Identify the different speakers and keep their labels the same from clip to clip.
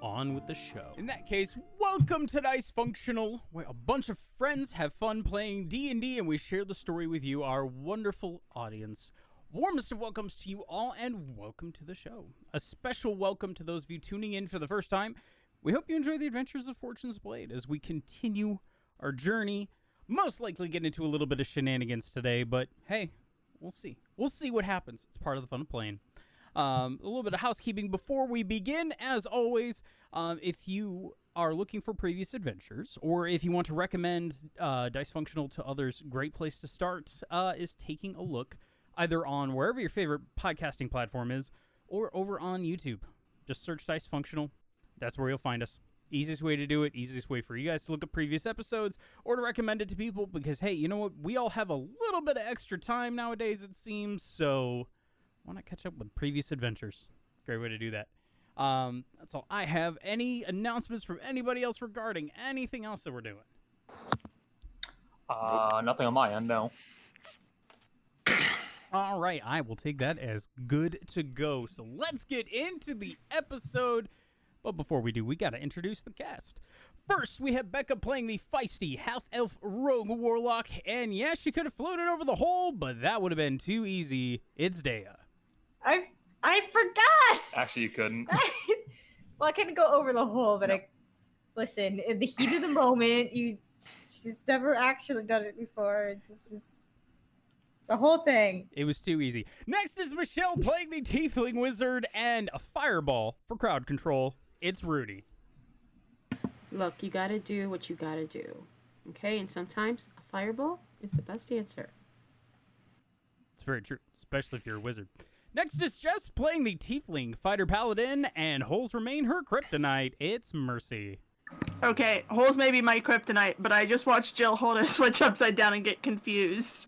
Speaker 1: on with the show. In that case, welcome to Dice Functional, where a bunch of friends have fun playing D&D and we share the story with you, our wonderful audience. Warmest of welcomes to you all and welcome to the show. A special welcome to those of you tuning in for the first time. We hope you enjoy the adventures of Fortune's Blade as we continue our journey. Most likely get into a little bit of shenanigans today, but hey, we'll see. We'll see what happens. It's part of the fun of playing. Um, a little bit of housekeeping before we begin. As always, um, if you are looking for previous adventures, or if you want to recommend uh, Dice Functional to others, great place to start uh, is taking a look either on wherever your favorite podcasting platform is, or over on YouTube. Just search Dice Functional. That's where you'll find us. Easiest way to do it, easiest way for you guys to look at previous episodes or to recommend it to people because, hey, you know what? We all have a little bit of extra time nowadays, it seems. So why not catch up with previous adventures? Great way to do that. Um, that's all I have. Any announcements from anybody else regarding anything else that we're doing?
Speaker 2: Uh, nothing on my end, no.
Speaker 1: All right, I will take that as good to go. So let's get into the episode. But before we do, we got to introduce the cast. First, we have Becca playing the feisty half elf rogue warlock. And yeah, she could have floated over the hole, but that would have been too easy. It's Dea.
Speaker 3: I I forgot.
Speaker 2: Actually, you couldn't.
Speaker 3: well, I couldn't go over the hole, but I listen in the heat of the moment. You she's never actually done it before. This is it's a whole thing.
Speaker 1: It was too easy. Next is Michelle playing the Tiefling Wizard and a fireball for crowd control. It's Rudy.
Speaker 4: Look, you gotta do what you gotta do. Okay, and sometimes a fireball is the best answer.
Speaker 1: It's very true, especially if you're a wizard. Next is Jess playing the Tiefling Fighter Paladin, and holes remain her kryptonite. It's Mercy.
Speaker 5: Okay, holes may be my kryptonite, but I just watched Jill hold a switch upside down and get confused.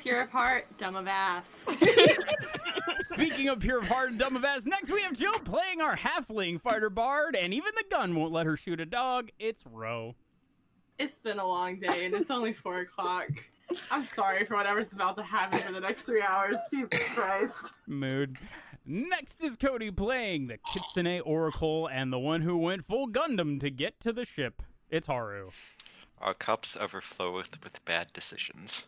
Speaker 4: Pure of heart, dumb of ass.
Speaker 1: Speaking of pure of heart and dumb of ass, next we have Jill playing our halfling fighter bard, and even the gun won't let her shoot a dog. It's Ro.
Speaker 6: It's been a long day and it's only four o'clock. I'm sorry for whatever's about to happen for the next three hours. Jesus Christ.
Speaker 1: Mood. Next is Cody playing the Kitsune Oracle and the one who went full Gundam to get to the ship. It's Haru.
Speaker 7: Our cups overfloweth with bad decisions.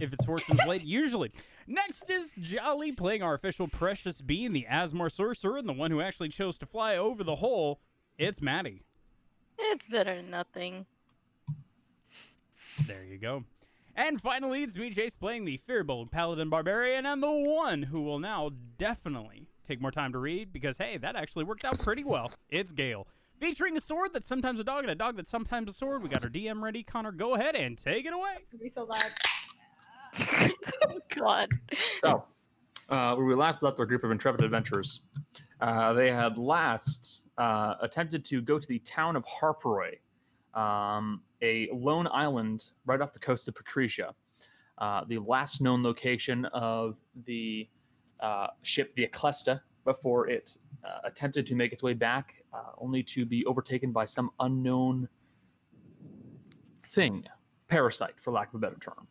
Speaker 1: if it's Fortune's Blade, usually. Next is Jolly playing our official Precious Bean, the Asmar Sorcerer, and the one who actually chose to fly over the hole. It's Maddie.
Speaker 8: It's better than nothing.
Speaker 1: There you go. And finally, it's me, Jace, playing the Fearbold Paladin Barbarian, and the one who will now definitely take more time to read because, hey, that actually worked out pretty well. It's Gale. Featuring a sword that's sometimes a dog and a dog that's sometimes a sword. We got our DM ready. Connor, go ahead and take it away.
Speaker 3: It's gonna be so loud.
Speaker 8: God.
Speaker 2: So, uh, where we last left our group of intrepid adventurers, uh, they had last uh, attempted to go to the town of Harperoy, um, a lone island right off the coast of Patricia, uh, the last known location of the uh, ship, the Eclesta, before it uh, attempted to make its way back, uh, only to be overtaken by some unknown thing, parasite, for lack of a better term.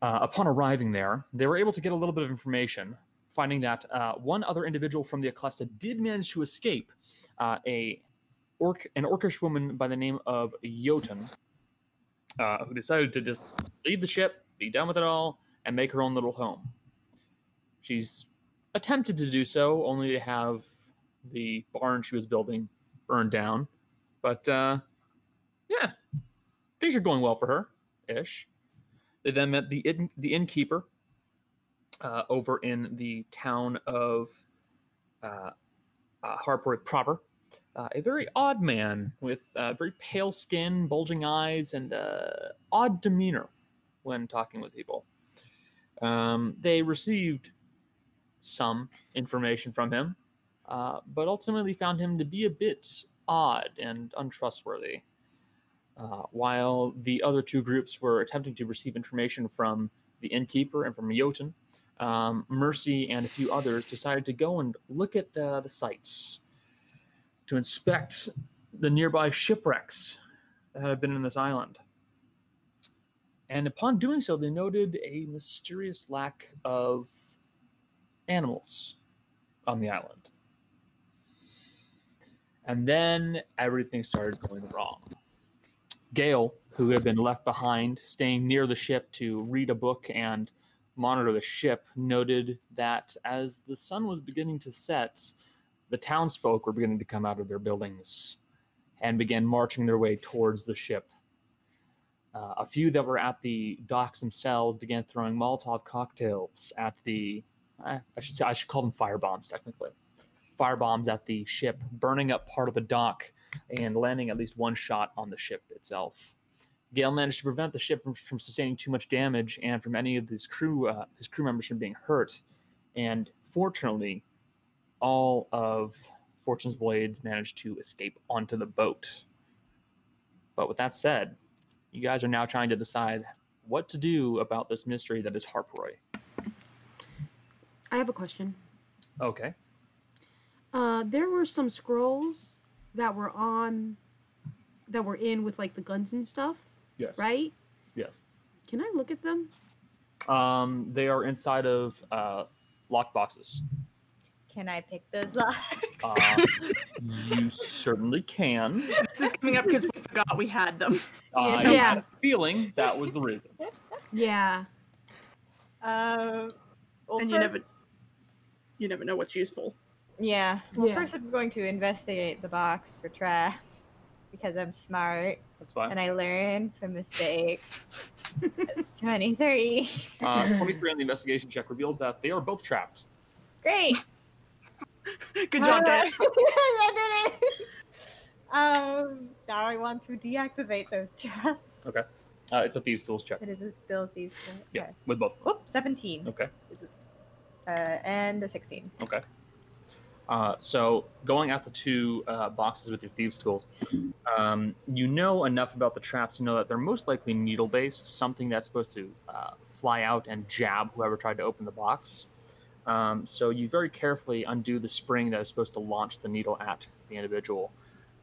Speaker 2: Uh, upon arriving there, they were able to get a little bit of information, finding that uh, one other individual from the Eclesta did manage to escape uh, a orc, an orcish woman by the name of Jotun, uh, who decided to just leave the ship, be done with it all, and make her own little home. She's attempted to do so, only to have the barn she was building burned down. But uh, yeah, things are going well for her, ish. They then met the inn, the innkeeper uh, over in the town of uh, uh, Harport proper. Uh, a very odd man with uh, very pale skin, bulging eyes, and uh, odd demeanor when talking with people. Um, they received some information from him, uh, but ultimately found him to be a bit odd and untrustworthy. Uh, while the other two groups were attempting to receive information from the innkeeper and from Jotun, um, Mercy and a few others decided to go and look at uh, the sites to inspect the nearby shipwrecks that had been in this island. And upon doing so, they noted a mysterious lack of animals on the island. And then everything started going wrong. Gale, who had been left behind, staying near the ship to read a book and monitor the ship, noted that as the sun was beginning to set, the townsfolk were beginning to come out of their buildings and began marching their way towards the ship. Uh, a few that were at the docks themselves began throwing Molotov cocktails at the, I I should say, I should call them firebombs technically, firebombs at the ship, burning up part of the dock and landing at least one shot on the ship itself. Gale managed to prevent the ship from, from sustaining too much damage and from any of his crew uh, his crew members from being hurt. And fortunately, all of Fortune's blades managed to escape onto the boat. But with that said, you guys are now trying to decide what to do about this mystery that is Harproy.
Speaker 4: I have a question.
Speaker 2: Okay.
Speaker 4: Uh, there were some scrolls that were on, that were in with like the guns and stuff,
Speaker 2: Yes.
Speaker 4: right?
Speaker 2: Yes.
Speaker 4: Can I look at them?
Speaker 2: Um, they are inside of uh, locked boxes.
Speaker 3: Can I pick those locks?
Speaker 2: Uh, you certainly can.
Speaker 5: This is coming up because we forgot we had them.
Speaker 2: I
Speaker 4: Yeah.
Speaker 2: had a feeling that was the reason.
Speaker 4: Yeah.
Speaker 3: um, well,
Speaker 5: and you
Speaker 3: first,
Speaker 5: never you never know what's useful.
Speaker 3: yeah. Well,
Speaker 4: Yeah.
Speaker 3: first I'm going to investigate the box for traps because I'm smart
Speaker 2: That's fine.
Speaker 3: and I learn from mistakes. That's 23.
Speaker 2: Uh, 23 on the investigation check reveals that they are both trapped.
Speaker 3: Great.
Speaker 5: Good job, Dad.
Speaker 3: I did it. Um, now I want to deactivate those traps.
Speaker 2: Uh, it's a thieves' tools check.
Speaker 3: But is it still thieves? Okay.
Speaker 2: Yeah, with both.
Speaker 3: Oop, 17.
Speaker 2: Okay.
Speaker 3: Uh, and a 16.
Speaker 2: Uh, so going at the two uh, boxes with your thieves' tools, um, you know enough about the traps to know that they're most likely needle-based, something that's supposed to uh, fly out and jab whoever tried to open the box. Um, so you very carefully undo the spring that is supposed to launch the needle at the individual,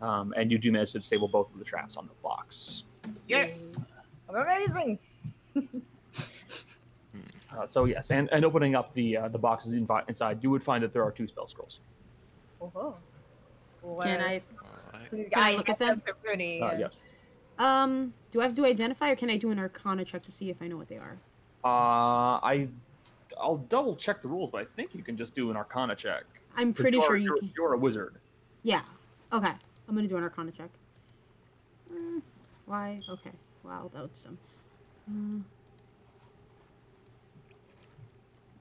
Speaker 2: um, and you do manage to disable both of the traps on the box.
Speaker 5: Yes.
Speaker 3: I'm amazing.
Speaker 2: Uh, so yes, and, and opening up the uh, the boxes invi- inside, you would find that there are two spell scrolls.
Speaker 3: Oh.
Speaker 4: Can I?
Speaker 7: Alright.
Speaker 4: Can I look at them?
Speaker 3: Rooney,
Speaker 2: Uh,
Speaker 3: yeah.
Speaker 2: yes.
Speaker 4: Um, do I have to identify, or can I do an Arcana check to see if I know what they are?
Speaker 2: Uh, I I'll double check the rules, but I think you can just do an Arcana check.
Speaker 4: I'm
Speaker 2: 'Cause
Speaker 4: pretty
Speaker 2: you are-
Speaker 4: sure you
Speaker 2: you're,
Speaker 4: can.
Speaker 2: you're a wizard.
Speaker 4: Yeah. Okay. I'm gonna do an Arcana check. Mm, why? Okay. Wow, that was dumb. Mm.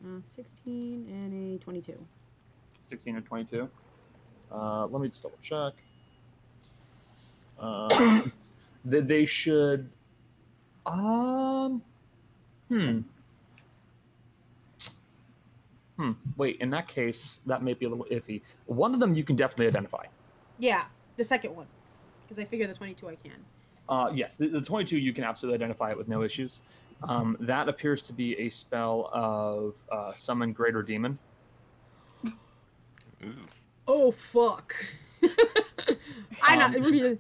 Speaker 4: Uh, 16 and a 22.
Speaker 2: Sixteen or twenty-two. Uh, let me just double check. Uh, they, they should. Um. Hmm. Hmm. Wait. In that case, that may be a little iffy. One of them you can definitely identify.
Speaker 4: Yeah, the second one. Because I figure the 22 I can.
Speaker 2: Uh, yes, the, the 22, you can absolutely identify it with no issues. Um, that appears to be a spell of uh, summon greater demon.
Speaker 7: Ooh.
Speaker 4: Oh, fuck. I know.
Speaker 2: Um,
Speaker 4: really-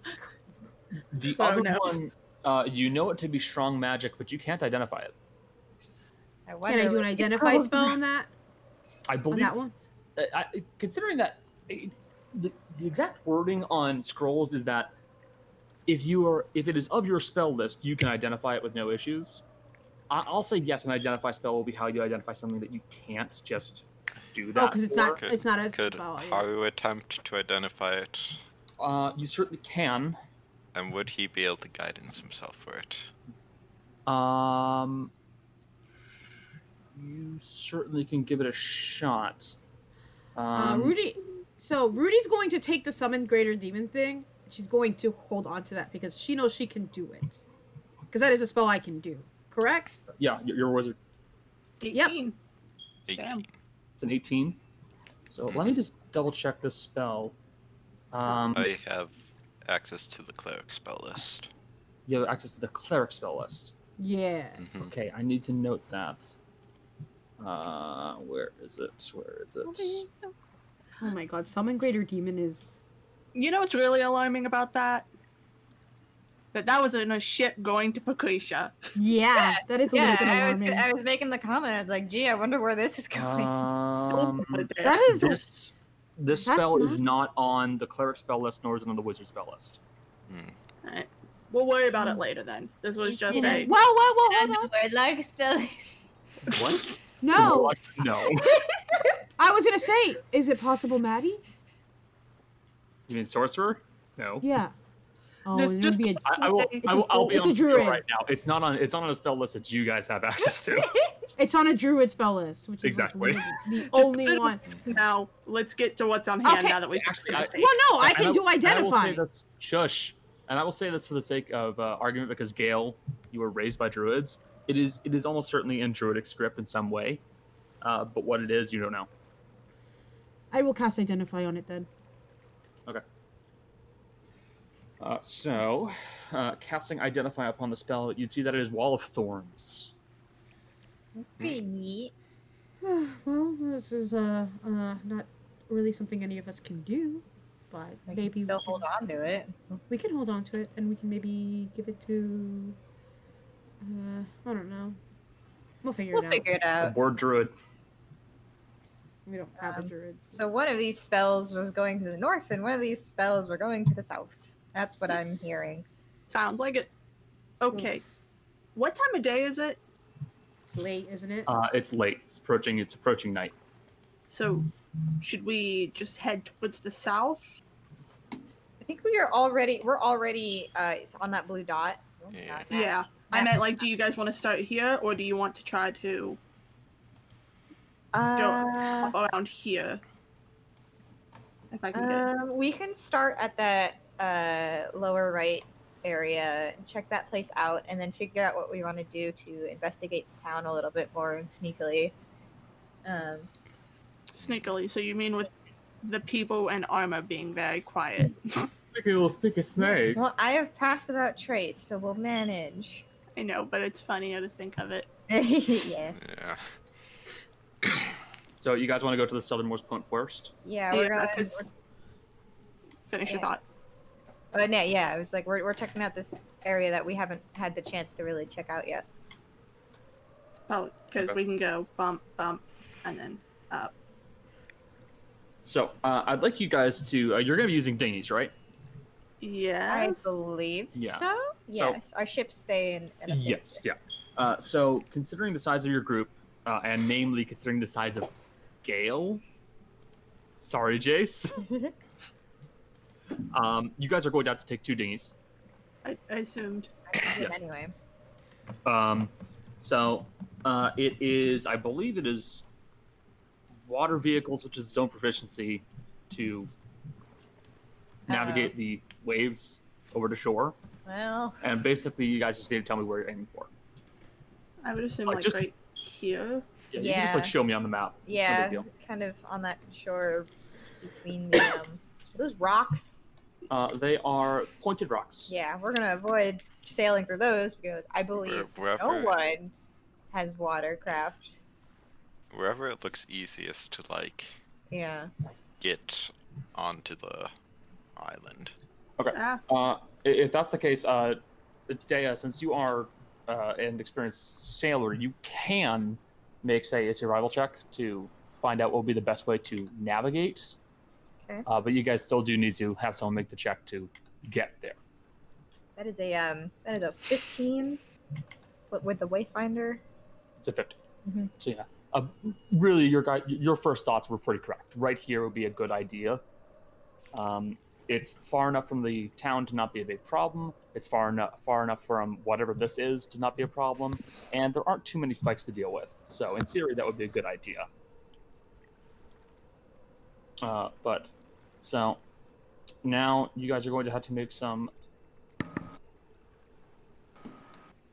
Speaker 2: The
Speaker 5: Oh,
Speaker 2: other
Speaker 5: no.
Speaker 2: one, uh, you know it to be strong magic, but you can't identify it.
Speaker 4: Can I do an identify spell on that?
Speaker 2: I
Speaker 4: On
Speaker 2: believe,
Speaker 4: that one?
Speaker 2: I, I- considering that it, the, the exact wording on scrolls is that if you are if it is of your spell list, you can identify it with no issues. I, I'll say yes, an identify spell will be how you identify something that you can't just do that.
Speaker 4: Oh, because it's not.
Speaker 7: Could-
Speaker 4: it's not a
Speaker 7: Could
Speaker 4: spell. yeah.
Speaker 7: Haru attempt to identify it?
Speaker 2: Uh, you certainly can.
Speaker 7: And would he be able to guidance himself for it?
Speaker 2: Um, you certainly can give it a shot. Um,
Speaker 4: Uh, Rudy. So Rudy's going to take the summon greater demon thing. She's going to hold on to that because she knows she can do it. Because that is a spell I can do. Correct?
Speaker 2: yeah, you're, you're a wizard.
Speaker 4: Yep.
Speaker 5: 18.
Speaker 7: Eighteen.
Speaker 2: It's an 18. So let me just double check this spell. Um,
Speaker 7: Oh, I have access to the cleric spell list.
Speaker 2: You have access to the cleric spell list.
Speaker 4: Yeah.
Speaker 7: Mhm.
Speaker 2: Okay, I need to note that. Uh, where is it? Where is it?
Speaker 4: Oh my god, summon greater demon is
Speaker 5: You know what's really alarming about that? That that was in a ship going to Paquisha.
Speaker 4: Yeah, that is a
Speaker 3: Yeah,
Speaker 4: little bit
Speaker 3: I was,
Speaker 4: alarming.
Speaker 3: I was making the comment. I was like, gee, I wonder where this is
Speaker 2: Uh,
Speaker 3: going.
Speaker 2: Um,
Speaker 4: That is
Speaker 2: this this
Speaker 4: That's
Speaker 2: spell is not
Speaker 4: not-
Speaker 2: on the cleric spell list, nor is it on the wizard spell list.
Speaker 5: We'll worry about it later then. This was just
Speaker 3: Yeah.
Speaker 5: a.
Speaker 4: Whoa, whoa, whoa,
Speaker 3: I
Speaker 4: hold
Speaker 3: know
Speaker 4: on.
Speaker 3: where luck spell is.
Speaker 7: What?
Speaker 4: No.
Speaker 2: What? no.
Speaker 4: I was gonna say, is it possible Maddie?
Speaker 2: You mean sorcerer? No.
Speaker 4: Yeah. Oh,
Speaker 5: Just-
Speaker 4: it would
Speaker 5: just-
Speaker 4: be a
Speaker 2: I, I will.
Speaker 5: It's
Speaker 2: I
Speaker 4: a-
Speaker 2: will. I'll be
Speaker 4: it's a
Speaker 2: honest with you
Speaker 4: druid.
Speaker 2: right now. It's not on. It's not on a spell list that you guys have access to.
Speaker 4: It's on a druid spell list, which is
Speaker 2: Exactly.
Speaker 4: like literally the only
Speaker 5: put it-
Speaker 4: one.
Speaker 5: Now, let's get to what's on hand
Speaker 4: Okay.
Speaker 5: now that we've
Speaker 2: Actually, I-
Speaker 5: actually.
Speaker 4: Well, no, I
Speaker 2: And
Speaker 4: can
Speaker 2: will-
Speaker 4: do
Speaker 2: and I will
Speaker 4: identify.
Speaker 2: say that's shush. And I will say this for the sake of uh, argument, because Gail, you were raised by druids. It is. It is almost certainly in druidic script in some way. Uh, but what it is, you don't know.
Speaker 4: I will cast identify on it then.
Speaker 2: Uh, so, uh, casting identify upon the spell, you'd see that it is wall of thorns.
Speaker 3: That's pretty
Speaker 2: Hmm.
Speaker 3: neat.
Speaker 4: well, this is uh, uh not really something any of us can do, but
Speaker 3: I
Speaker 4: maybe
Speaker 3: can still
Speaker 4: we, can,
Speaker 3: hold on to it.
Speaker 4: we can hold on to it and we can maybe give it to. Uh, I don't know. We'll figure
Speaker 3: We'll
Speaker 4: it out.
Speaker 3: figure it
Speaker 4: Uh,
Speaker 2: The
Speaker 3: out.
Speaker 2: word druid.
Speaker 4: We don't have a
Speaker 3: Um,
Speaker 4: druid.
Speaker 3: So one of these spells was going to the north, and one of these spells were going to the south. That's what I'm hearing.
Speaker 5: Sounds like it. Okay. What time of day is it?
Speaker 4: It's late, isn't it?
Speaker 2: Uh, it's late. It's approaching. It's approaching night.
Speaker 5: So, should we just head towards the south?
Speaker 3: I think we are already we're already uh, it's on that blue dot. Oh,
Speaker 7: Yeah.
Speaker 3: not that.
Speaker 5: Yeah.
Speaker 3: It's
Speaker 5: I
Speaker 3: not-
Speaker 5: meant, like, do you guys want to start here or do you want to try to
Speaker 3: Uh,
Speaker 5: around here? If I can get it.
Speaker 3: um, we can start at that uh, lower right area, check that place out, and then figure out what we want to do to investigate the town a little bit more sneakily. Um,
Speaker 5: Sneakily. So, you mean with the people and armor being very quiet?
Speaker 2: Sticky little sticky snake.
Speaker 3: well, I have passed without trace, so we'll manage.
Speaker 5: I know, but it's funnier to think of it.
Speaker 3: yeah.
Speaker 7: Yeah.
Speaker 2: So you guys want to go to the southernmost point first?
Speaker 3: Yeah, we're
Speaker 5: Yeah,
Speaker 3: going.
Speaker 5: 'cause- Finish your
Speaker 3: Yeah.
Speaker 5: thought.
Speaker 3: But no, yeah, I was like, we're, we're checking out this area that we haven't had the chance to really check out yet.
Speaker 5: Because
Speaker 2: Okay.
Speaker 5: we can go bump, bump, and then.
Speaker 2: So uh, I'd like you guys to. Uh, you're going to be using dinghies, right?
Speaker 3: I
Speaker 5: Yes.
Speaker 3: believe
Speaker 2: Yeah.
Speaker 3: so. Yes, our ships stay in. in a safe
Speaker 2: Yes.
Speaker 3: place.
Speaker 2: Yeah. Uh, so considering the size of your group, uh, and namely considering the size of Gale. Sorry, Jace. um, you guys are going down to take two dinghies.
Speaker 5: I, I assumed.
Speaker 3: I think
Speaker 2: Yeah.
Speaker 3: Anyway,
Speaker 2: Um, so uh, it is, I believe it is water vehicles, which is its own proficiency to navigate the waves over to shore.
Speaker 3: well,
Speaker 2: And basically, you guys just need to tell me where you're aiming for.
Speaker 5: I would assume,
Speaker 2: Like,
Speaker 5: like,
Speaker 2: just-
Speaker 5: right here.
Speaker 2: Yeah, you can just like
Speaker 3: Yeah.
Speaker 2: show me on the map. It's no big
Speaker 3: yeah,
Speaker 2: deal.
Speaker 3: kind of on that shore between the um, those rocks.
Speaker 2: Uh, they are pointed rocks.
Speaker 3: Yeah, we're gonna avoid sailing through those because I
Speaker 4: Oh,
Speaker 3: believe
Speaker 7: Where- Wherever,
Speaker 3: no one has watercraft.
Speaker 7: wherever it looks easiest to like
Speaker 3: Yeah,
Speaker 7: get onto the island.
Speaker 5: Ah,
Speaker 2: Uh, i- if that's the case, uh, Dea, since you are uh, an experienced sailor, you can make, say, a survival check to find out what would be the best way to navigate.
Speaker 3: Okay.
Speaker 2: Uh, but you guys still do need to have someone make the check to get there.
Speaker 3: that is a um, that is a fifteen with- with the wayfinder.
Speaker 2: It's a 50.
Speaker 3: Mhm.
Speaker 2: So, yeah. Uh, really, your guy, your first thoughts were pretty correct. Right here would be a good idea. Um, it's far enough from the town to not be a big problem. It's far enough far enough from whatever this is to not be a problem, and there aren't too many spikes to deal with. So, in theory, that would be a good idea. Uh, but so now you guys are going to have to make some.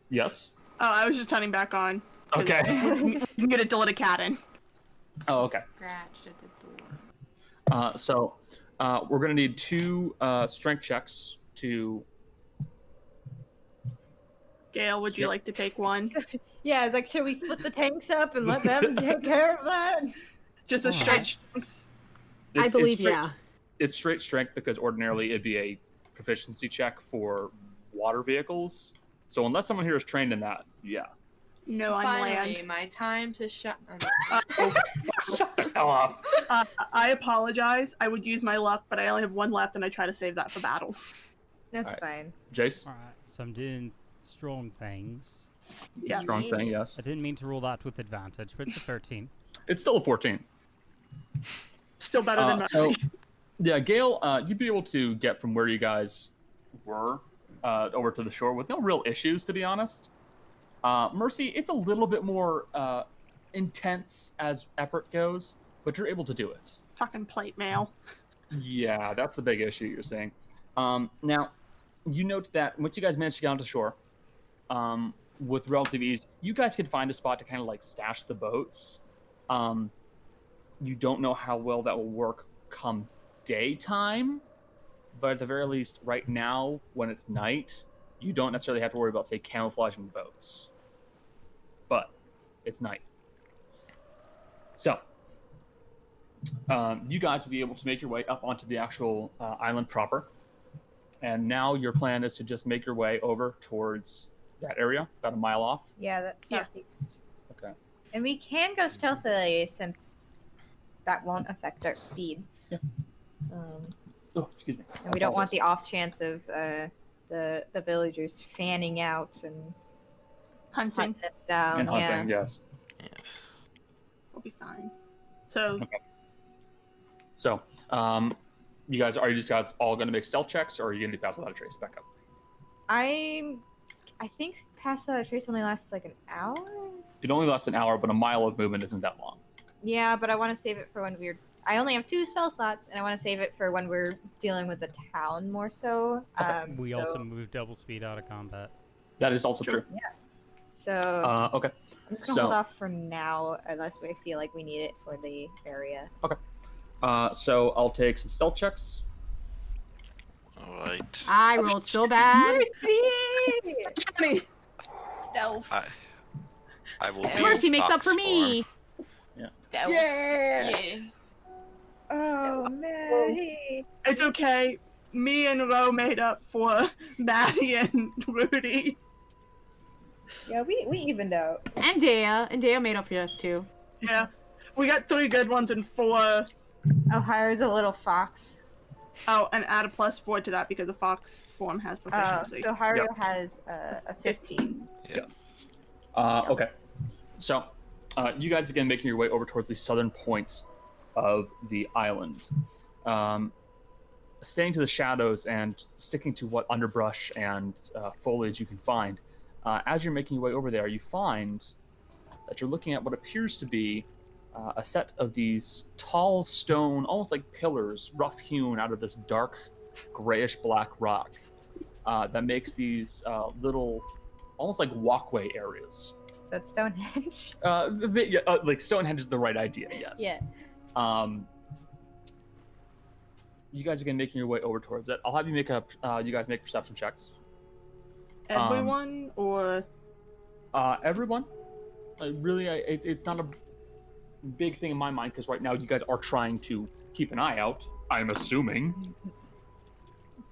Speaker 2: Yes.
Speaker 5: Oh, I was just turning back on. 'cause
Speaker 2: Okay.
Speaker 5: we can get a Delita cat in.
Speaker 2: Oh, okay.
Speaker 9: Scratched at the door.
Speaker 2: Uh, so uh, we're going to need two uh, strength checks to
Speaker 5: Gail, would you
Speaker 2: Yep.
Speaker 5: like to take one?
Speaker 3: Yeah, it's like, should we split the tanks up and let them take care of that?
Speaker 5: Just a
Speaker 10: Alright.
Speaker 5: straight.
Speaker 4: I
Speaker 2: It's-
Speaker 4: believe,
Speaker 2: it's straight-
Speaker 4: yeah.
Speaker 2: It's straight strength because ordinarily it'd be a proficiency check for water vehicles. So unless someone here is trained in that, yeah.
Speaker 5: No, I'm
Speaker 9: Finally,
Speaker 5: land.
Speaker 9: my time to shut.
Speaker 2: Shut the hell up.
Speaker 5: Uh, I apologize. I would use my luck, but I only have one left, and I try to save that for battles.
Speaker 3: That's
Speaker 2: Alright.
Speaker 3: fine.
Speaker 2: Jace,
Speaker 10: All right, so I'm doing strong things.
Speaker 5: Yes.
Speaker 2: strong thing, yes.
Speaker 10: I didn't mean to roll that with advantage, but it's a 13.
Speaker 2: It's still a 14.
Speaker 5: Still better than
Speaker 2: Uh,
Speaker 5: Mercy.
Speaker 2: so- Yeah, Gail, uh, you'd be able to get from where you guys were uh, over to the shore with no real issues, to be honest. Uh, Mercy, it's a little bit more uh, intense as effort goes, but you're able to do it.
Speaker 5: Fucking plate mail.
Speaker 2: Yeah, that's the big issue you're seeing. Um, now, you note that once you guys manage to get onto shore, um, with relative ease, you guys could find a spot to kind of like stash the boats. Um, you don't know how well that will work come daytime, but at the very least, right now, when it's night, you don't necessarily have to worry about, say, camouflaging boats. But it's night. So, um, you guys will be able to make your way up onto the actual uh, island proper. And now your plan is to just make your way over towards that area, about a mile off.
Speaker 3: Yeah, that's
Speaker 5: Yeah.
Speaker 3: southeast.
Speaker 2: Okay.
Speaker 3: And we can go stealthily since that won't affect our speed.
Speaker 2: Yeah.
Speaker 3: Um,
Speaker 2: Oh, excuse me.
Speaker 3: and we don't want the off chance of uh, the the villagers fanning out and
Speaker 5: Hunting.
Speaker 3: hunting us down.
Speaker 2: and
Speaker 3: yeah.
Speaker 2: hunting. Yes.
Speaker 7: Yes.
Speaker 5: We'll be fine. So
Speaker 2: So, um, you guys are you just guys all going to make stealth checks, or are you going to pass without a trace? Back up.
Speaker 3: I'm. I think past that trace only lasts like an hour.
Speaker 2: It only lasts an hour, but a mile of movement isn't that long.
Speaker 3: Yeah, but I want to save it for when we're. I only have two spell slots, and I want to save it for when we're dealing with the town more so. Um,
Speaker 10: we
Speaker 3: so,
Speaker 10: also move double speed out of combat.
Speaker 2: That is also true.
Speaker 3: So
Speaker 2: Uh, okay.
Speaker 3: I'm just gonna
Speaker 2: so-
Speaker 3: hold off for now, unless we feel like we need it for the area.
Speaker 2: Uh, so I'll take some stealth checks.
Speaker 7: Alright.
Speaker 4: I rolled so bad.
Speaker 3: Mercy!
Speaker 5: Honey,
Speaker 11: Stealth.
Speaker 7: I, I will be
Speaker 4: Mercy
Speaker 7: in
Speaker 4: makes up
Speaker 7: fox
Speaker 4: for me.
Speaker 11: Stealth.
Speaker 8: Oh.
Speaker 5: Yeah.
Speaker 9: Yay.
Speaker 3: Oh, Maddie.
Speaker 5: It's okay. Me and Ro made up for Maddie and Rudy.
Speaker 3: Yeah, we, we evened out.
Speaker 4: And Dea. And Dea made up for us too.
Speaker 5: Yeah. We got three good ones and four.
Speaker 3: Ohio's a little fox.
Speaker 5: Oh, and add a plus four to that because a fox form has
Speaker 3: Oh,
Speaker 5: proficiency.
Speaker 3: so Haru has uh, a 15.
Speaker 5: 15.
Speaker 7: Yeah.
Speaker 2: Uh, okay. So, uh, you guys begin making your way over towards the southern point of the island. Um, staying to the shadows and sticking to what underbrush and uh, foliage you can find, uh, as you're making your way over there, you find that you're looking at what appears to be uh, a set of these tall stone, almost like pillars, rough hewn out of this dark, grayish black rock uh, that makes these uh, little, almost like walkway areas.
Speaker 3: So it's Stonehenge.
Speaker 2: Uh, a bit- yeah, uh, like Stonehenge is the right idea. Yes.
Speaker 3: Yeah.
Speaker 2: Um, you guys are gonna making your way over towards it. I'll have you make a. Uh, you guys make perception checks. Um,
Speaker 5: Everyone or
Speaker 2: Uh, everyone. Uh, really, I, it, it's not a big thing in my mind because right now you guys are trying to keep an eye out. I'm assuming.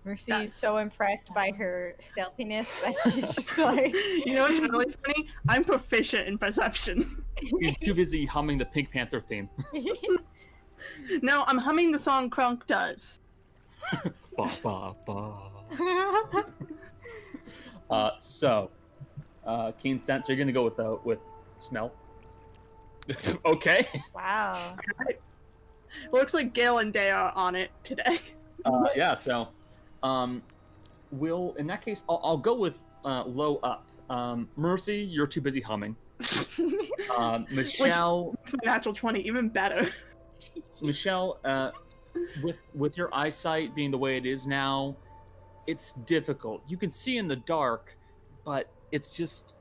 Speaker 3: Mercy
Speaker 5: That's-
Speaker 3: is so impressed by her stealthiness that she's just like.
Speaker 5: you know what's really funny? I'm proficient in perception.
Speaker 2: He's too busy humming the Pink Panther theme.
Speaker 5: No, I'm humming the song Crunk does.
Speaker 2: ba, ba, ba. Uh, so, uh, keen sense. You're gonna go with uh, with smell. okay.
Speaker 3: wow.
Speaker 5: Looks like Gail and Day are on it today.
Speaker 2: Uh, yeah. So, um, will in that case, I'll, I'll go with uh, low up. Um, Mercy, you're too busy humming.
Speaker 5: it's
Speaker 2: Um, Michelle,
Speaker 5: my natural 20, even better.
Speaker 2: Michelle, uh, with with your eyesight being the way it is now, it's difficult. You can see in the dark, but it's just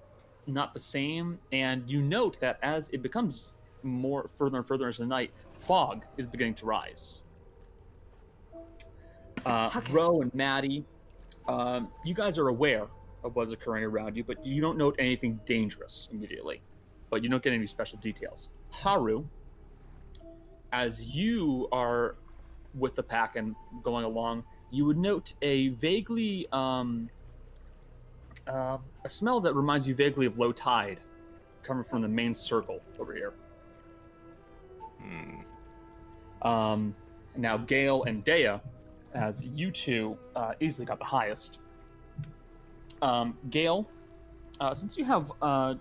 Speaker 2: not the same. And you note that as it becomes more further and further into the night, fog is beginning to rise. Uh,
Speaker 4: Okay.
Speaker 2: Ro and Maddie, um, you guys are aware of what is occurring around you, but you don't note anything dangerous immediately. But you don't get any special details. Haru, as you are with the pack and going along, you would note a vaguely um, uh, a smell that reminds you vaguely of low tide coming from the main circle over here.
Speaker 7: Hmm.
Speaker 2: Um, now, Gale and Dea, as you two uh, easily got the highest. Um, Gale, uh, since you have uh,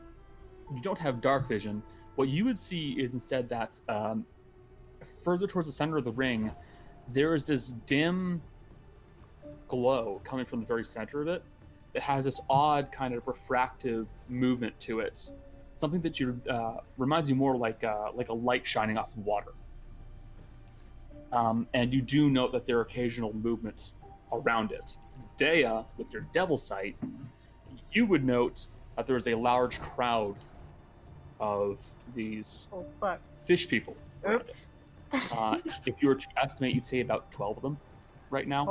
Speaker 2: you don't have dark vision, what you would see is instead that um, further towards the center of the ring, there is this dim glow coming from the very center of it that has this odd kind of refractive movement to it. Something that you uh, reminds you more like uh, like a light shining off water um, and you do note that there are occasional movements around it. Dea, with your devil sight, you would note that there is a large crowd of these
Speaker 5: Oh fuck.
Speaker 2: fish people.
Speaker 5: Oops.
Speaker 2: Uh, if you were to estimate, you'd say about 12 of them right now.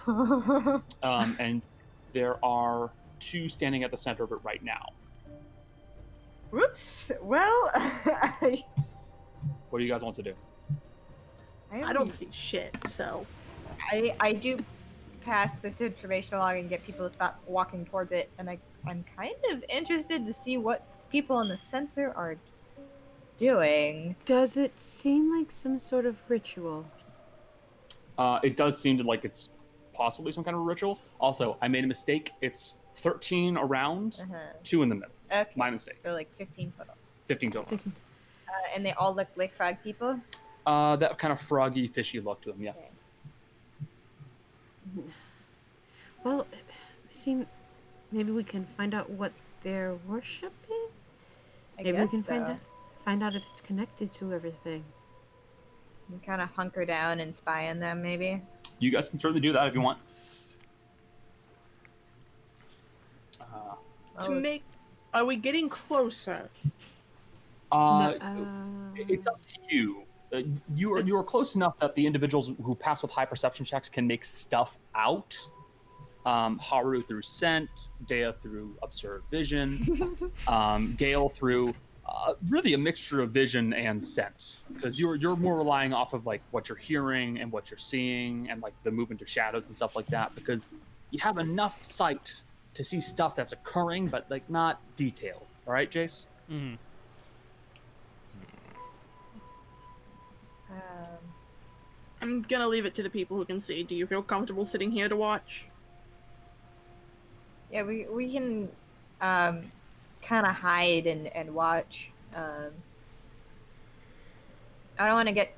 Speaker 5: Oh.
Speaker 2: Um, and there are two standing at the center of it right now.
Speaker 5: Whoops. Well, I,
Speaker 2: What do you guys want to do?
Speaker 5: I don't see shit, so.
Speaker 3: I, I do pass this information along and get people to stop walking towards it, and I, I'm kind of interested to see what people in the center are doing.
Speaker 4: Does it seem like some sort of ritual?
Speaker 2: Uh, it does seem to like it's possibly some kind of ritual. Also, I made a mistake. It's 13 around,
Speaker 3: Uh-huh.
Speaker 2: two in the middle.
Speaker 3: Okay.
Speaker 2: My mistake.
Speaker 3: So like 15 foot. up.
Speaker 2: 15 total.
Speaker 3: Uh, and they all look like frog people.
Speaker 2: Uh, that kind of froggy, fishy look to them. Yeah.
Speaker 4: Well, it seem maybe we can find out what they're worshiping.
Speaker 3: I
Speaker 4: maybe we
Speaker 3: guess
Speaker 4: can find
Speaker 3: so.
Speaker 4: out find out if it's connected to everything.
Speaker 3: You kind of hunker down and spy on them, maybe.
Speaker 2: You guys can certainly do that if you want. Uh,
Speaker 5: To
Speaker 9: Oh.
Speaker 3: Oh,
Speaker 5: make. Are we getting closer?
Speaker 2: uh,
Speaker 3: um,
Speaker 4: No,
Speaker 2: it's
Speaker 4: uh,
Speaker 2: up to you. Uh, you are you are close enough that the individuals who pass with high perception checks can make stuff out. Um, Haru through scent, Dea through observed vision, um, Gale through uh, really a mixture of vision and scent, because you're you're more relying off of like what you're hearing and what you're seeing and like the movement of shadows and stuff like that, because you have enough sight to see stuff that's occurring, but like not detailed. All right, Jace.
Speaker 10: Mm-hmm.
Speaker 3: Um,
Speaker 5: I'm gonna leave it to the people who can see. Do you feel comfortable sitting here to watch?
Speaker 3: yeah, we, we can um, kind of hide and, and watch. Um, I don't want to get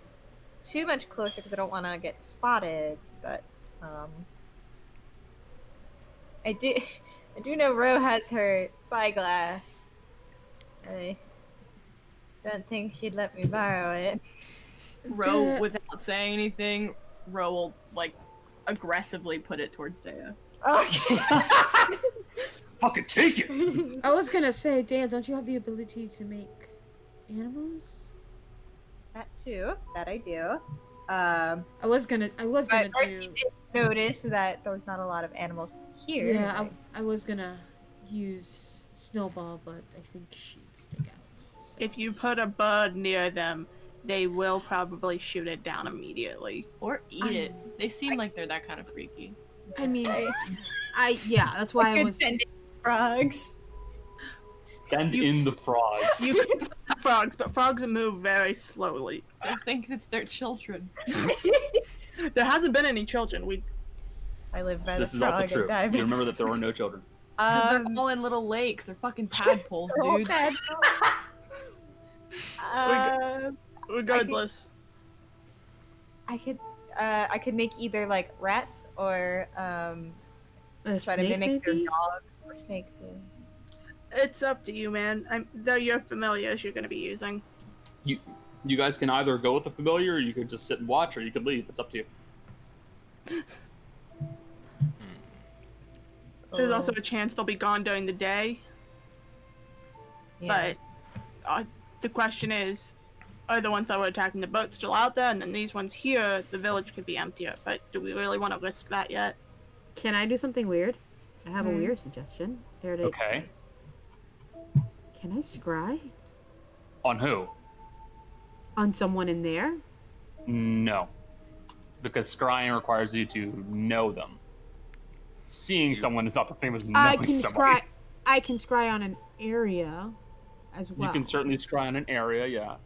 Speaker 3: too much closer because I don't want to get spotted, but um, I do I do know Ro has her spyglass. I don't think she'd let me borrow it.
Speaker 9: Row, without saying anything, Row will like aggressively put it towards Dea.
Speaker 3: Okay.
Speaker 2: Fucking take it.
Speaker 4: I was gonna say, Dan, don't you have the ability to make animals?
Speaker 3: That too. That I do. Um,
Speaker 4: I was gonna, I was
Speaker 3: but
Speaker 4: gonna
Speaker 3: first
Speaker 4: do.
Speaker 3: you did notice that there was not a lot of animals here.
Speaker 4: Yeah,
Speaker 3: right?
Speaker 4: I, I was gonna use Snowball, but I think she'd stick out. so-
Speaker 5: If you put a bird near them, they will probably shoot it down immediately.
Speaker 11: Or eat it. They seem like they're that kind of freaky.
Speaker 4: I mean, I yeah, that's why I
Speaker 3: could
Speaker 4: was.
Speaker 3: send in frogs.
Speaker 2: Send in the frogs.
Speaker 5: You can see frogs, but frogs move very slowly.
Speaker 11: They think it's their children.
Speaker 5: There hasn't been any children. We
Speaker 3: I live by
Speaker 2: This
Speaker 3: the
Speaker 2: is
Speaker 3: frog
Speaker 2: also
Speaker 3: and
Speaker 2: true.
Speaker 3: die by
Speaker 2: You remember that there were no children.
Speaker 11: Because
Speaker 3: Um,
Speaker 11: they're all in little lakes. They're fucking tadpoles,
Speaker 3: they're all
Speaker 11: dude.
Speaker 3: bad.
Speaker 2: uh,
Speaker 3: Um,
Speaker 5: regardless.
Speaker 3: I could, uh, I could make either like rats or um,
Speaker 4: A
Speaker 3: try
Speaker 4: snake,
Speaker 3: to mimic their
Speaker 4: maybe?
Speaker 3: dogs or snakes. yeah.
Speaker 5: It's up to you, man. I'm, though your familiars you're gonna be using.
Speaker 2: You guys can either go with the familiar, or you could just sit and watch, or you could leave. It's up to you.
Speaker 7: Hmm.
Speaker 5: There's
Speaker 3: Or-
Speaker 5: also a chance they'll be gone during the day,
Speaker 3: yeah.
Speaker 5: but uh, the question is, are the ones that were attacking the boat still out there? And then these ones here, the village could be emptier. But do we really want to risk that yet?
Speaker 4: Can I do something weird? I have a
Speaker 3: Hmm.
Speaker 4: weird suggestion. There it is.
Speaker 2: Okay.
Speaker 4: Can I scry
Speaker 2: On who?
Speaker 4: on someone in there?
Speaker 2: No. Because scrying requires you to know them. Seeing someone is not the same as knowing
Speaker 4: I can
Speaker 2: somebody.
Speaker 4: scry. I can scry on an area, as well.
Speaker 2: You can certainly scry on an area, yeah.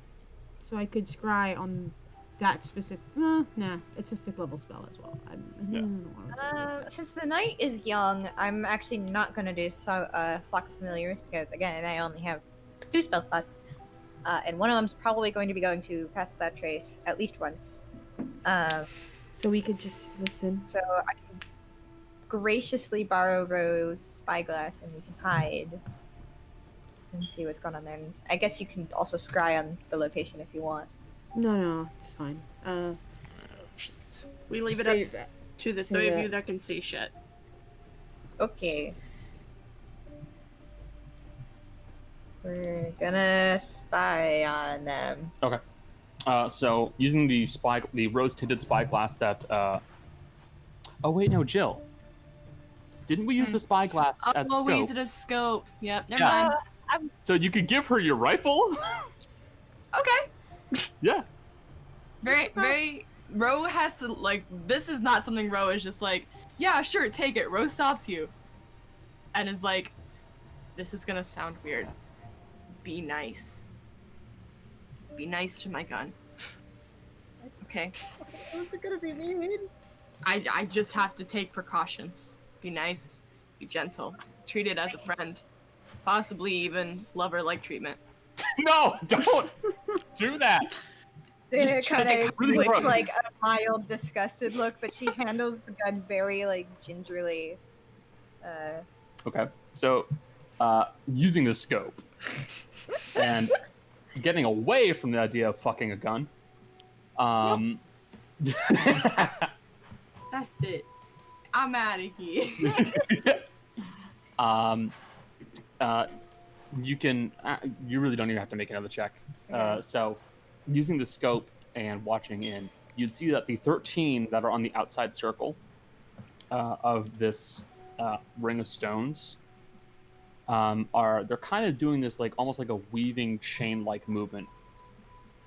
Speaker 4: So I could scry on that specific. Uh, nah, it's a fifth level spell as well. I'm, hmm, I
Speaker 2: Yeah.
Speaker 4: don't want to waste
Speaker 3: Um,
Speaker 4: that.
Speaker 3: since the knight is young, I'm actually not going to do so, uh, Flock of Familiars because, again, I only have two spell slots. Uh, and one of them's probably going to be going to Pass Without Trace at least once. Um,
Speaker 4: So we could just listen.
Speaker 3: so I can graciously borrow Rose's spyglass and we can hide and see what's going on there. And I guess you can also scry on the location if you want.
Speaker 4: No, no, it's fine. Uh,
Speaker 5: We leave it
Speaker 4: save
Speaker 5: up to the three of
Speaker 4: Yeah.
Speaker 5: you that can see shit.
Speaker 3: Okay. We're gonna spy on them.
Speaker 2: Uh, so using the spy, the rose-tinted spyglass that. Uh... Oh wait, no, Jill. Didn't we use the spyglass
Speaker 11: Oh,
Speaker 2: as a
Speaker 11: well, we use
Speaker 2: scope?
Speaker 11: it as scope. Yep, never
Speaker 2: Yeah.
Speaker 11: mind.
Speaker 2: So you could give her your rifle.
Speaker 11: Okay.
Speaker 2: yeah.
Speaker 11: Very, very. Ro has to like. This is not something Ro is just like. Yeah, sure, take it. Ro stops you, and is like, "This is gonna sound weird. Be nice. Be nice to my gun." Okay.
Speaker 3: What's it gonna be mean?
Speaker 11: I, I just have to take precautions. Be nice, be gentle, treat it as a friend, possibly even lover like treatment.
Speaker 2: No, don't do that.
Speaker 3: Dana
Speaker 2: Just trying
Speaker 3: kind
Speaker 2: to get
Speaker 3: of
Speaker 2: rid of the
Speaker 3: looks
Speaker 2: bugs.
Speaker 3: like a mild, disgusted look, but she handles the gun very like gingerly. Uh,
Speaker 2: Okay. So, uh, using the scope and getting away from the idea of fucking a gun. Um.
Speaker 11: That's it. I'm out of here.
Speaker 2: um, uh, you can. Uh, you really don't even have to make another check. Uh, so, using the scope and watching in, you'd see that the 13 that are on the outside circle uh, of this uh, ring of stones um, are they're kind of doing this like almost like a weaving chain-like movement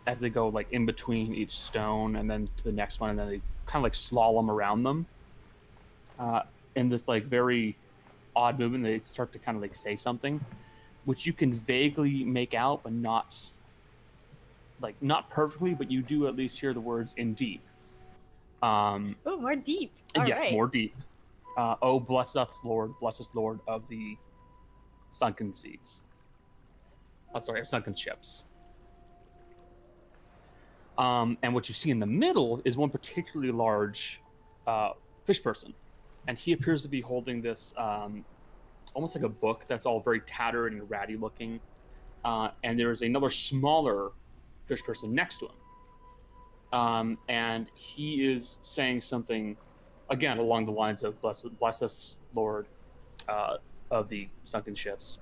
Speaker 2: as they go like in between each stone and then to the next one, and then they kind of like slalom around them uh, in this like very odd movement. They start to kind of like say something, which you can vaguely make out, but not like not perfectly, but you do at least hear the words in deep. Um,
Speaker 3: oh, more deep.
Speaker 2: and
Speaker 3: All
Speaker 2: yes,
Speaker 3: right.
Speaker 2: more deep. Uh, oh, bless us, Lord, bless us, Lord of the sunken seas. Oh, sorry, of sunken ships. Um, and what you see in the middle is one particularly large uh, fish person, and he appears to be holding this um, almost like a book that's all very tattered and ratty looking. Uh, and there is another smaller fish person next to him, um, and he is saying something again along the lines of "Bless, bless us, Lord, uh, of the sunken ships.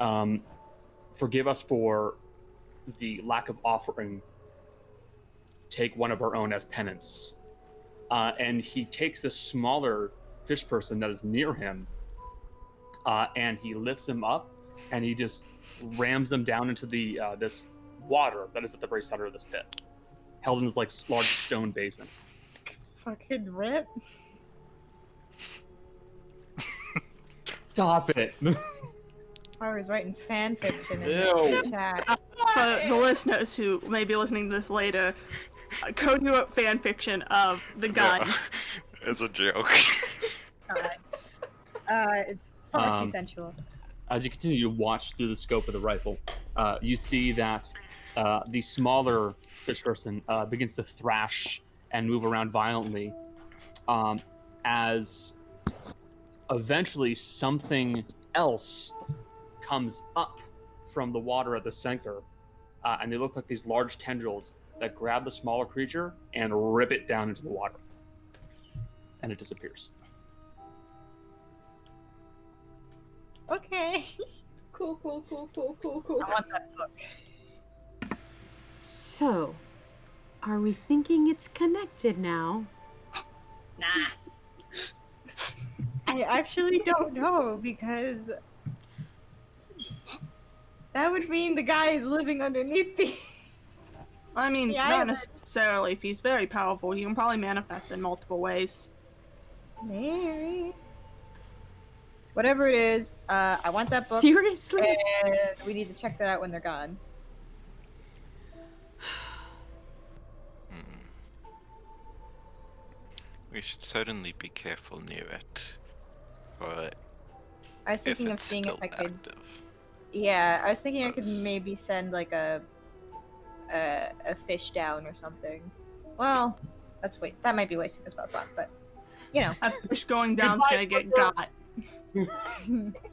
Speaker 2: Um, forgive us for the lack of offering. Take one of our own as penance." Uh, and he takes the smaller fish person that is near him, uh, and he lifts him up, and he just rams him down into the uh, this water that is at the very center of this pit, held in this like large stone basin.
Speaker 3: Fucking rip.
Speaker 2: Stop it.
Speaker 3: I was writing fan fiction in
Speaker 2: Ew.
Speaker 3: the
Speaker 11: Uh,
Speaker 3: chat.
Speaker 5: For the listeners who may be listening to this later, uh, Code New Up fan fiction of the gun.
Speaker 7: No, it's a joke.
Speaker 3: God. Uh, it's far
Speaker 2: Um,
Speaker 3: too sensual.
Speaker 2: As you continue to watch through the scope of the rifle, uh, you see that uh, the smaller fish person uh, begins to thrash and move around violently um, as eventually something else comes up from the water at the center. Uh, and they look like these large tendrils that grab the smaller creature and rip it down into the water. And it disappears.
Speaker 3: Okay.
Speaker 11: Cool, cool, cool, cool, cool, cool.
Speaker 3: I want that book.
Speaker 4: So, are we thinking it's connected now?
Speaker 3: Nah. I actually don't know because that would mean the guy is living underneath the.
Speaker 5: I mean,
Speaker 3: Yeah,
Speaker 5: not
Speaker 3: but-
Speaker 5: necessarily. If he's very powerful, he can probably manifest in multiple ways.
Speaker 3: Maybe. Whatever it is, uh, I want that book,
Speaker 4: Seriously?
Speaker 3: and we need to check that out when they're gone.
Speaker 7: Hmm. We should certainly be careful near it. For
Speaker 3: I was
Speaker 7: if
Speaker 3: thinking of
Speaker 7: it's
Speaker 3: seeing if
Speaker 7: still
Speaker 3: I could.
Speaker 7: active.
Speaker 3: Yeah, I was thinking I could maybe send like a a, a fish down or something. Well, that's wait that might be wasting a spell slot, but you know.
Speaker 5: A fish going down's
Speaker 9: Goodbye,
Speaker 5: gonna get
Speaker 9: Booker.
Speaker 5: got.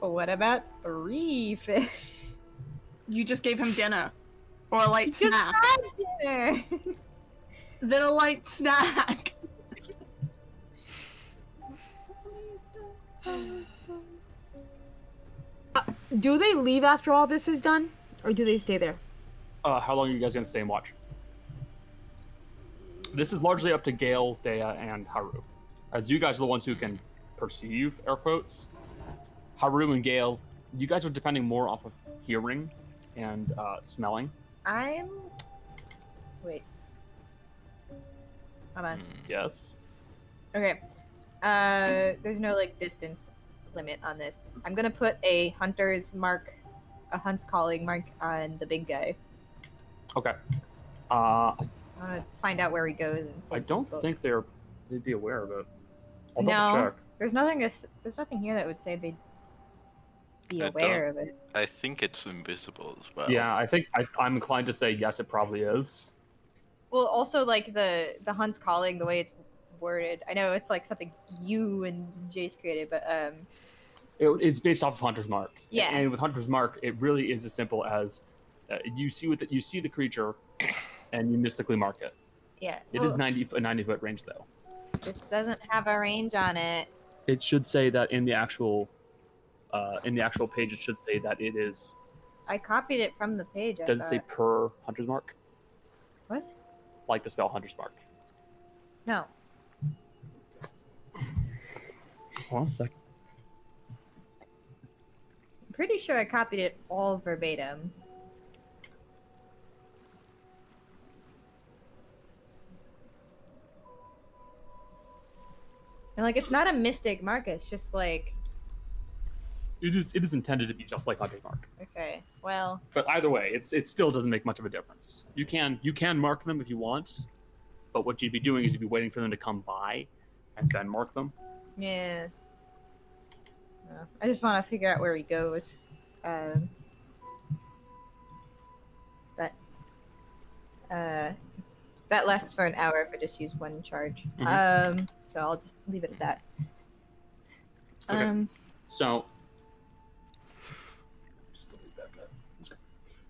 Speaker 3: But what about three fish?
Speaker 5: You just gave him dinner, or a light
Speaker 3: He just
Speaker 5: snack.
Speaker 3: had dinner.
Speaker 5: Then a light snack.
Speaker 4: Do they leave after all this is done? Or do they stay there?
Speaker 2: Uh, how long are you guys gonna stay and watch? This is largely up to Gale, Dea, and Haru, as you guys are the ones who can perceive air quotes. Haru and Gale, you guys are depending more off of hearing and uh, smelling.
Speaker 3: I'm wait. Hold on.
Speaker 7: Hmm.
Speaker 2: Yes.
Speaker 3: Okay. Uh there's no like distance limit on this. I'm gonna put a hunter's mark a hunt's calling mark on the big guy.
Speaker 2: Okay. Uh,
Speaker 3: I wanna find out where he goes and
Speaker 2: I
Speaker 3: takes
Speaker 2: don't
Speaker 3: the book.
Speaker 2: think they're they'd be aware of it. I'll
Speaker 3: No.
Speaker 2: double check.
Speaker 3: There's nothing. to s- There's nothing here that would say they'd be
Speaker 7: I
Speaker 3: aware of it.
Speaker 7: I think it's invisible as well.
Speaker 2: Yeah, I think I, I'm inclined to say yes. It probably is.
Speaker 3: Well, also like the the Hun's calling, the way it's worded. I know it's like something you and Jace created, but um,
Speaker 2: It, it's based off of Hunter's Mark.
Speaker 3: Yeah.
Speaker 2: And with Hunter's Mark, it really is as simple as uh, you see what the, you see the creature, and you mystically mark it.
Speaker 3: yeah,
Speaker 2: It is
Speaker 3: well,
Speaker 2: 90 a 90 foot range though.
Speaker 3: This doesn't have a range on it.
Speaker 2: It should say that in the actual, uh, in the actual page, it should say that it is.
Speaker 3: I copied it from the page. I
Speaker 2: Does it say
Speaker 3: thought.
Speaker 2: per Hunter's Mark?
Speaker 3: what?
Speaker 2: Like the spell Hunter's Mark.
Speaker 3: No.
Speaker 2: One second.
Speaker 3: I'm pretty sure I copied it all verbatim. And like, it's not a mystic mark. It's just like,
Speaker 2: It is. It is intended to be just like Hunter's Mark.
Speaker 3: okay, well,
Speaker 2: But either way, it's it still doesn't make much of a difference. You can you can mark them if you want, but what you'd be doing is you'd be waiting for them to come by, and then mark them.
Speaker 3: yeah. Uh, I just want to figure out where he goes. Um, but uh, that lasts for an hour if I just use one charge. Um, so I'll just leave it at that.
Speaker 2: Okay.
Speaker 3: Um,
Speaker 2: So, just delete that guy. Let's go.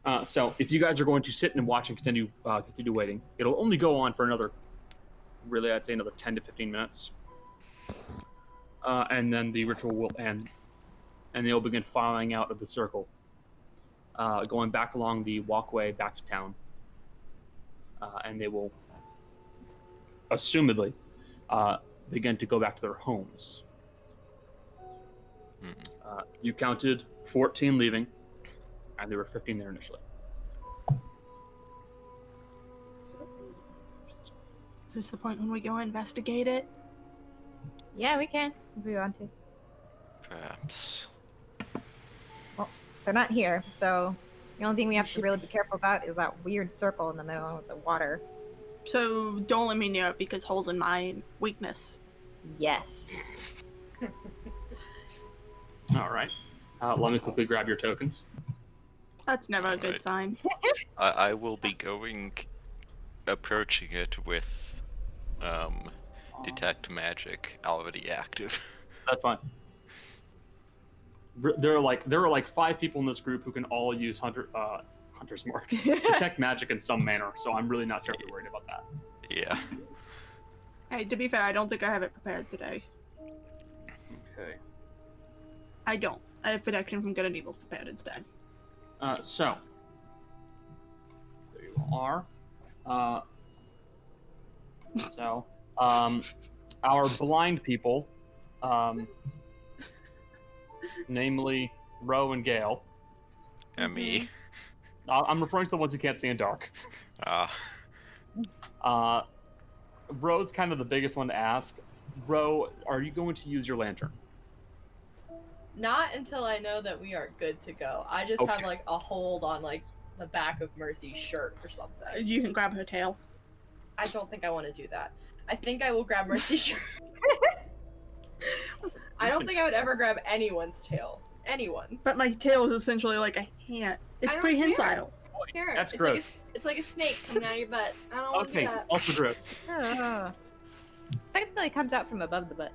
Speaker 2: Uh, so if you guys are going to sit and watch and continue uh, continue waiting, it'll only go on for another, really, I'd say another ten to fifteen minutes, uh, and then the ritual will end, and they'll begin filing out of the circle, uh, going back along the walkway back to town, uh, and they will, assumedly, uh, begin to go back to their homes. Uh, you counted 14 leaving, and there were 15 there initially.
Speaker 5: Is this the point when we go investigate it?
Speaker 3: yeah, we can if we want to.
Speaker 7: Perhaps.
Speaker 3: They're not here, so the only thing we have to really be careful about is that weird circle in the middle with the water.
Speaker 5: So don't let me near it because holes in my weakness.
Speaker 3: Yes.
Speaker 2: All right. Uh, let me quickly grab your tokens.
Speaker 5: That's never a good
Speaker 7: Alright.
Speaker 5: sign.
Speaker 7: I, I will be going, approaching it with, um, detect magic already active.
Speaker 2: That's fine. R- There are like there are like five people in this group who can all use hunter uh, hunter's mark detect magic in some manner. So I'm really not terribly worried about that.
Speaker 7: yeah.
Speaker 5: Hey, to be fair, I don't think I have it prepared today.
Speaker 2: Okay.
Speaker 5: I don't. I have protection from good and evil prepared instead.
Speaker 2: Uh, so there you are. Uh, so um, our blind people, um, namely Roe and Gale.
Speaker 7: And me.
Speaker 2: I- I'm referring to the ones who can't see in dark.
Speaker 7: Ah.
Speaker 2: Uh, Roe's kind of the biggest one to ask. Roe, are you going to use your lantern?
Speaker 6: Not until I know that we are good to go. I just have
Speaker 2: Okay.
Speaker 6: like a hold on like the back of Mercy's shirt or something.
Speaker 5: You can grab her tail.
Speaker 6: I don't think I want to do that. I think I will grab Mercy's shirt. I don't think I would ever grab anyone's tail. Anyone's.
Speaker 5: But my tail is essentially like a hand. It's
Speaker 9: I don't
Speaker 5: prehensile.
Speaker 6: Here,
Speaker 2: That's
Speaker 6: it's Like a,
Speaker 2: gross.
Speaker 6: s- it's like a snake coming out of your butt.
Speaker 9: I don't want to
Speaker 2: Okay,
Speaker 9: do that.
Speaker 2: also gross.
Speaker 3: Oh. Technically, it comes out from above the butt.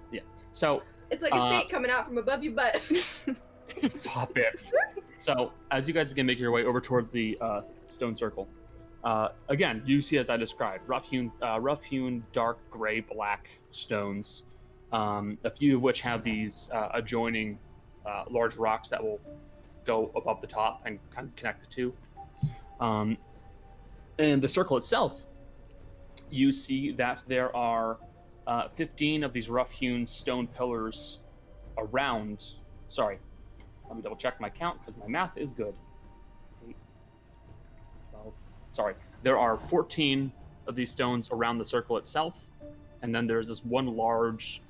Speaker 2: So
Speaker 6: It's like a
Speaker 2: Uh,
Speaker 6: snake coming out from above your butt.
Speaker 2: Stop it. So, as you guys begin making your way over towards the uh, stone circle, uh, again, you see as I described, rough-hewn, uh, rough-hewn, dark gray, black stones. Um, a few of which have these uh, adjoining uh, large rocks that will go above the top and kind of connect the two. Um, and the circle itself, you see that there are uh, 15 of these rough-hewn stone pillars around. Sorry, let me double check my count because my math is good. 8, 12. Sorry. There are 14 of these stones around the circle itself, and then there's this one large,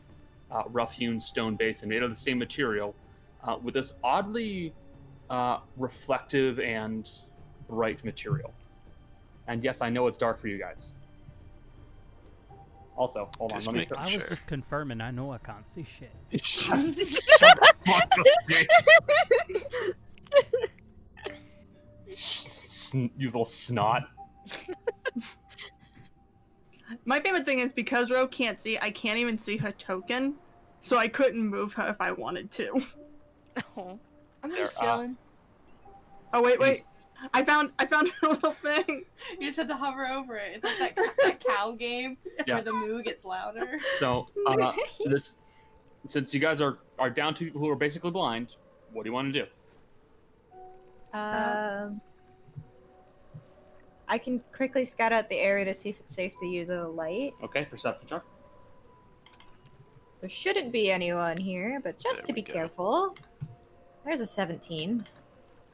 Speaker 2: uh, rough hewn stone basin made of the same material uh, with this oddly uh, reflective and bright material. And yes, I know it's dark for you guys. Also, hold on.
Speaker 7: Just
Speaker 2: Let me.
Speaker 7: make-
Speaker 2: fi-
Speaker 7: I'm
Speaker 10: I was
Speaker 7: sure.
Speaker 10: just confirming. I know I can't see shit.
Speaker 2: Shut the fuck up, Jake. Sn- you little snot.
Speaker 5: My favorite thing is because Ro can't see, I can't even see her token, so I couldn't move her if I wanted to.
Speaker 6: Oh, I'm
Speaker 2: There
Speaker 6: just
Speaker 2: are-
Speaker 6: chilling.
Speaker 5: Oh wait,
Speaker 2: Please.
Speaker 5: wait. I found I found her little thing.
Speaker 11: You just have to hover over it. It's like that, that cow game
Speaker 2: Yeah.
Speaker 11: where the moo gets louder.
Speaker 2: So, uh, this, since you guys are, are down to people who are basically blind, what do you want to do?
Speaker 3: Um, I can quickly scout out the area to see if it's safe to use a light.
Speaker 2: Okay, perception check.
Speaker 3: There shouldn't be anyone here, but just
Speaker 7: There
Speaker 3: to be
Speaker 7: we go.
Speaker 3: careful. There's a 17.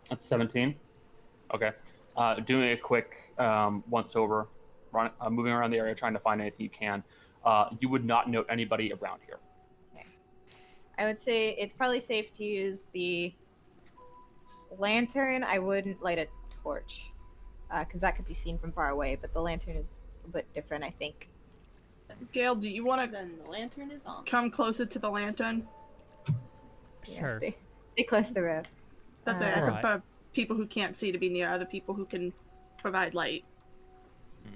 Speaker 2: That's 17. Okay. Uh, doing a quick um, once over, run, uh, moving around the area, trying to find anything you can. Uh, you would not note anybody around here.
Speaker 3: I would say it's probably safe to use the lantern. I wouldn't light a torch because that could be seen from far away, but the lantern is a bit different, I think.
Speaker 5: Gail, do you want to
Speaker 11: Then the lantern is on.
Speaker 5: come closer to the lantern?
Speaker 3: Yeah,
Speaker 10: Sure.
Speaker 3: stay, stay close to the road.
Speaker 5: That's it.
Speaker 3: Uh,
Speaker 5: I
Speaker 10: Alright.
Speaker 5: prefer people who can't see to be near other people who can provide light.
Speaker 7: Mm.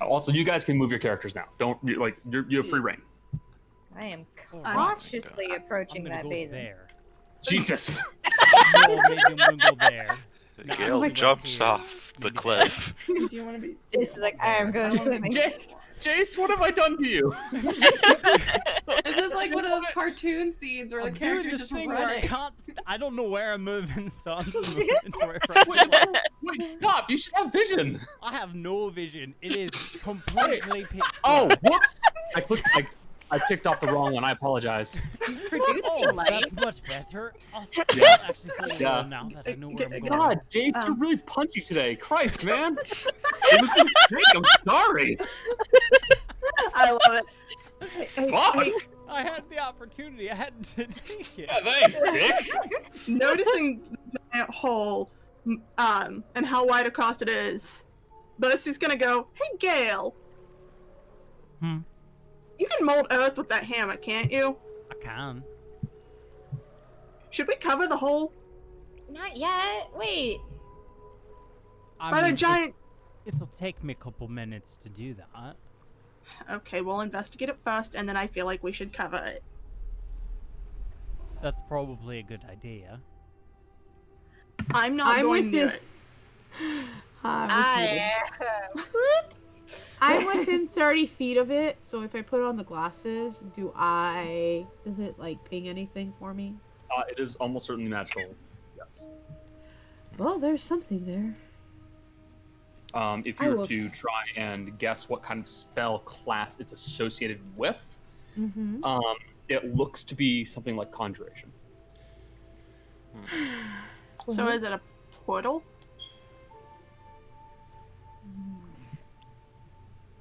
Speaker 2: Also, you guys can move your characters now. Don't you like you're, you have free reign.
Speaker 3: I am
Speaker 5: I'm-
Speaker 3: cautiously
Speaker 10: I'm
Speaker 3: approaching
Speaker 10: gonna
Speaker 3: that
Speaker 10: go
Speaker 3: basin.
Speaker 10: there.
Speaker 2: Jesus.
Speaker 10: No, maybe I'm gonna go there. Nah,
Speaker 7: Gale
Speaker 10: I'm
Speaker 7: jumps
Speaker 10: right here.
Speaker 7: off the cliff.
Speaker 5: do you want to be?
Speaker 3: This is like I am going swimming.
Speaker 2: Jace, Jace, what have I done to you?
Speaker 11: This is like one of those cartoon scenes where
Speaker 10: I'm
Speaker 11: the
Speaker 10: doing
Speaker 11: character's
Speaker 10: this
Speaker 11: just
Speaker 10: thing where I
Speaker 11: running.
Speaker 10: can't. St- I don't know where I'm moving, so I'm just moving to wherever I want.
Speaker 2: Wait, stop! You should have vision.
Speaker 10: I have no vision. It is completely pitch
Speaker 2: Oh,
Speaker 10: black.
Speaker 2: whoops! I clicked. I, I ticked off the wrong one. I apologize.
Speaker 3: Producing
Speaker 10: Oh,
Speaker 3: light.
Speaker 10: that's much better. I'll
Speaker 2: Yeah.
Speaker 10: actually feel a
Speaker 2: Yeah.
Speaker 10: little now that I know where I'm going.
Speaker 2: God, Jace, you're
Speaker 5: Um.
Speaker 2: really punchy today. Christ, man. It was a mistake. I'm sorry.
Speaker 5: I love it. Hey, hey,
Speaker 2: Fuck.
Speaker 4: Ah,
Speaker 5: hey,
Speaker 10: I had the opportunity. I had to take it.
Speaker 2: Yeah, thanks, Dick.
Speaker 5: noticing the giant hole um, and how wide across it is, Bossy's gonna go, Hey, Gail.
Speaker 10: Hmm.
Speaker 5: You can mold earth with that hammer, can't you?
Speaker 10: I can.
Speaker 5: Should we cover the hole
Speaker 3: Not yet. Wait.
Speaker 10: I
Speaker 5: by
Speaker 10: mean,
Speaker 5: the giant?
Speaker 10: It, will take me a couple minutes to do that.
Speaker 5: Okay, we'll investigate it first, and then I feel like we should cover it.
Speaker 10: That's probably a good idea.
Speaker 5: I'm not
Speaker 4: I'm
Speaker 5: going
Speaker 4: with
Speaker 5: near
Speaker 4: you.
Speaker 5: it.
Speaker 4: I am within 30 feet of it, so if I put on the glasses, do I. Does it like ping anything for me?
Speaker 2: Uh, it is almost certainly magical. Yes.
Speaker 4: Well, there's something there.
Speaker 2: Um, if
Speaker 4: I
Speaker 2: you were
Speaker 4: will
Speaker 2: to
Speaker 4: s-
Speaker 2: try and guess what kind of spell class it's associated with,
Speaker 4: Mm-hmm.
Speaker 2: um, it looks to be something like conjuration.
Speaker 5: So is it a portal?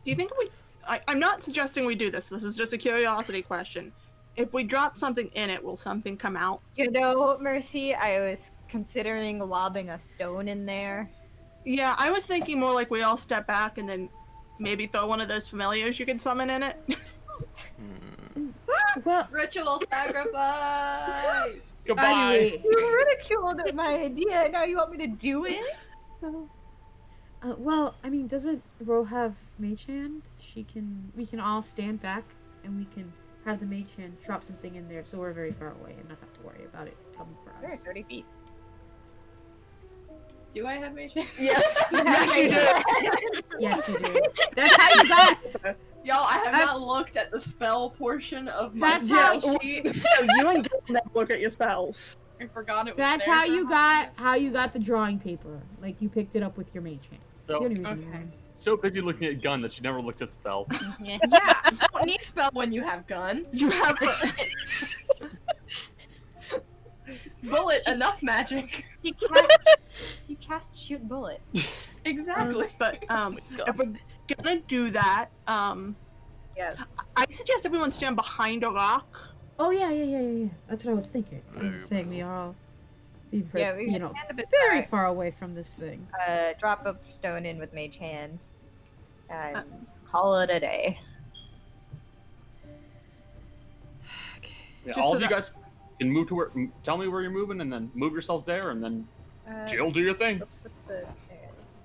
Speaker 5: Do you think we? I, I'm not suggesting we do this. This is just a curiosity question. If we drop something in it, will something come out?
Speaker 3: You know, Mercy, I was considering lobbing a stone in there.
Speaker 5: Yeah, I was thinking more like we all step back and then maybe throw one of those familiars you can summon in it.
Speaker 7: Hmm.
Speaker 4: Well,
Speaker 6: Ritual sacrifice.
Speaker 2: Goodbye.
Speaker 4: anyway,
Speaker 3: You ridiculed my idea. Now you want me to do it?
Speaker 4: uh, well, I mean, doesn't Ro have Mage Hand? She can. We can all stand back, and we can have the Mage Hand drop something in there, so we're very far away and not have to worry about it coming for
Speaker 3: They're
Speaker 4: us.
Speaker 3: 30 feet.
Speaker 6: Do I have mage?
Speaker 5: yes, yes, you do.
Speaker 4: Yes, you do. That's how you got.
Speaker 6: Y'all, I have
Speaker 4: I-
Speaker 6: not looked at the spell portion of my
Speaker 4: That's
Speaker 6: spell
Speaker 5: how-
Speaker 6: sheet.
Speaker 5: No, you and Gil never look at your spells.
Speaker 6: I forgot it was
Speaker 4: That's
Speaker 6: there
Speaker 4: how you
Speaker 6: somehow.
Speaker 4: got how you got the drawing paper. Like you picked it up with your Mage Hand. That's the
Speaker 2: So,
Speaker 4: only reason. I
Speaker 6: okay.
Speaker 4: remember.
Speaker 2: so busy looking at gun that she never looked at spell.
Speaker 6: Yeah, you don't need spell when you have gun.
Speaker 5: You have
Speaker 6: Bullet, enough magic.
Speaker 3: He cast, he cast shoot bullet.
Speaker 6: Exactly.
Speaker 5: But um,
Speaker 6: God.
Speaker 5: if we're gonna do that, um,
Speaker 3: Yes.
Speaker 5: I suggest everyone stand behind a rock.
Speaker 4: Oh yeah, yeah, yeah, yeah, yeah. That's what I was thinking. I'm just saying we are all be pre-
Speaker 3: Yeah, we
Speaker 4: you
Speaker 3: can
Speaker 4: know
Speaker 3: stand a bit
Speaker 4: very
Speaker 3: back,
Speaker 4: far away from this thing.
Speaker 3: uh, drop a stone in with mage hand,
Speaker 6: Uh,
Speaker 3: and call it a day.
Speaker 2: Yeah,
Speaker 5: Just
Speaker 2: all
Speaker 5: so
Speaker 2: of you
Speaker 5: that-
Speaker 2: guys can move to where. m- Tell me where you're moving, and then move yourselves there, and then
Speaker 3: Uh,
Speaker 2: Jill, do your thing.
Speaker 3: Oops, what's the?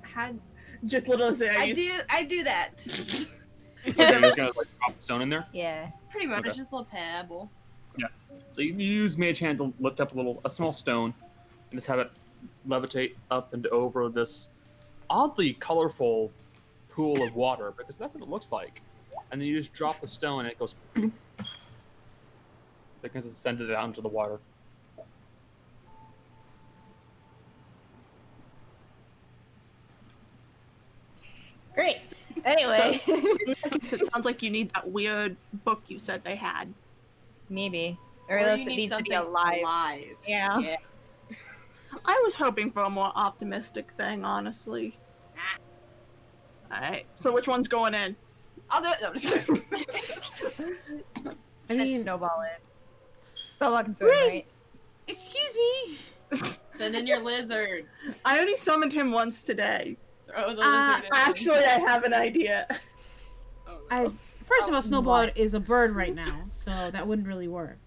Speaker 6: Had-
Speaker 5: Just literally say, I,
Speaker 6: I
Speaker 5: used-
Speaker 6: do, I do that.
Speaker 2: Okay, you're just gonna like drop the stone in there.
Speaker 3: Yeah.
Speaker 6: Pretty much,
Speaker 2: Okay.
Speaker 6: just a little pebble.
Speaker 2: So you use mage hand to lift up a little, a small stone, and just have it levitate up and over this oddly colorful pool of water because that's what it looks like. And then you just drop the stone, and it goes. bloop. Because it's sent it down to the water.
Speaker 3: Great. Anyway,
Speaker 5: it sounds like you need that weird book you said they had.
Speaker 3: maybe, or
Speaker 6: Or you
Speaker 3: else it
Speaker 6: need
Speaker 3: needs to be
Speaker 6: something
Speaker 3: alive.
Speaker 9: Alive.
Speaker 3: Yeah.
Speaker 5: I was hoping for a more optimistic thing, honestly. Alright, so which one's going in?
Speaker 6: I'll do it. No, I'm just kidding.
Speaker 4: I
Speaker 3: and
Speaker 4: mean,
Speaker 3: snowball it. Snowball can swim, right?
Speaker 4: excuse me.
Speaker 9: Send in your lizard.
Speaker 5: I only summoned him once today.
Speaker 6: Throw the
Speaker 4: Uh,
Speaker 6: lizard in.
Speaker 5: Actually, I have an idea.
Speaker 9: Oh,
Speaker 4: I first of all, Snowball is a bird right now, so that wouldn't really work.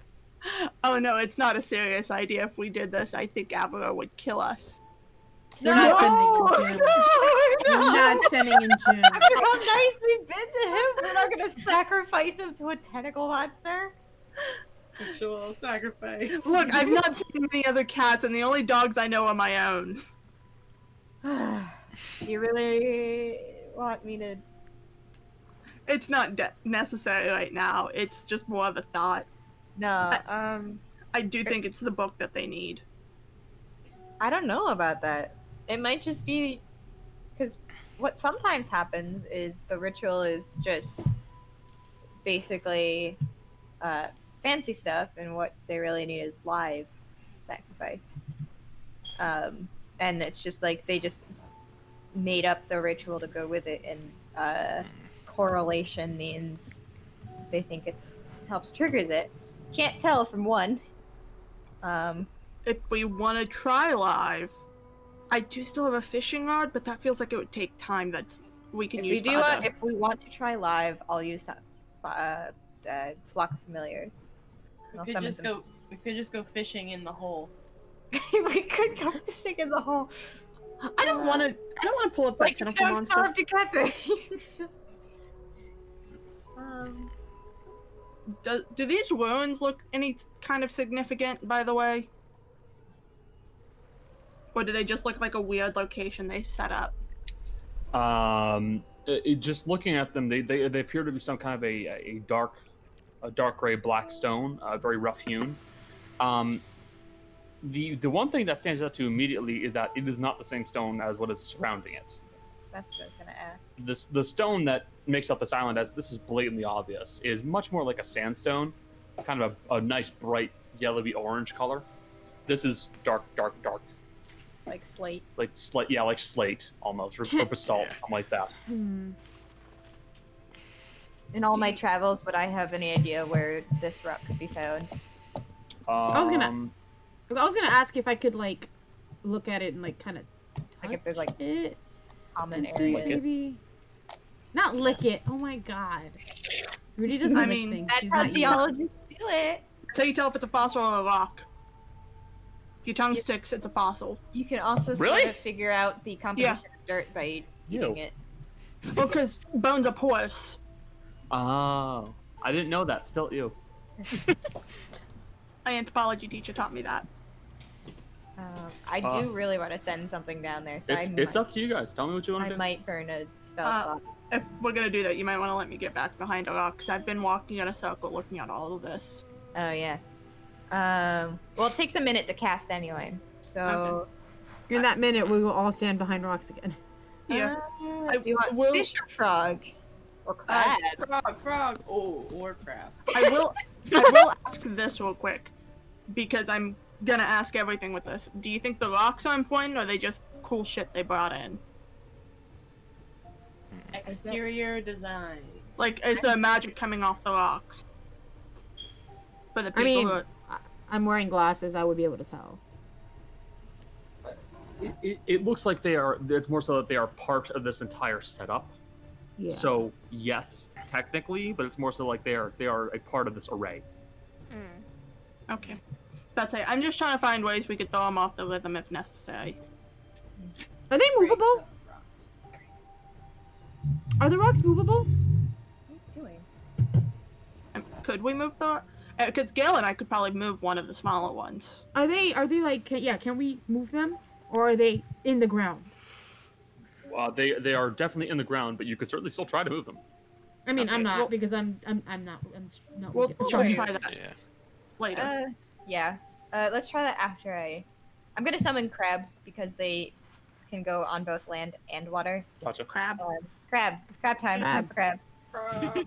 Speaker 5: Oh no, it's not a serious idea. If we did this, I think Avro would kill us.
Speaker 4: We're not sending in Jim. We're
Speaker 3: No!
Speaker 4: not sending in Jim.
Speaker 3: After how nice we've been to him, we're not gonna sacrifice him to a tentacle monster.
Speaker 9: Sexual sacrifice.
Speaker 5: Look, I've not seen many other cats, and the only dogs I know are my own.
Speaker 3: Do you really want me to?
Speaker 5: It's not de- necessary right now. It's just more of a thought.
Speaker 3: No. Um.
Speaker 5: I do think it's the book that they need.
Speaker 3: I don't know about that. It might just be because what sometimes happens is the ritual is just basically uh, fancy stuff, and what they really need is live sacrifice. Um, and it's just like they just made up the ritual to go with it, and uh, correlation means they think it's helps triggers it. Can't tell from one. Um,
Speaker 5: if we want to try live. I do still have a fishing rod, but that feels like it would take time. That's we can
Speaker 3: If
Speaker 5: use.
Speaker 3: we do
Speaker 5: for
Speaker 3: want,
Speaker 5: other-
Speaker 3: if we want to try live, I'll use some, uh, uh, flock of familiars. I'll
Speaker 6: We could
Speaker 3: summon
Speaker 6: just
Speaker 3: them.
Speaker 6: go. We could just go fishing in the hole.
Speaker 3: we could go fishing in the hole.
Speaker 5: I don't want to. I don't want to pull up that
Speaker 3: Like
Speaker 5: tentacle
Speaker 3: don't
Speaker 5: monster.
Speaker 3: stop together. just. Um,
Speaker 5: Do, do these wounds look any kind of significant, by the way? Or do they just look like a weird location they set up?
Speaker 2: Um, it, it- just looking at them, they, they they appear to be some kind of a, a dark, a dark gray black stone, uh, very rough hewn. Um, the the one thing that stands out to immediately is that it is not the same stone as what is surrounding it.
Speaker 3: That's what I was gonna ask.
Speaker 2: this the stone that makes up this island as this is blatantly obvious is much more like a sandstone kind of a, a nice bright yellowy orange color this is dark dark dark
Speaker 3: Like slate.
Speaker 2: like slate yeah like slate almost or, or basalt something like that
Speaker 4: Hmm.
Speaker 3: In all my travels, would I have any idea where this rock could be found?
Speaker 2: um,
Speaker 4: was gonna- I was gonna ask if I could like look at it and like kind of
Speaker 3: Like if there's like
Speaker 4: it
Speaker 3: common
Speaker 4: and see
Speaker 3: areas.
Speaker 4: maybe. Not lick it. Oh my god. Rudy doesn't
Speaker 5: I
Speaker 4: lick
Speaker 5: mean,
Speaker 4: things.
Speaker 3: That's
Speaker 4: She's
Speaker 3: how
Speaker 4: not evil.
Speaker 3: geologists do it.
Speaker 5: So you tell if it's a fossil or a rock. If your tongue
Speaker 3: Yeah.
Speaker 5: sticks, it's a fossil.
Speaker 3: You can also
Speaker 7: Really?
Speaker 3: sort of figure out the composition of dirt by eating it.
Speaker 5: Well, because bones are porous.
Speaker 2: oh i didn't know that still you
Speaker 5: My anthropology teacher taught me that.
Speaker 3: Um, I
Speaker 2: Uh,
Speaker 3: do really want to send something down there, so
Speaker 2: it's,
Speaker 3: I,
Speaker 2: it's
Speaker 3: might,
Speaker 2: up to you guys tell me what you want
Speaker 3: I
Speaker 2: to do
Speaker 3: might burn a spell
Speaker 4: Ah.
Speaker 5: Uh,
Speaker 3: slot.
Speaker 5: If we're gonna do that, you might want to let me get back behind a rock, because I've been walking in a circle looking at all of this.
Speaker 3: Oh yeah. Um, well, it takes a minute to cast anyway, so
Speaker 4: In that minute, we will all stand behind rocks again.
Speaker 5: Yeah.
Speaker 3: Uh,
Speaker 5: I
Speaker 3: do you want
Speaker 5: will-
Speaker 3: fish or frog or
Speaker 4: Uh,
Speaker 3: crab?
Speaker 9: Frog, frog. Oh, or crab.
Speaker 5: I will, I will ask this real quick, because I'm gonna ask everything with this. Do you think the rocks are important, or are they just cool shit they brought in?
Speaker 11: Exterior design.
Speaker 5: Like, is the magic coming off the rocks? For the people
Speaker 4: I mean,
Speaker 5: who are-
Speaker 4: I- I'm wearing glasses. I would be able to tell.
Speaker 2: it, it, it looks like they are it's more so that they are part of this entire setup
Speaker 4: Yeah.
Speaker 2: so yes technically but it's more so like they are they are a part of this array
Speaker 12: Mm.
Speaker 5: Okay. That's it. I'm just trying to find ways we could throw them off the rhythm if necessary.
Speaker 4: Are they movable? Are the rocks movable?
Speaker 5: Um, Could we move the? Because Gail and I could probably move one of the smaller ones.
Speaker 4: Are they? Are they like? Can, yeah. Can we move them, or are they in the ground?
Speaker 2: Uh, they they are definitely in the ground, but you could certainly still try to move them.
Speaker 4: I mean, I'm
Speaker 5: Okay,
Speaker 4: not
Speaker 5: well-
Speaker 4: because I'm I'm I'm not I'm s- not
Speaker 5: We'll,
Speaker 4: weak-
Speaker 5: we'll
Speaker 4: strong.
Speaker 5: try that
Speaker 7: Yeah.
Speaker 5: later.
Speaker 3: Uh, yeah. Uh, let's try that after I. I'm gonna summon crabs because they can go on both land and water.
Speaker 2: Gotcha.
Speaker 5: Crab.
Speaker 3: Um, crab, crab time, crab, crab. Do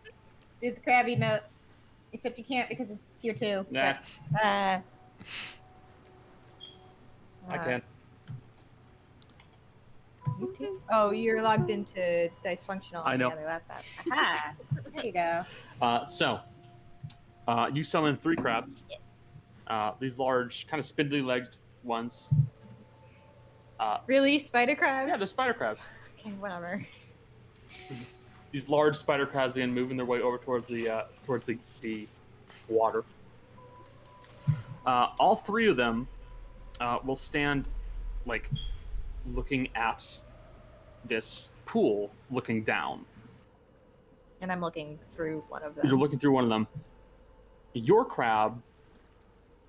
Speaker 3: the crab emote, except you can't because it's tier two.
Speaker 2: Nah,
Speaker 3: but, uh,
Speaker 2: I
Speaker 3: uh,
Speaker 2: can.
Speaker 3: you too? Oh, you're logged into dysfunctional
Speaker 2: I
Speaker 3: on
Speaker 2: know.
Speaker 3: the other laptop. Aha! there you go.
Speaker 2: Uh, so, uh, you summon three crabs.
Speaker 3: Yes.
Speaker 2: Uh, these large, kind of spindly legged ones.
Speaker 3: Really, spider crabs?
Speaker 2: Yeah, they're spider crabs.
Speaker 3: okay, whatever.
Speaker 2: These large spider crabs begin moving their way over towards the uh, towards the, the water. Uh, all three of them uh, will stand, like, looking at this pool, looking down.
Speaker 3: And I'm looking through one of them.
Speaker 2: you're looking through one of them your crab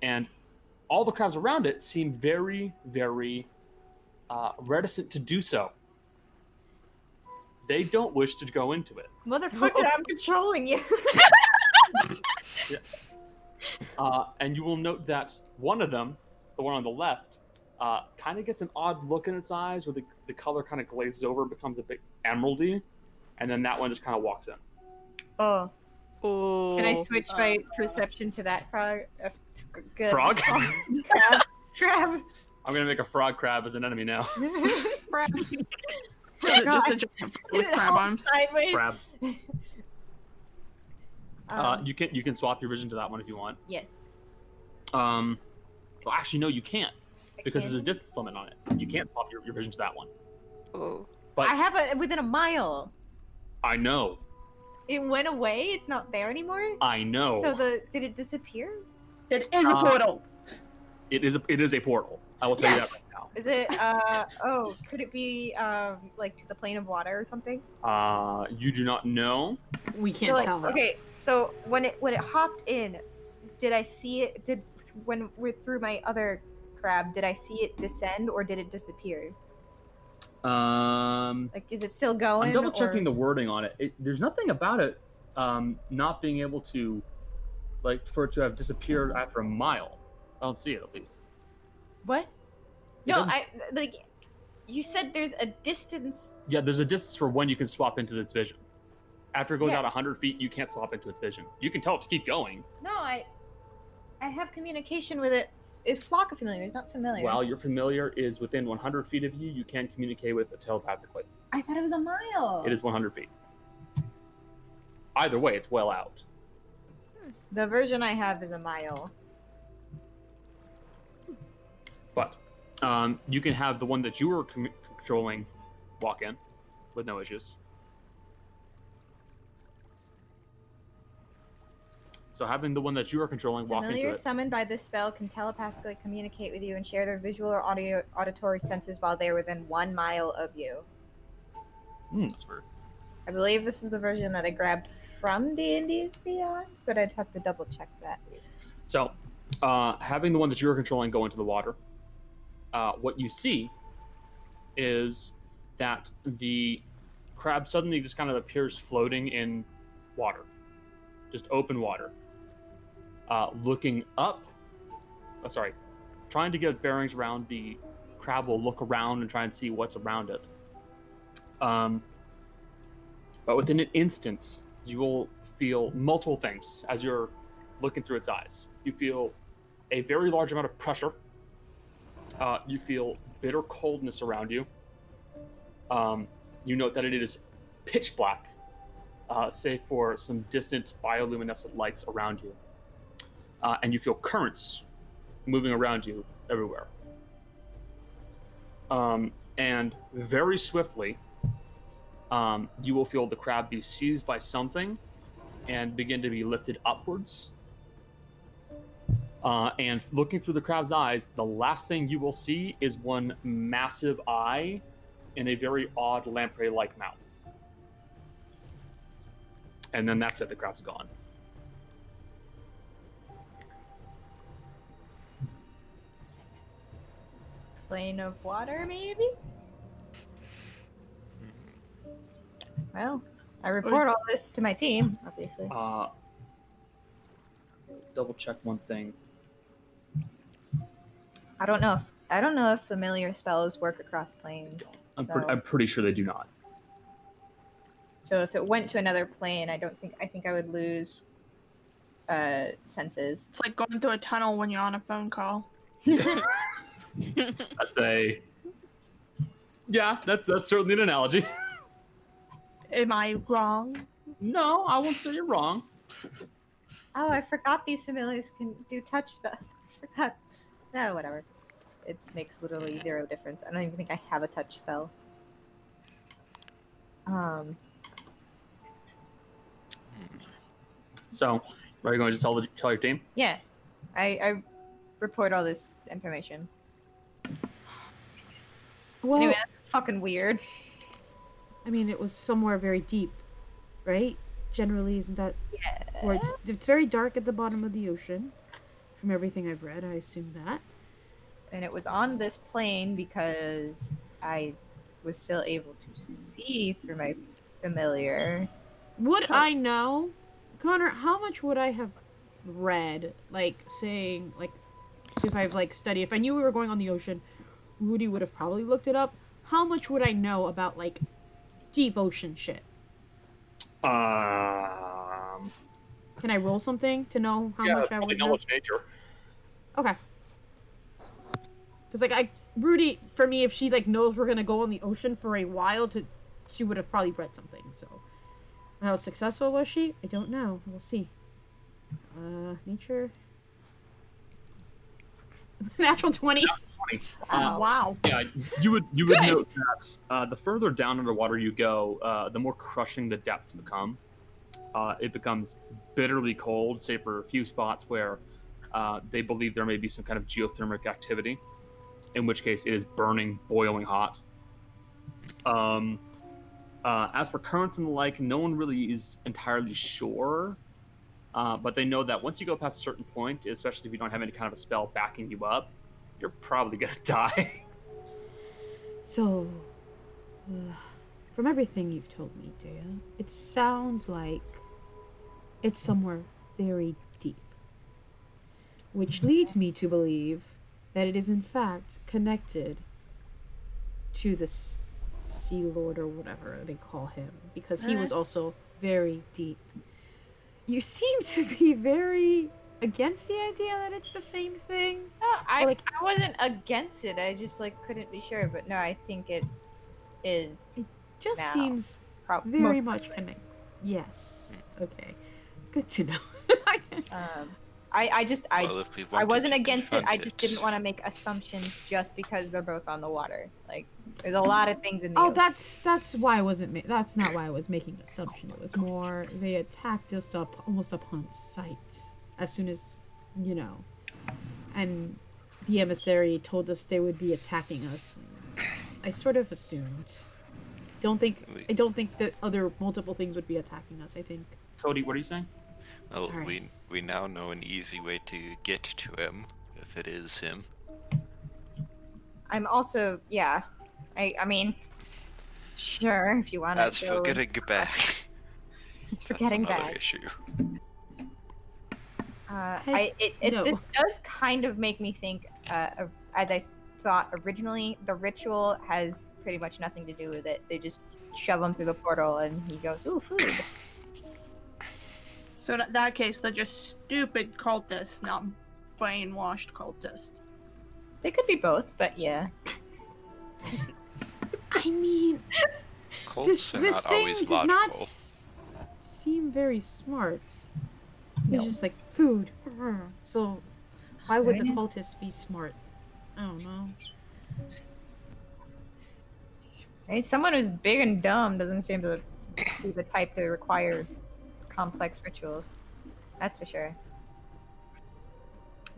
Speaker 2: and all the crabs around it seem very very uh, reticent to do so they don't wish to go into it
Speaker 3: Motherfucker, I'm controlling you.
Speaker 2: uh, and you will note that one of them the one on the left uh, kind of gets an odd look in its eyes where the, the color kind of glazes over and becomes a bit emeraldy and then that one just kind of walks in
Speaker 3: oh.
Speaker 12: Oh.
Speaker 3: Can I switch my perception to that frog? Uh, t- good.
Speaker 2: Frog?
Speaker 3: crab. Crab.
Speaker 2: i'm gonna make a frog crab as an enemy now
Speaker 3: Crab.
Speaker 5: Just
Speaker 3: God.
Speaker 5: a giant with
Speaker 3: It
Speaker 5: crab
Speaker 3: all
Speaker 5: arms.
Speaker 3: Sideways.
Speaker 2: crab uh,
Speaker 3: Um,
Speaker 2: you can you can swap your vision to that one if you want
Speaker 3: yes.
Speaker 2: Um, well, actually, no, you can't
Speaker 3: I
Speaker 2: because
Speaker 3: can.
Speaker 2: there's a distance limit on it. You can't swap your, your vision to that one.
Speaker 12: Oh.
Speaker 2: but-
Speaker 3: I have a within a mile.
Speaker 2: I know,
Speaker 3: It went away. It's not there anymore.
Speaker 2: I know.
Speaker 3: So the did it disappear?
Speaker 5: It is a
Speaker 2: Uh,
Speaker 5: portal.
Speaker 2: it is a it is a portal. I will tell
Speaker 5: Yes!
Speaker 2: you that right
Speaker 3: Is it? Uh oh. Could it be um like to the plane of water or something?
Speaker 2: now. Uh, you do not know.
Speaker 4: We can't
Speaker 3: So, like,
Speaker 4: tell.
Speaker 3: Okay. So when it when it hopped in, did I see it? Did when with through my other crab, did I see it descend or did it disappear?
Speaker 2: Um,
Speaker 3: Like, is it still going?
Speaker 2: I'm double checking
Speaker 3: or-
Speaker 2: the wording on it. it. There's nothing about it um, not being able to, like, for it to have disappeared after a mile. I don't see it at least.
Speaker 12: What?
Speaker 2: It
Speaker 3: No,
Speaker 2: doesn't-
Speaker 3: I like. You said there's a distance.
Speaker 2: Yeah, there's a distance for when you can swap into its vision. After it goes
Speaker 3: Yeah.
Speaker 2: out 100 feet, you can't swap into its vision. You can tell it to keep going.
Speaker 3: No, I, I have communication with it. It's flock of familiar. It's not familiar.
Speaker 2: While your familiar is within 100 feet of you, you can communicate with it telepathically.
Speaker 3: I thought it was a mile.
Speaker 2: It is 100 feet. Either way, it's well out.
Speaker 3: The version I have is a mile.
Speaker 2: But um, you can have the one that you were com- controlling walk in with no issues. So having the one that you are controlling walk into
Speaker 3: Familiar
Speaker 2: it.
Speaker 3: summoned by this spell can telepathically communicate with you and share their visual or audio auditory senses while they are within one mile of you.
Speaker 2: Hmm, that's weird.
Speaker 3: I believe this is the version that I grabbed from D and D Beyond, but I'd have to double check that.
Speaker 2: So, uh, having the one that you are controlling go into the water, uh, what you see is that the crab suddenly just kind of appears floating in water, just open water, uh, looking up. Oh, sorry, trying to get its bearings around. The crab will look around and try and see what's around it. Um, but within an instant, you will feel multiple things as you're looking through its eyes. You feel a very large amount of pressure. Uh, you feel bitter coldness around you. Um, you note that it is pitch black, uh, save for some distant bioluminescent lights around you. Uh, and you feel currents moving around you everywhere. Um, and very swiftly, um, you will feel the crab be seized by something and begin to be lifted upwards. Uh, and looking through the crab's eyes, the last thing you will see is one massive eye and a very odd lamprey like mouth. And then that's it, the crab's gone.
Speaker 3: Plane of water, maybe.
Speaker 7: Mm-hmm.
Speaker 3: Well, I report all this to my team, obviously.
Speaker 2: Uh, double check one thing.
Speaker 3: I don't know if I don't know if familiar spells work across planes.
Speaker 2: I'm,
Speaker 3: so,
Speaker 2: pre- I'm pretty sure they do not.
Speaker 3: so if it went to another plane, I don't think I think I would lose uh senses.
Speaker 5: It's like going through a tunnel when you're on a phone call.
Speaker 2: That's a. Yeah, that's, that's certainly an analogy.
Speaker 5: Am I wrong?
Speaker 2: no, I won't say you're wrong.
Speaker 3: Oh, I forgot these familiars can do touch spells. I forgot. No, whatever. It makes literally zero difference. I don't even think I have a touch spell. Um,
Speaker 2: So, are you going to just tell, the, tell your team?
Speaker 3: yeah, I, I report all this information.
Speaker 4: Well,
Speaker 3: anyway, that's fucking weird.
Speaker 4: I mean, it was somewhere very deep, right? Generally, isn't that? Or it's it's very dark at the bottom of the ocean. From everything I've read, I assume that.
Speaker 3: and it was on this plane because I was still able to see through my familiar.
Speaker 4: Would I know, Connor? How much would I have read, like saying, like if I've like studied, if I knew we were going on the ocean, Rudy would have probably looked it up. How much would I know about like deep ocean shit?
Speaker 2: Um,
Speaker 4: Can I roll something to know how
Speaker 2: yeah,
Speaker 4: much I
Speaker 2: probably
Speaker 4: would know?
Speaker 2: knowledge nature.
Speaker 4: Okay. Cause like I Rudy for me, if she like knows we're gonna go on the ocean for a while, to she would have probably read something. So how successful was she? I don't know. We'll see. Uh, nature. Natural twenty.
Speaker 2: Uh,
Speaker 5: Wow.
Speaker 2: Yeah, you would you would
Speaker 4: Good.
Speaker 2: note that uh, the further down underwater you go, uh, the more crushing the depths become. Uh, it becomes bitterly cold, save for a few spots where uh, they believe there may be some kind of geothermic activity, in which case it is burning, boiling hot. Um, uh, as for currents and the like, no one really is entirely sure. Uh, but they know that once you go past a certain point, especially if you don't have any kind of a spell backing you up, you're probably gonna die.
Speaker 4: So, uh, from everything you've told me, Dea, it sounds like it's somewhere very deep. Which leads me to believe that it is, in fact, connected to the s- sea lord or whatever they call him because he was
Speaker 11: Alright.
Speaker 4: also very deep. You seem to be very against the idea that it's the same thing.
Speaker 3: No, I,
Speaker 4: Or, like-
Speaker 3: I wasn't against it. I just like couldn't be sure, but no, I think it is
Speaker 4: Just
Speaker 3: now.
Speaker 4: seems
Speaker 3: prob-
Speaker 4: very
Speaker 3: most
Speaker 4: much
Speaker 3: likely.
Speaker 4: connected. Yes. Okay. Good to know.
Speaker 3: Um, I I just I
Speaker 7: well, if we
Speaker 3: I
Speaker 7: wanted
Speaker 3: wasn't
Speaker 7: to
Speaker 3: against it. I
Speaker 7: confront
Speaker 3: just didn't want to make assumptions just because they're both on the water. Like there's a lot of things in the
Speaker 4: Oh,
Speaker 3: ocean.
Speaker 4: that's that's why I wasn't. Ma- that's not why I was making assumption. It was more they attacked us up almost upon sight as soon as you know, and the emissary told us they would be attacking us. I sort of assumed. Don't think I don't think that other multiple things would be attacking us. I think
Speaker 2: Cody, what are you saying?
Speaker 7: Well,
Speaker 4: Sorry.
Speaker 7: we we now know an easy way to get to him if it is him.
Speaker 3: I'm also yeah. I I mean, sure if you want
Speaker 7: As
Speaker 3: to.
Speaker 7: for getting
Speaker 4: uh,
Speaker 7: back,
Speaker 3: It's for getting
Speaker 7: that's another
Speaker 3: back.
Speaker 7: issue.
Speaker 3: Uh,
Speaker 4: Hey,
Speaker 3: I, it, it,
Speaker 4: no.
Speaker 3: this does kind of make me think, uh, of- as I s- thought originally, the ritual has pretty much nothing to do with it. They just shove him through the portal and he goes, ooh, food.
Speaker 5: So in that case, they're just stupid cultists, not brainwashed cultists.
Speaker 3: They could be both, but yeah.
Speaker 4: I mean
Speaker 7: Cults
Speaker 4: this
Speaker 7: are
Speaker 4: this
Speaker 7: not
Speaker 4: thing
Speaker 7: always
Speaker 4: does
Speaker 7: logical.
Speaker 4: not s- seem very smart.
Speaker 3: No.
Speaker 4: It's just like food. So, why would the
Speaker 3: Right.
Speaker 4: cultists be smart? I don't know.
Speaker 3: I mean, someone who's big and dumb doesn't seem to be the type to require complex rituals. That's for sure.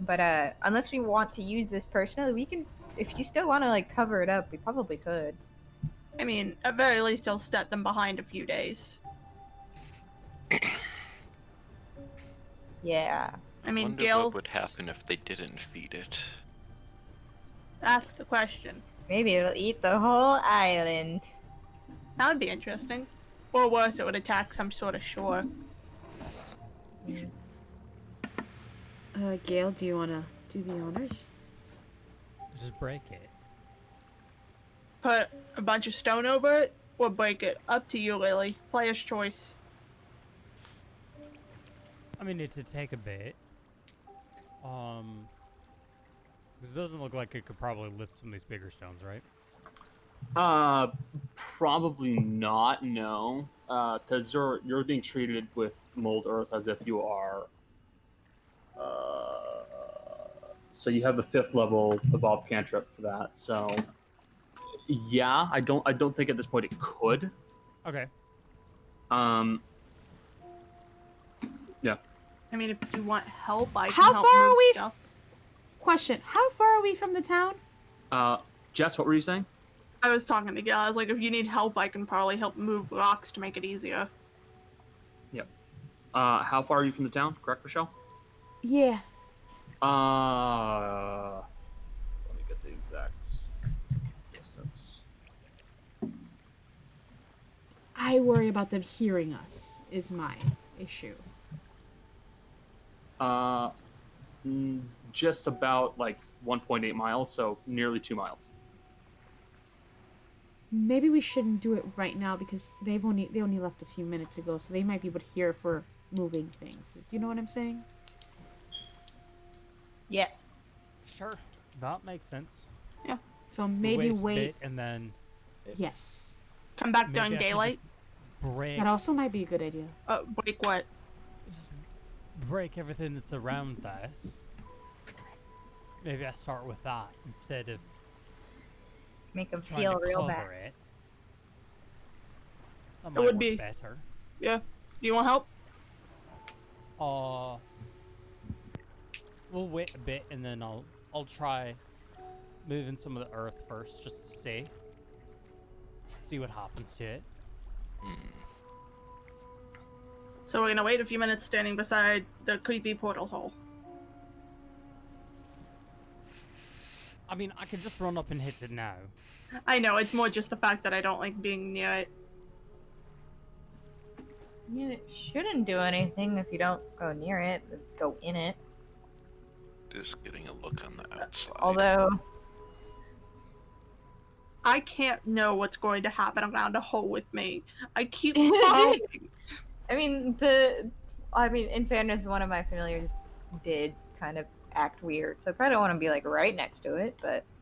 Speaker 3: But uh, unless we want to use this personally, we can. If you still want to like cover it up, we probably could.
Speaker 5: I mean, at very least, I'll set them behind a few days.
Speaker 3: Yeah.
Speaker 5: I mean,
Speaker 7: Wonder
Speaker 5: Gail,
Speaker 7: what would happen if they didn't feed it.
Speaker 5: that's the question.
Speaker 3: Maybe it'll eat the whole island.
Speaker 5: That would be interesting. Or worse, it would attack some sort of shore.
Speaker 4: Uh, Gail, do you want to do the honors?
Speaker 1: Just break it.
Speaker 5: Put a bunch of stone over it or break it. Up to you, Lily. Player's choice.
Speaker 1: I mean, it would take a bit. Um, 'cause it doesn't look like it could probably lift some of these bigger stones, right?
Speaker 2: Uh, probably not. No, because you're you're being treated with mold earth as if you are. Uh, so you have the fifth level evolved cantrip for that. So, yeah, I don't I don't think at this point it could.
Speaker 1: Okay.
Speaker 2: Um,
Speaker 5: I mean, if you want help, I can
Speaker 4: How
Speaker 5: help
Speaker 4: far
Speaker 5: move
Speaker 4: are we-
Speaker 5: stuff.
Speaker 4: Question: How far are we from the town?
Speaker 2: uh, Jess, what were you saying?
Speaker 5: I was talking to Gail. I was like, if you need help, I can probably help move rocks to make it easier.
Speaker 2: Uh, how far are you from the town? Correct, Michelle.
Speaker 4: Yeah.
Speaker 2: Uh, let me get the exact distance.
Speaker 4: I worry about them hearing us. Is my issue.
Speaker 2: Uh, mm, just about like 1.8 miles, so nearly two miles.
Speaker 4: Maybe we shouldn't do it right now because they've only they only left a few minutes ago, so they might be able to hear if we're moving things. Do you know what I'm saying?
Speaker 3: Yes.
Speaker 1: Sure. That makes sense.
Speaker 4: So
Speaker 1: We wait,
Speaker 4: maybe
Speaker 1: a
Speaker 4: wait.
Speaker 1: bit and then
Speaker 4: Yes.
Speaker 5: Come back
Speaker 1: maybe I
Speaker 5: during
Speaker 1: should just
Speaker 5: daylight.
Speaker 1: break,
Speaker 4: That also might be a good idea.
Speaker 5: Uh, break what?
Speaker 1: just break everything that's around us. Maybe I start with that instead of
Speaker 3: Make them
Speaker 1: trying
Speaker 3: feel
Speaker 1: to
Speaker 3: real
Speaker 1: cover
Speaker 3: bad.
Speaker 1: it. That might
Speaker 5: would
Speaker 1: work
Speaker 5: be-
Speaker 1: better.
Speaker 5: Yeah. Do you want help?
Speaker 1: Uh, we'll wait a bit and then I'll I'll try moving some of the earth first, just to see see what happens to it.
Speaker 7: Hmm,
Speaker 5: So we're gonna wait a few minutes standing beside the creepy portal hole.
Speaker 1: I mean, I could just run up and hit it now.
Speaker 5: I know, it's more just the fact that I don't like being near it.
Speaker 3: I mean, it shouldn't do anything if you don't go near it. but Go in it.
Speaker 4: Uh,
Speaker 7: Just getting a look on the outside.
Speaker 3: Although,
Speaker 5: I can't know what's going to happen around a hole with me. I keep following.
Speaker 3: I mean, the. I mean, in fairness, one of my familiars did kind of act weird, so I probably don't want to be like right next to it, but.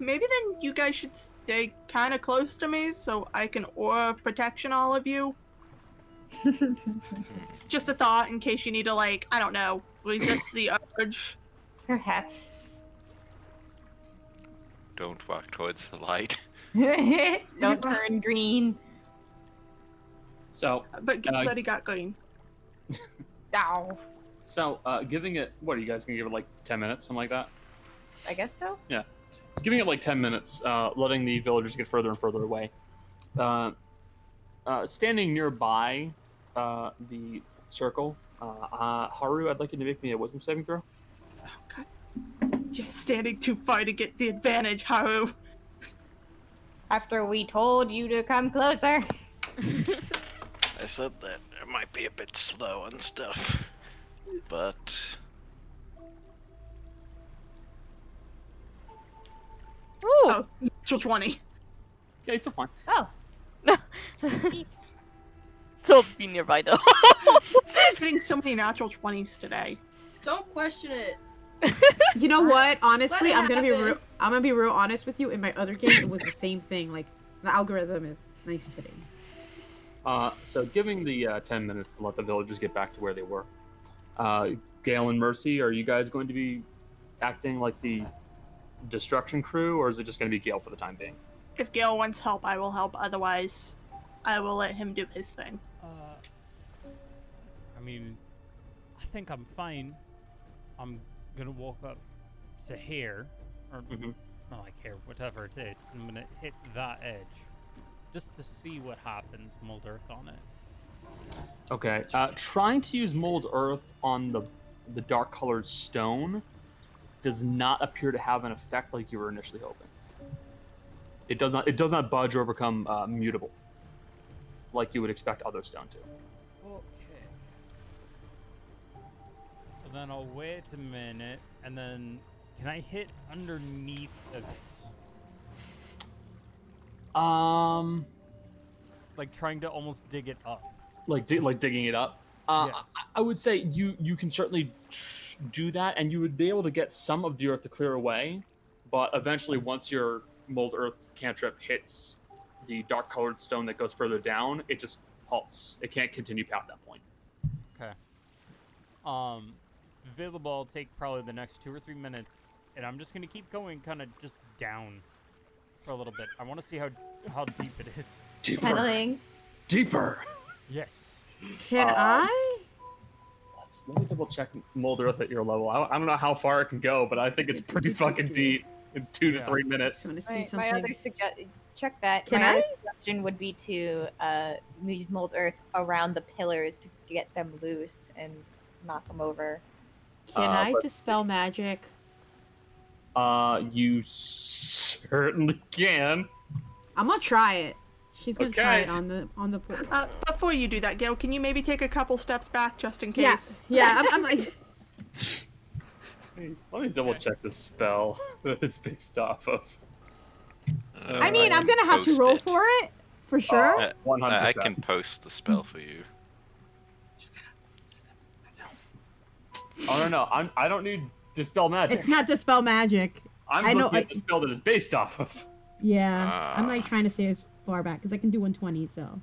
Speaker 5: Maybe then you guys should stay kind of close to me so I can aura of protection all of you.
Speaker 7: Hmm,
Speaker 5: Just a thought in case you need to, like, I don't know, resist the urge.
Speaker 3: Perhaps.
Speaker 7: Don't walk towards the light.
Speaker 3: don't turn green.
Speaker 2: So,
Speaker 5: But Gibbs
Speaker 2: Uh,
Speaker 5: already got green.
Speaker 3: Ow.
Speaker 2: so uh, giving it. What are you guys gonna give it like ten minutes, something like that?
Speaker 3: I guess so.
Speaker 2: Yeah, giving it like ten minutes, uh, letting the villagers get further and further away. Uh, uh, standing nearby uh, the circle, uh, uh, Haru, I'd like you to make me a wisdom saving throw.
Speaker 5: Just standing too far to get the advantage, Haru.
Speaker 3: After we told you to come closer.
Speaker 7: I said that it might be a bit slow and stuff, but
Speaker 5: Ooh. natural 20.
Speaker 2: Yeah, you feel fine.
Speaker 3: Oh.
Speaker 12: Still be nearby though.
Speaker 5: getting so many natural 20s today.
Speaker 6: Don't question it.
Speaker 4: You know what? Honestly,
Speaker 6: Let it
Speaker 4: I'm gonna be
Speaker 6: happen.
Speaker 4: real, I'm gonna be real honest with you. In my other game, it was the same thing. Like the algorithm is nice today.
Speaker 2: Uh, so, giving the uh, 10 minutes to let the villagers get back to where they were. Uh, Gale and Mercy, are you guys going to be acting like the destruction crew, or is it just going to be Gale for the time being?
Speaker 5: If Gale wants help, I will help. Otherwise, I will let him do his thing.
Speaker 1: Uh, I mean, I think I'm fine. I'm gonna walk up to here, or not like here, whatever it is, and I'm gonna hit that edge just to see what happens. Mold earth on it.
Speaker 2: Okay. Uh, trying to use mold earth on the the dark colored stone does not appear to have an effect like you were initially hoping. It does not. It does not budge or become uh, mutable, like you would expect other stone to.
Speaker 1: Okay. And then I'll wait a minute, and then can I hit underneath of it?
Speaker 2: Um,
Speaker 1: Like trying to almost dig it up.
Speaker 2: like di- like digging it up. Uh,
Speaker 1: Yes.
Speaker 2: I, I would say you you can certainly tr- do that, and you would be able to get some of the earth to clear away. But eventually, once your mold earth cantrip hits the dark colored stone that goes further down, it just halts. It can't continue past that point.
Speaker 1: Okay. Um, available. I'll take probably the next two or three minutes, and I'm just gonna keep going, kind of just down for a little bit. I want to see how how deep it is.
Speaker 3: Pedaling.
Speaker 2: Deeper.
Speaker 1: Yes.
Speaker 4: Can
Speaker 2: Um,
Speaker 4: I?
Speaker 2: Let's, let me double check mold earth at your level. I, I don't know how far it can go, but I think it's pretty fucking deep in two to
Speaker 1: Yeah.
Speaker 2: three minutes.
Speaker 3: my, my other suggestion, check that.
Speaker 4: Can
Speaker 3: my other
Speaker 4: I?
Speaker 3: suggestion would be to uh, use mold earth around the pillars to get them loose and knock them over.
Speaker 4: Can
Speaker 2: Uh,
Speaker 4: I
Speaker 2: but-
Speaker 4: dispel magic?
Speaker 2: Uh, you certainly can.
Speaker 4: I'm gonna try it. She's gonna try
Speaker 2: Okay.
Speaker 4: it on the on the portal.
Speaker 5: Uh, before you do that, Gale, can you maybe take a couple steps back just in
Speaker 4: Yeah,
Speaker 5: case?
Speaker 4: yeah. I'm, I'm like,
Speaker 2: Let me double check the spell that it's based off of.
Speaker 4: I mean, I'm gonna have to roll for it for sure.
Speaker 7: Uh, I
Speaker 2: 100%.
Speaker 7: can post the spell for you.
Speaker 2: Oh no no, I'm I don't need dispel magic.
Speaker 4: It's not dispel magic.
Speaker 2: I'm
Speaker 4: I know,
Speaker 2: looking at
Speaker 4: I-
Speaker 2: the spell that it's based off of.
Speaker 4: Yeah, I'm like
Speaker 7: Ah.
Speaker 4: trying to stay as far back because I can do 120. So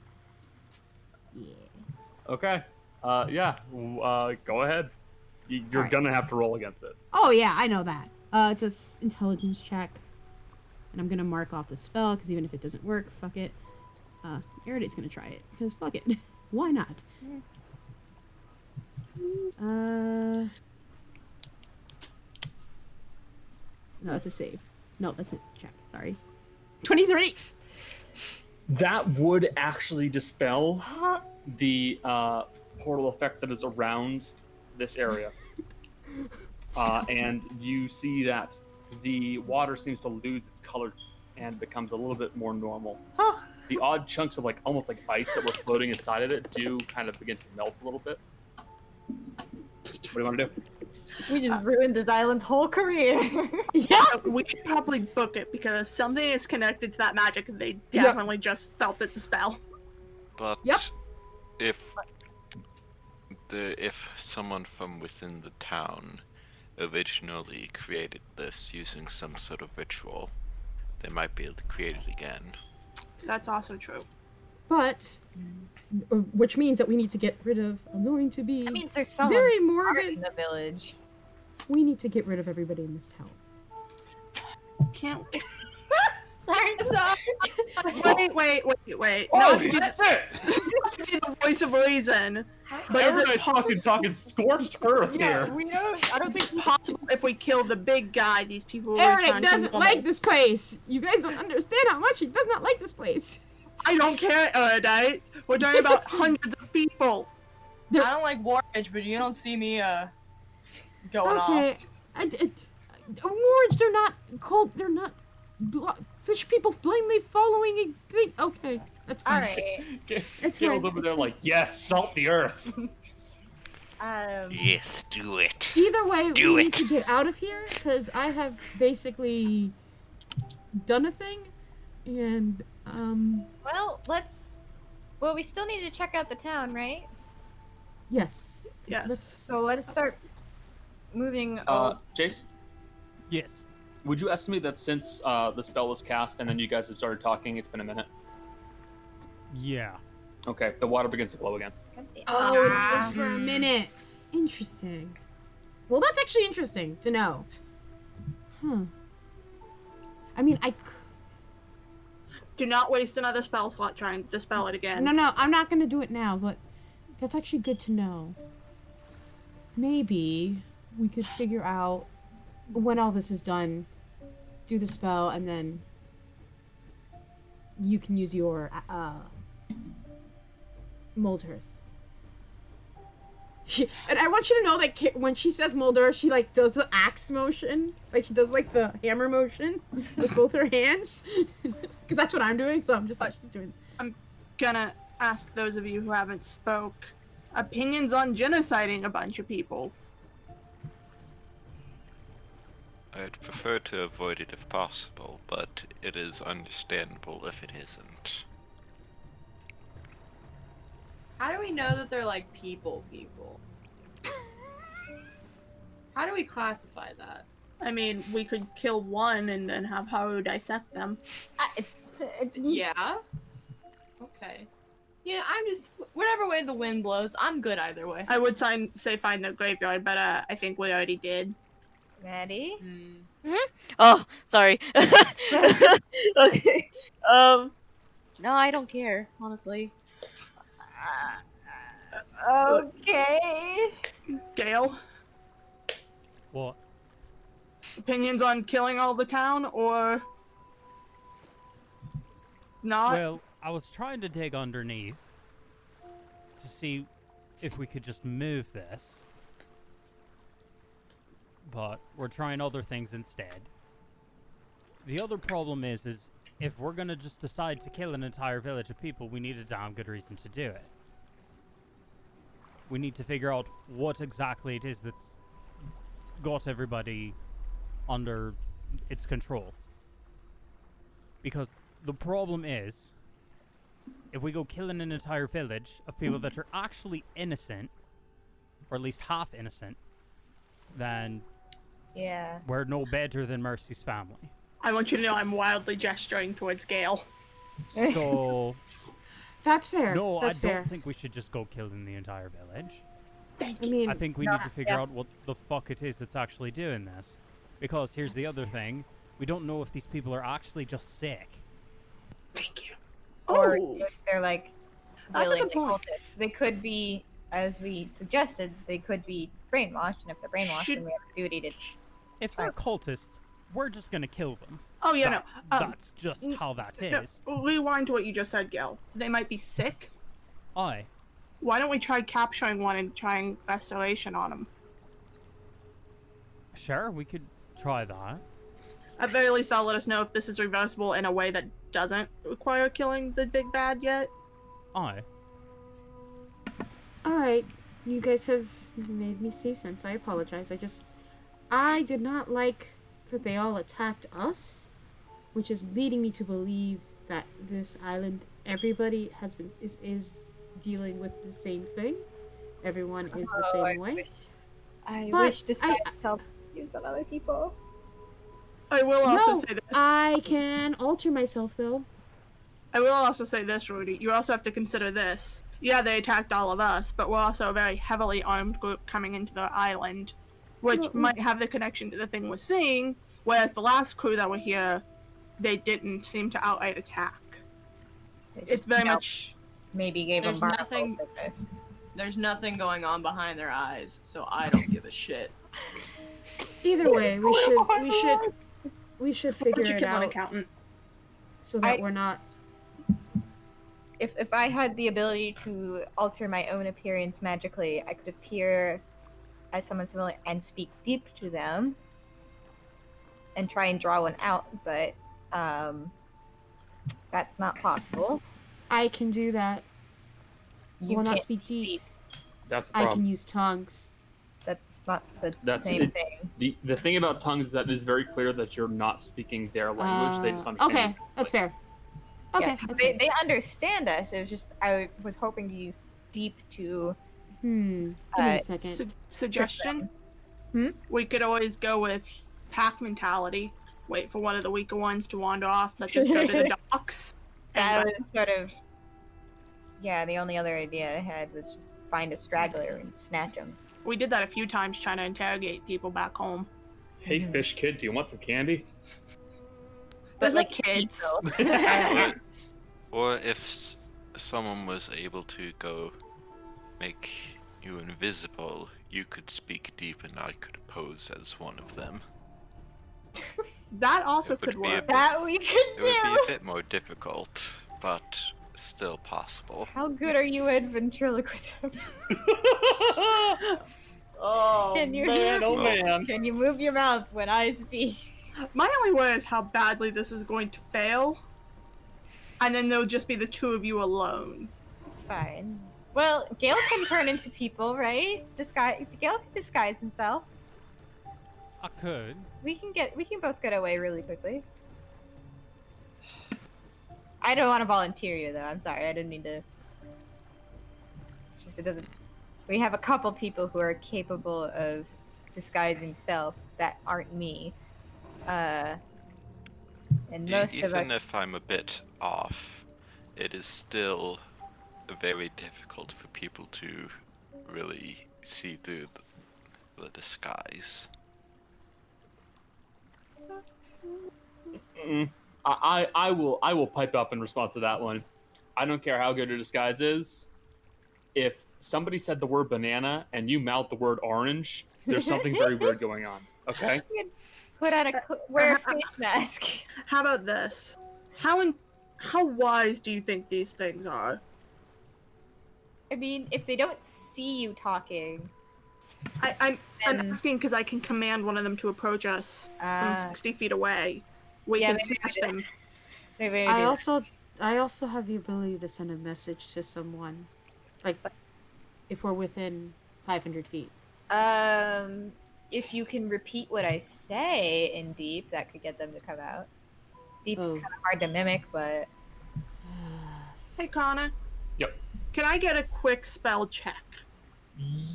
Speaker 2: Okay. Uh yeah. w- Uh go ahead. Y- You're
Speaker 4: Alright.
Speaker 2: gonna have to roll against it.
Speaker 4: Oh yeah, I know that. Uh, it's a s- intelligence check, and I'm gonna mark off the spell because even if it doesn't work, fuck it. Uh, Iridate's gonna try it because fuck it, why not? Uh, no, that's a save. No, that's a check. Sorry, twenty-three.
Speaker 2: That would actually dispel the uh, portal effect that is around this area. uh, and you see that the water seems to lose its color and becomes a little bit more normal. The odd chunks of like almost like ice that were floating inside of it do kind of begin to melt a little bit. What do you want to do?
Speaker 3: We just ruined this island's whole career.
Speaker 5: yeah, Uh, we should probably book it because if something is connected to that magic, they definitely just felt it the spell.
Speaker 7: But
Speaker 5: Yep.
Speaker 7: if the if someone from within the town originally created this using some sort of ritual, they might be able to create it again.
Speaker 5: That's also true.
Speaker 4: But, uh, which means that we need to get rid of. I'm going to be.
Speaker 3: That means there's someone
Speaker 4: very
Speaker 3: smart
Speaker 4: morbid.
Speaker 3: in the village.
Speaker 4: We need to get rid of everybody in this town.
Speaker 5: Can't.
Speaker 3: Sorry.
Speaker 5: Wait, wait, wait, wait. Not
Speaker 2: Holy
Speaker 5: to, be,
Speaker 2: Oh, shit!
Speaker 5: not to be the voice of reason, but is it
Speaker 2: Everybody's fucking talking scorched earth here.
Speaker 3: we don't. I don't
Speaker 5: think it's possible if we kill the big guy, these people will
Speaker 4: Eric
Speaker 5: return to
Speaker 4: doesn't
Speaker 5: normal.
Speaker 4: like this place. You guys don't understand how much he does not like this place.
Speaker 5: I don't care, Erudite. We're talking about hundreds of people.
Speaker 11: I don't like war edge, but you don't see me uh going
Speaker 4: Okay.
Speaker 11: off.
Speaker 4: I, I, wards, they're not cold. They're not blo- fish people blindly following a thing. Okay, that's
Speaker 3: All
Speaker 4: fine.
Speaker 3: right.
Speaker 4: It's
Speaker 2: Gerald
Speaker 4: fine,
Speaker 2: over
Speaker 4: it's
Speaker 2: there,
Speaker 4: fine.
Speaker 2: like, yes, salt the earth.
Speaker 3: Um,
Speaker 7: Yes, do it.
Speaker 4: Either way,
Speaker 7: Do
Speaker 4: we
Speaker 7: it.
Speaker 4: need to get out of here because I have basically done a thing, and um,
Speaker 3: well, let's. Well, we still need to check out the town, right?
Speaker 4: yes,
Speaker 5: Yes.
Speaker 4: let's.
Speaker 3: So let's start moving.
Speaker 2: Uh, Jace,
Speaker 1: Yes.
Speaker 2: would you estimate that since uh, the spell was cast and then you guys have started talking, it's been a minute?
Speaker 1: Yeah.
Speaker 2: Okay, the water begins to flow again.
Speaker 13: Oh, it works for a minute.
Speaker 4: Interesting. Well, that's actually interesting to know. Hmm. I mean, I. c-
Speaker 5: Do not waste another spell slot trying to dispel it again.
Speaker 4: No, no, I'm not gonna do it now, but that's actually good to know. Maybe we could figure out when all this is done, do the spell, and then you can use your uh, mold earth. She, and I want you to know that Ki- when she says Mulder, she like does the axe motion, like she does like the hammer motion with both her hands, because that's what I'm doing. So I'm just like she's doing.
Speaker 5: Gonna ask those of you who haven't spoke opinions on genociding a bunch of people.
Speaker 7: I'd prefer to avoid it if possible, but it is understandable if it isn't.
Speaker 6: How do we know that they're like people people?
Speaker 11: How do we classify that?
Speaker 5: I mean, we could kill one and then have Haru dissect them.
Speaker 3: Hmm?
Speaker 11: Yeah. Okay. Yeah, I'm just whatever way the wind blows, I'm good either way.
Speaker 5: I would sign, say find the graveyard, but uh, I think we already did.
Speaker 3: Ready?
Speaker 11: Hmm.
Speaker 12: Oh, sorry. okay. Um. No, I don't care. Honestly.
Speaker 3: Okay.
Speaker 5: Gail,
Speaker 1: Well,
Speaker 5: opinions on killing all the town or not?
Speaker 1: well, I was trying to dig underneath to see if we could just move this, but we're trying other things instead. The other problem is, is if we're gonna just decide to kill an entire village of people, we need a damn good reason to do it. We need to figure out what exactly it is that's got everybody under its control. Because the problem is, if we go killing an entire village of people that are actually innocent, or at least half innocent, then
Speaker 3: Yeah.
Speaker 1: we're no better than Mercy's family.
Speaker 5: I want you to know I'm wildly gesturing towards Gail.
Speaker 1: So,
Speaker 4: That's fair.
Speaker 1: no, I
Speaker 4: That's
Speaker 1: don't
Speaker 4: fair.
Speaker 1: think we should just go killing the entire village.
Speaker 5: Thank
Speaker 4: I
Speaker 5: you.
Speaker 4: mean,
Speaker 1: I think we
Speaker 3: No,
Speaker 1: need to figure
Speaker 3: yeah.
Speaker 1: out what the fuck it is that's actually doing this. Because here's the other thing we don't know if these people are actually just sick.
Speaker 5: Thank you.
Speaker 3: Or
Speaker 5: Oh,
Speaker 3: if they're like
Speaker 5: That's a
Speaker 3: willingly
Speaker 5: good point.
Speaker 3: cultists, they could be, as we suggested, they could be brainwashed, and if they're brainwashed,
Speaker 5: Should-
Speaker 3: then we have a duty to.
Speaker 1: If they're cultists, we're just gonna kill them.
Speaker 5: oh yeah,
Speaker 1: That-
Speaker 5: no. Um,
Speaker 1: that's just
Speaker 5: n-
Speaker 1: how that
Speaker 5: no,
Speaker 1: is.
Speaker 5: Rewind to what you just said, Gail. They might be sick.
Speaker 1: I
Speaker 5: Why don't we try capturing one and trying restoration on them?
Speaker 1: sure we could try that.
Speaker 5: At very least, they'll let us know if this is reversible in a way that doesn't require killing the big bad yet.
Speaker 1: I
Speaker 4: All right, you guys have You made me say sense. I apologize. I just. I did not like that they all attacked us, which is leading me to believe that this island, everybody has been is, is dealing with the same thing. Everyone is the
Speaker 3: Oh,
Speaker 4: same
Speaker 3: I
Speaker 4: way.
Speaker 3: I
Speaker 4: But
Speaker 3: wish disguise
Speaker 4: I-
Speaker 3: self used on other people.
Speaker 5: I will also
Speaker 4: No,
Speaker 5: say this.
Speaker 4: I can alter myself though.
Speaker 5: I will also say this, Rudy. You also have to consider this. Yeah, they attacked all of us, but we're also a very heavily armed group coming into the island, which
Speaker 4: Well, we-
Speaker 5: might have the connection to the thing we're seeing. Whereas the last crew that were here, they didn't seem to outright attack. It's very much
Speaker 3: maybe gave
Speaker 11: There's
Speaker 3: them barnacle
Speaker 11: nothing-
Speaker 3: sickness.
Speaker 11: There's nothing going on behind their eyes, so I don't give a shit.
Speaker 4: Either way,
Speaker 3: Oh
Speaker 4: we should we should we should
Speaker 5: Why don't
Speaker 4: figure
Speaker 5: you
Speaker 4: it
Speaker 5: kill an
Speaker 4: out
Speaker 5: accountant?
Speaker 4: so that
Speaker 3: I-
Speaker 4: we're not.
Speaker 3: If if I had the ability to alter my own appearance magically, I could appear as someone similar and speak deep to them, and try and draw one out. But um, that's not possible.
Speaker 4: I can do that.
Speaker 3: You
Speaker 4: will
Speaker 3: can't
Speaker 4: not speak deep.
Speaker 2: That's the
Speaker 4: I
Speaker 2: problem.
Speaker 4: can use tongues.
Speaker 3: That's not the
Speaker 2: That's
Speaker 3: same
Speaker 2: it.
Speaker 3: thing.
Speaker 2: The the thing about tongues is that it is very clear that you're not speaking their language. they just
Speaker 4: Uh,
Speaker 2: understand.
Speaker 4: okay, that's fair. Okay,
Speaker 3: Yeah, 'cause
Speaker 4: that's
Speaker 3: they,
Speaker 4: fair.
Speaker 3: they understand us. It was just I was hoping to use deep to
Speaker 4: Hmm. Give me
Speaker 3: uh,
Speaker 4: a second.
Speaker 5: Su- suggestion.
Speaker 4: Hmm?
Speaker 5: We could always go with pack mentality. Wait for one of the weaker ones to wander off, such as go to the docks.
Speaker 3: that was sort of yeah. The only other idea I had was just find a straggler and snatch him.
Speaker 5: We did that a few times trying to interrogate people back home.
Speaker 2: Hey, fish kid, do you want some candy?
Speaker 5: But like kids.
Speaker 2: Uh,
Speaker 7: Or, or if s- someone was able to go make you invisible, you could speak deep and I could pose as one of them.
Speaker 5: that also
Speaker 7: It would
Speaker 5: could
Speaker 7: be a
Speaker 5: work.
Speaker 7: bit- That
Speaker 3: we could
Speaker 7: It would be a bit more difficult, but still possible.
Speaker 3: How good are you at ventriloquism?
Speaker 2: oh
Speaker 3: Can you
Speaker 7: oh man.
Speaker 3: Can you move your mouth when I speak?
Speaker 5: My only worry is how badly this is going to fail. And then there'll just be the two of you alone.
Speaker 3: It's fine. Well, Gale can turn into people, right? Disguise. Gale can disguise himself.
Speaker 1: I could.
Speaker 3: We can get. We can both get away really quickly. I don't want to volunteer you though. I'm sorry. I didn't mean to. It's just it doesn't. We have a couple people who are capable of disguising self that aren't me. Uh. And
Speaker 7: E-
Speaker 3: most of us.
Speaker 7: Even if I'm a bit off, it is still very difficult for people to really see through the, the disguise.
Speaker 2: Mm-mm. mm. I, I I will I will pipe up in response to that one. I don't care how good a disguise is. If somebody said the word banana and you mouth the word orange, there's something very weird going on. Okay.
Speaker 3: Put on a cl- wear a face mask.
Speaker 5: How about this? How in- how wise do you think these things are?
Speaker 3: I mean, if they don't see you talking,
Speaker 5: I, I'm I'm
Speaker 3: Then-
Speaker 5: asking because I can command one of them to approach us
Speaker 3: Ah.
Speaker 5: from 60 feet away. We
Speaker 3: Yeah,
Speaker 5: can
Speaker 3: maybe we
Speaker 5: smash
Speaker 3: do that.
Speaker 5: them.
Speaker 3: maybe I do
Speaker 4: I
Speaker 3: that.
Speaker 4: also I also have the ability to send a message to someone, like if we're within 500 feet.
Speaker 3: Um, if you can repeat what I say in deep, that could get them to come out. Deep is
Speaker 4: Oh.
Speaker 3: kind of hard to mimic, but
Speaker 5: Hey, Connor.
Speaker 2: Yep.
Speaker 5: Can I get a quick spell check?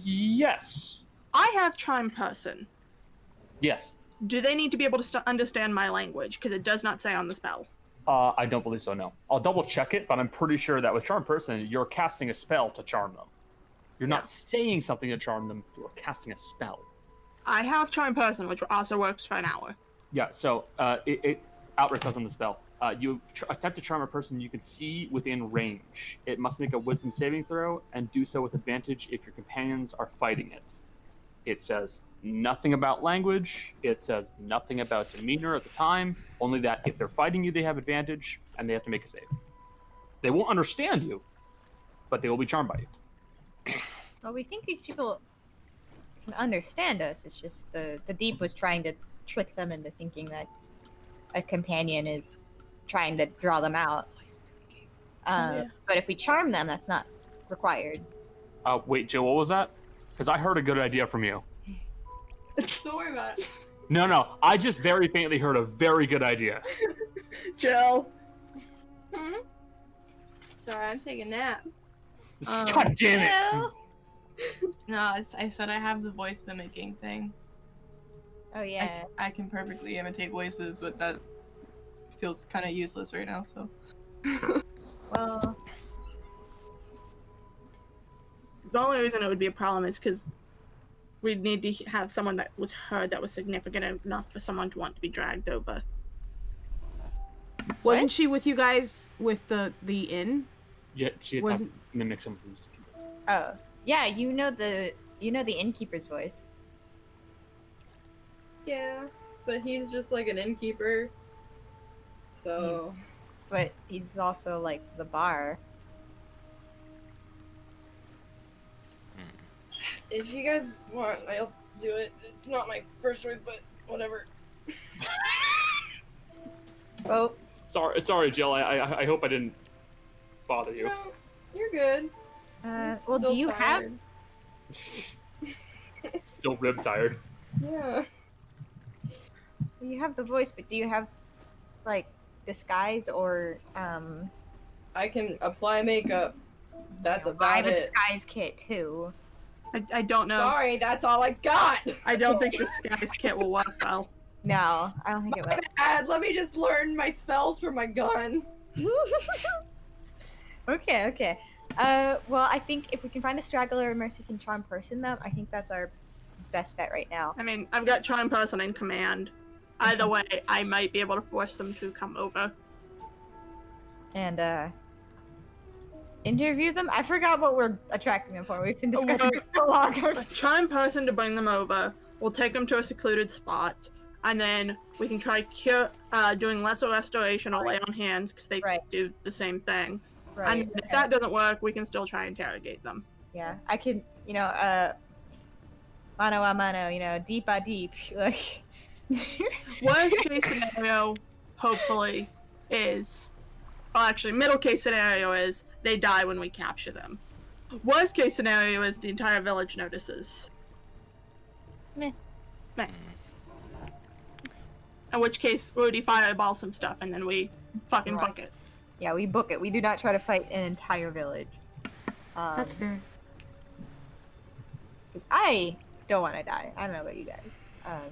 Speaker 2: Yes.
Speaker 5: I have Chime Person.
Speaker 2: Yes.
Speaker 5: Do they need to be able to st- understand my language? Because it does not say on the spell.
Speaker 2: Uh, I don't believe so. No. I'll double check it, but I'm pretty sure that with charm person, you're casting a spell to charm them. You're not saying something to charm them. You're casting a spell.
Speaker 5: I have Charm Person, which also works for an hour.
Speaker 2: Yeah, so uh, it, it outright says on the spell. Uh, you tr- attempt to charm a person you can see within range. It must make a wisdom saving throw and do so with advantage if your companions are fighting it. It says nothing about language. It says nothing about demeanor at the time, only that if they're fighting you, they have advantage and they have to make a save. They won't understand you, but they will be charmed by you.
Speaker 3: well, we think these people can understand us. It's just the the deep was trying to trick them into thinking that a companion is trying to draw them out. Uh, Um,
Speaker 5: Yeah.
Speaker 3: But if we charm them, that's not required.
Speaker 2: Uh, wait, Jill, what was that? because I heard a good idea from you.
Speaker 6: Don't worry about it.
Speaker 2: No, no, I just very faintly heard a very good idea.
Speaker 5: Jill.
Speaker 6: Hmm? Sorry, I'm taking a nap. Um,
Speaker 3: Oh,
Speaker 2: God damn it!
Speaker 11: No, it's, I said I have the voice mimicking thing.
Speaker 3: Oh
Speaker 11: I, c- I can perfectly imitate voices, but that feels kind of useless right now. So
Speaker 3: Well,
Speaker 5: The only reason it would be a problem is because we'd need to have someone that was heard that was significant enough for someone to want to be dragged over.
Speaker 13: Wasn't she with you guys with the the inn?
Speaker 2: Yeah, she had
Speaker 13: Wasn't-
Speaker 2: to mimic someone who's convinced.
Speaker 3: oh yeah, you know the you know the innkeeper's voice.
Speaker 6: Yeah, but he's just like an innkeeper. So
Speaker 3: but he's also like the bar.
Speaker 6: if you guys want, I'll do it. It's not my first choice, but whatever.
Speaker 3: Oh,
Speaker 2: Sorry, sorry, Jill. I, I, I hope I didn't bother you.
Speaker 6: You're good.
Speaker 3: Uh,
Speaker 6: I'm
Speaker 3: well, do
Speaker 6: still
Speaker 3: you have?
Speaker 6: tired.
Speaker 2: Still rib tired.
Speaker 6: Yeah.
Speaker 3: You have the voice, but do you have like disguise or um?
Speaker 6: I can apply makeup. That's
Speaker 3: I
Speaker 6: about
Speaker 3: have a
Speaker 6: it.
Speaker 3: disguise kit too.
Speaker 5: I, I don't know.
Speaker 6: Sorry, that's all I got.
Speaker 5: I don't think this guy's kit will work well.
Speaker 3: No, I don't think it will.
Speaker 6: Dad, let me just learn my spells for my gun.
Speaker 3: okay, okay. Uh, well, I think if we can find a straggler, Mercy can charm person them. I think that's our best bet right now.
Speaker 5: I mean, I've got charm person in command. Either way, I might be able to force them to come over.
Speaker 3: And uh, interview them. I forgot what we're attracting them for. We've been discussing this so long.
Speaker 5: A charm person to bring them over. We'll take them to a secluded spot, and then we can try cure, uh, doing lesser restoration or lay on hands because they do the same thing.
Speaker 3: Right,
Speaker 5: And if
Speaker 3: okay.
Speaker 5: that doesn't work, we can still try interrogate them.
Speaker 3: yeah, I can. You know, uh, mano a mano. You know, deep a deep. Like,
Speaker 5: Worst case scenario, hopefully, is well, actually, middle case scenario is they die when we capture them. Worst case scenario is the entire village notices.
Speaker 3: Meh.
Speaker 5: Meh. In which case, Rudy fireball some stuff and then we fucking
Speaker 3: Right.
Speaker 5: book it.
Speaker 3: yeah, we book it. We do not try to fight an entire village. Um,
Speaker 13: That's fair.
Speaker 3: 'cause I don't want to die. I don't know about you guys. Um,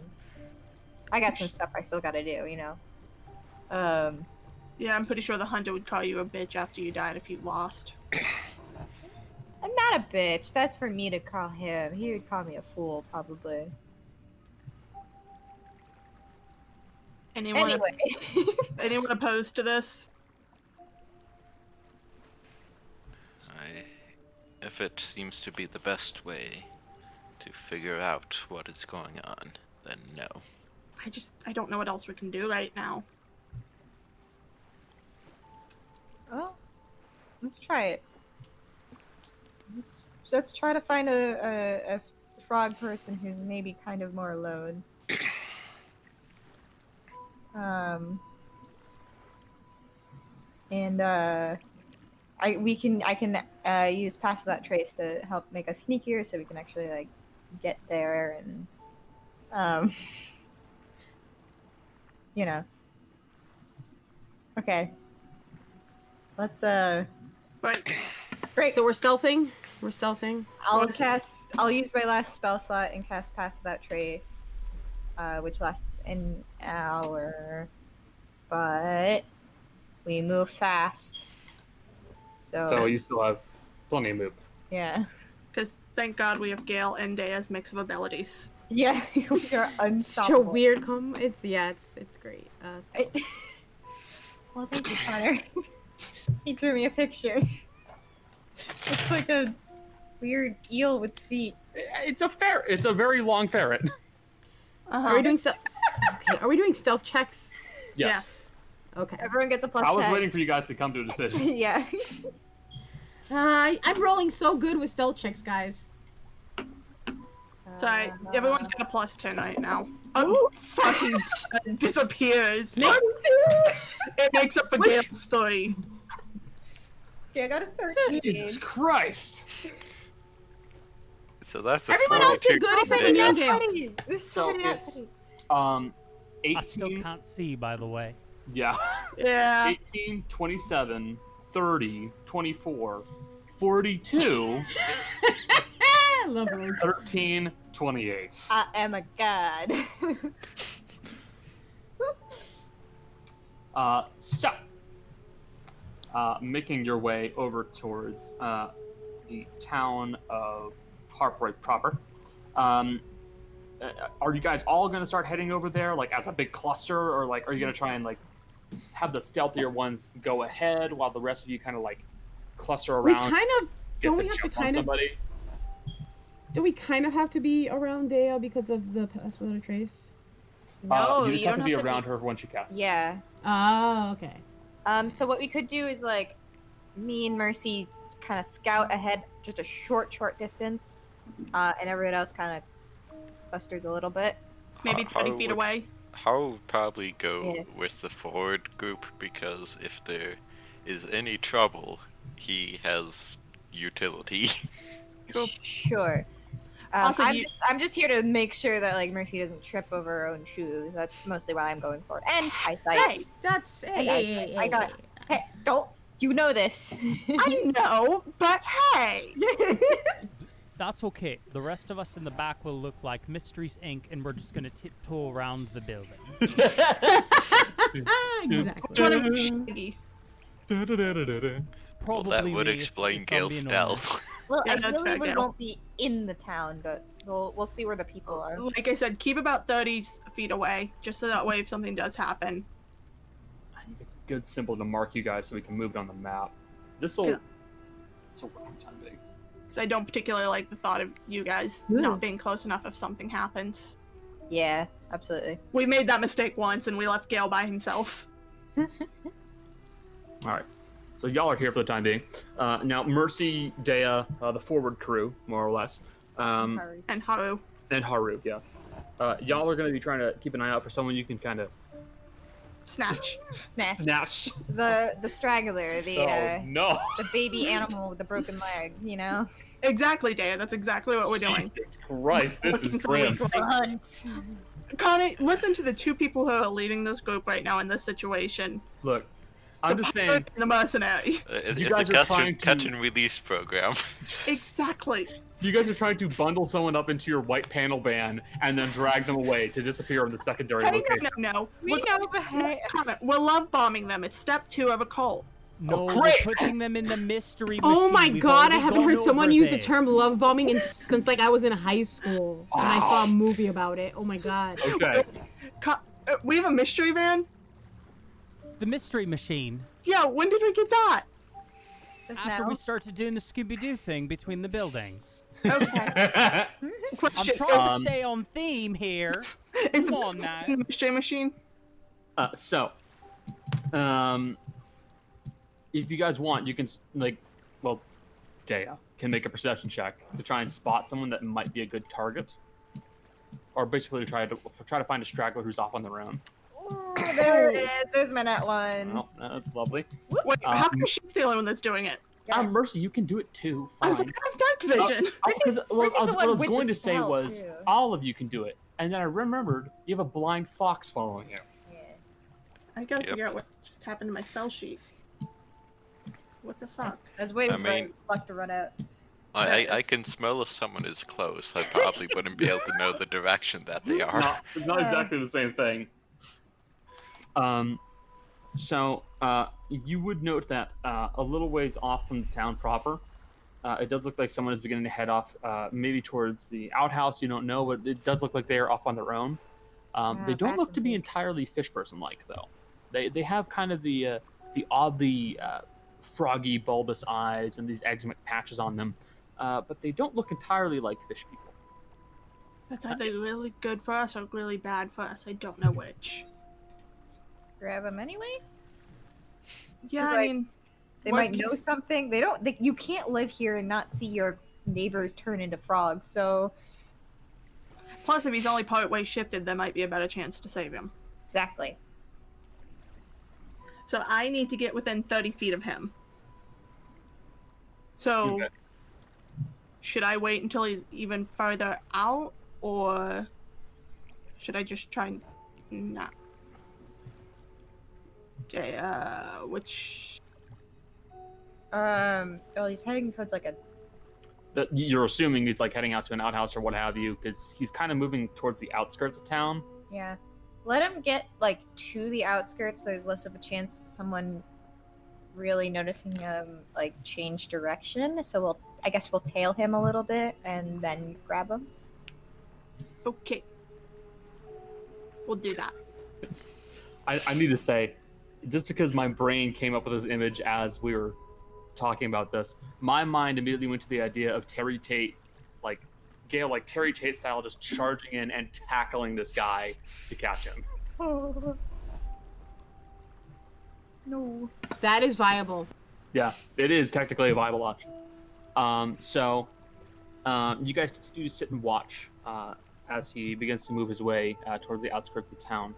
Speaker 3: I got some stuff I still got to do. You know. Um.
Speaker 5: Yeah, I'm pretty sure the hunter would call you a bitch after you died if you lost.
Speaker 3: I'm not a bitch. That's for me to call him. He would call me a fool, probably.
Speaker 5: Anyone,
Speaker 3: Anyway.
Speaker 5: anyone opposed to this?
Speaker 7: I, if it seems to be the best way to figure out what is going on, then no.
Speaker 5: I just, I don't know what else we can do right now.
Speaker 3: Oh, let's try it. Let's, let's try to find a, a, a frog person who's maybe kind of more alone. Um, and uh, I we can I can uh, use pass without trace to help make us sneakier, so we can actually like get there and um, you know. Okay. Let's uh.
Speaker 5: Right.
Speaker 3: Great.
Speaker 13: So we're stealthing. We're stealthing.
Speaker 3: I'll cast. I'll use my last spell slot and cast Pass Without Trace, uh, which lasts an hour. But we move fast, so,
Speaker 2: So you still have plenty of movement.
Speaker 3: yeah,
Speaker 5: Because thank God we have Gale and Daya's mix of abilities.
Speaker 3: yeah, you're
Speaker 13: Such a
Speaker 3: unstoppable.
Speaker 13: weird com. It's yeah. It's it's great. Uh, stealth.
Speaker 3: Well, thank you, Connor. he drew me a picture. It's like a weird eel with feet.
Speaker 2: It's a fair. It's a very long ferret.
Speaker 5: Uh-huh.
Speaker 13: Are
Speaker 5: um,
Speaker 13: we doing stealth? okay. Are we doing stealth checks?
Speaker 5: Yes.
Speaker 13: Okay.
Speaker 3: Everyone gets a plus.
Speaker 2: I was
Speaker 13: 10.
Speaker 2: waiting for you guys to come to a decision.
Speaker 3: yeah.
Speaker 13: Uh, I- I'm rolling so good with stealth checks, guys.
Speaker 5: Sorry,
Speaker 3: Uh,
Speaker 5: everyone's got a plus 10 right now. Oh, fucking disappears.
Speaker 13: Me
Speaker 5: It makes up for Gale's 30.
Speaker 3: Okay, I got a thirteen.
Speaker 2: Christ!
Speaker 7: So that's a
Speaker 13: Everyone else did
Speaker 7: 42
Speaker 13: good except for me
Speaker 7: today.
Speaker 13: and Gail.
Speaker 3: This is
Speaker 2: so many it's- Um, 18,
Speaker 1: I still can't see, by the way.
Speaker 2: Yeah.
Speaker 3: Uh.
Speaker 5: Yeah.
Speaker 2: 18, 27, 30, 24, 42,
Speaker 13: Eh, Love
Speaker 2: 13, 28.
Speaker 3: I am a god.
Speaker 2: Uh, so, uh, making your way over towards uh, the town of Harpwright proper. Um, uh, are you guys all going to start heading over there, like as a big cluster, or like are you going to try and like have the stealthier ones go ahead while the rest of you kind of like cluster
Speaker 13: We
Speaker 2: around?
Speaker 13: kind of
Speaker 2: get
Speaker 13: don't
Speaker 2: the
Speaker 13: we have to
Speaker 2: jump on
Speaker 13: kind of
Speaker 2: somebody?
Speaker 13: do we kind of have to be around Dale because of the pass without a trace?
Speaker 2: uh,
Speaker 3: No,
Speaker 2: you just
Speaker 3: you
Speaker 2: have to
Speaker 3: don't
Speaker 2: be
Speaker 3: have to
Speaker 2: around
Speaker 3: be-
Speaker 2: her when she casts.
Speaker 3: yeah.
Speaker 13: Oh, okay.
Speaker 3: Um, so what we could do is like me and Mercy kind of scout ahead just a short, short distance, uh, and everyone else kind of clusters a little bit.
Speaker 5: Maybe
Speaker 7: How-
Speaker 5: 30
Speaker 7: how
Speaker 5: feet
Speaker 7: would-
Speaker 5: away.
Speaker 7: How would probably go
Speaker 3: Yeah.
Speaker 7: with the forward group because if there is any trouble, he has utility.
Speaker 3: Sure. Um,
Speaker 5: Also,
Speaker 3: I'm,
Speaker 5: you-
Speaker 3: just, I'm just here to make sure that like Mercy doesn't trip over her own shoes. That's mostly why I'm going for it. And eyesight.
Speaker 13: That's that's eh, hey,
Speaker 3: Hey,
Speaker 13: hey,
Speaker 3: I-
Speaker 13: hey,
Speaker 3: I
Speaker 13: hey,
Speaker 3: got-
Speaker 13: hey.
Speaker 3: Hey, don't you know this?
Speaker 5: I know, but hey.
Speaker 1: That's okay. The rest of us in the back will look like Mysteries Inc., and we're just gonna tiptoe around the buildings.
Speaker 13: Ah,
Speaker 5: Which one
Speaker 13: exactly.
Speaker 5: of Shaggy?
Speaker 7: well,
Speaker 1: Probably
Speaker 7: that would
Speaker 1: me, if-
Speaker 7: explain
Speaker 1: if I'm
Speaker 7: Gale's
Speaker 1: being
Speaker 7: stealth.
Speaker 3: well,
Speaker 5: Yeah,
Speaker 3: I
Speaker 5: that's
Speaker 3: really
Speaker 5: fair,
Speaker 3: we
Speaker 5: Gail.
Speaker 3: won't be in the town, but we'll we'll see where the people are.
Speaker 5: Like I said, keep about 30 feet away, just so that way if something does happen.
Speaker 2: good symbol to mark you guys so we can move it on the map. This will.
Speaker 5: Yeah.
Speaker 2: This will work a ton big.
Speaker 5: Because I don't particularly like the thought of you guys not being close enough if something happens.
Speaker 3: Yeah, absolutely.
Speaker 5: We made that mistake once and we left Gale by himself.
Speaker 2: All right. So y'all are here for the time being. Uh, now Mercy, Dea, uh, the forward crew, more or less, um,
Speaker 3: Sorry.
Speaker 5: And Haru.
Speaker 2: and Haru. Yeah. Uh, y'all are going to be trying to keep an eye out for someone you can kind of
Speaker 5: Snatch.
Speaker 3: Snatch
Speaker 2: snatch.
Speaker 3: the the straggler, the uh,
Speaker 2: Oh no!
Speaker 3: the baby animal with the broken leg. You know,
Speaker 5: Exactly, Daya. That's exactly what we're doing.
Speaker 2: Jesus Christ, this is
Speaker 5: Looking for
Speaker 2: grim.
Speaker 5: weak links.
Speaker 3: hunt.
Speaker 5: Connie, listen to the two people who are leading this group right now in this situation.
Speaker 2: Look, I'm just
Speaker 5: pilot
Speaker 2: saying.
Speaker 5: and the mercenary.
Speaker 7: Uh, it-
Speaker 2: You
Speaker 7: it's a
Speaker 2: guys are
Speaker 7: catch
Speaker 2: trying
Speaker 7: and, catch
Speaker 2: to-
Speaker 7: and release program.
Speaker 5: Exactly.
Speaker 2: You guys are trying to bundle someone up into your white panel van and then drag them away to disappear in the secondary
Speaker 5: Hey,
Speaker 2: location.
Speaker 5: no, no, no.
Speaker 9: We
Speaker 5: We're,
Speaker 9: know, but hey,
Speaker 5: not- we're love bombing them. It's step two of a cult.
Speaker 1: No,
Speaker 7: Oh,
Speaker 1: we're
Speaker 2: great.
Speaker 1: putting them in the mystery.
Speaker 13: Oh
Speaker 1: machine.
Speaker 13: my
Speaker 1: We've
Speaker 13: god, I
Speaker 1: already
Speaker 13: haven't
Speaker 1: gone
Speaker 13: heard someone
Speaker 1: over
Speaker 13: use the
Speaker 1: this.
Speaker 13: term love bombing in, since like I was in high school and I saw a movie about it. Oh my god.
Speaker 2: Okay.
Speaker 5: Co- uh, we have a mystery van?
Speaker 1: The mystery machine.
Speaker 5: Yeah, when did we get that?
Speaker 3: Just
Speaker 1: After
Speaker 3: now.
Speaker 1: we started doing the Scooby Doo thing between the buildings.
Speaker 5: Okay.
Speaker 1: I'm
Speaker 5: Question.
Speaker 1: trying
Speaker 2: Um,
Speaker 1: to stay on theme here.
Speaker 5: Is
Speaker 1: Come
Speaker 5: the
Speaker 1: on now.
Speaker 5: mystery machine?
Speaker 2: Uh, so, um, if you guys want, you can s- like, well, Dea can make a perception check to try and spot someone that might be a good target, or basically to try to try to find a straggler who's off on their own.
Speaker 3: Ooh, there it is. There's my net one.
Speaker 2: Well, that's lovely.
Speaker 5: Wait, how
Speaker 2: Um,
Speaker 5: come she's the only one that's doing it?
Speaker 2: Ah, Mercy, you can do it too.
Speaker 5: I
Speaker 2: Fine. Oh.
Speaker 5: was like, I have dark vision.
Speaker 2: I- 'cause
Speaker 3: Mercy's-
Speaker 2: what I
Speaker 3: Mercy's the
Speaker 2: was- what
Speaker 3: one
Speaker 2: I was
Speaker 3: with
Speaker 2: going
Speaker 3: the
Speaker 2: to say
Speaker 3: spell,
Speaker 2: was
Speaker 3: too.
Speaker 2: all of you can do it, and then I remembered you have a blind fox following you.
Speaker 3: Yeah.
Speaker 5: I gotta
Speaker 7: Yep.
Speaker 5: figure out what just happened to my spell sheet. What the fuck?
Speaker 3: I was waiting
Speaker 7: I mean-
Speaker 3: for luck to run out.
Speaker 7: I, I, I
Speaker 5: Yes.
Speaker 7: can smell if someone is close. I probably wouldn't be able to know the direction that they are.
Speaker 2: not, it's not exactly the same thing. Um, so uh, you would note that uh, a little ways off from the town proper, uh, it does look like someone is beginning to head off, uh, maybe towards the outhouse. You don't know, but it does look like they are off on their own. Um,
Speaker 3: Ah,
Speaker 2: they don't
Speaker 3: back
Speaker 2: look to
Speaker 3: on
Speaker 2: be
Speaker 3: the-
Speaker 2: entirely fish person like though. They they have kind of the uh, the oddly uh, froggy bulbous eyes and these eczema patches on them, uh, but they don't look entirely like fish people.
Speaker 5: That's either really good for us or really bad for us. I don't know which.
Speaker 3: Grab them anyway.
Speaker 5: Yeah,
Speaker 3: It's
Speaker 5: I
Speaker 3: like-
Speaker 5: mean,
Speaker 3: They
Speaker 5: Worst
Speaker 3: might know
Speaker 5: case-
Speaker 3: something. They don't. They, you can't live here and not see your neighbors turn into frogs. So
Speaker 5: plus if he's only part way shifted, there might be a better chance to save him.
Speaker 3: exactly.
Speaker 5: So I need to get within 30 feet of him. So
Speaker 2: Okay.
Speaker 5: Should I wait until he's even further out, or should I just try and not? Okay, uh, which
Speaker 3: Um. Well, he's heading towards like a.
Speaker 2: That you're assuming he's like heading out to an outhouse or what have you, because he's kind of moving towards the outskirts of town.
Speaker 3: Yeah. Let him get like to the outskirts. There's less of a chance someone really noticing him like change direction. So we'll. I guess we'll tail him a little bit and then grab him.
Speaker 5: Okay. We'll do that.
Speaker 2: It's, I, I need to say, just because my brain came up with this image as we were talking about this, my mind immediately went to the idea of Terry Tate, like Gail, like Terry Tate style, just charging in and tackling this guy to catch him.
Speaker 3: Oh. No.
Speaker 13: That is viable.
Speaker 2: Yeah, it is technically a viable option. Um, so, um, you guys continue to sit and watch uh, as he begins to move his way uh, towards the outskirts of town.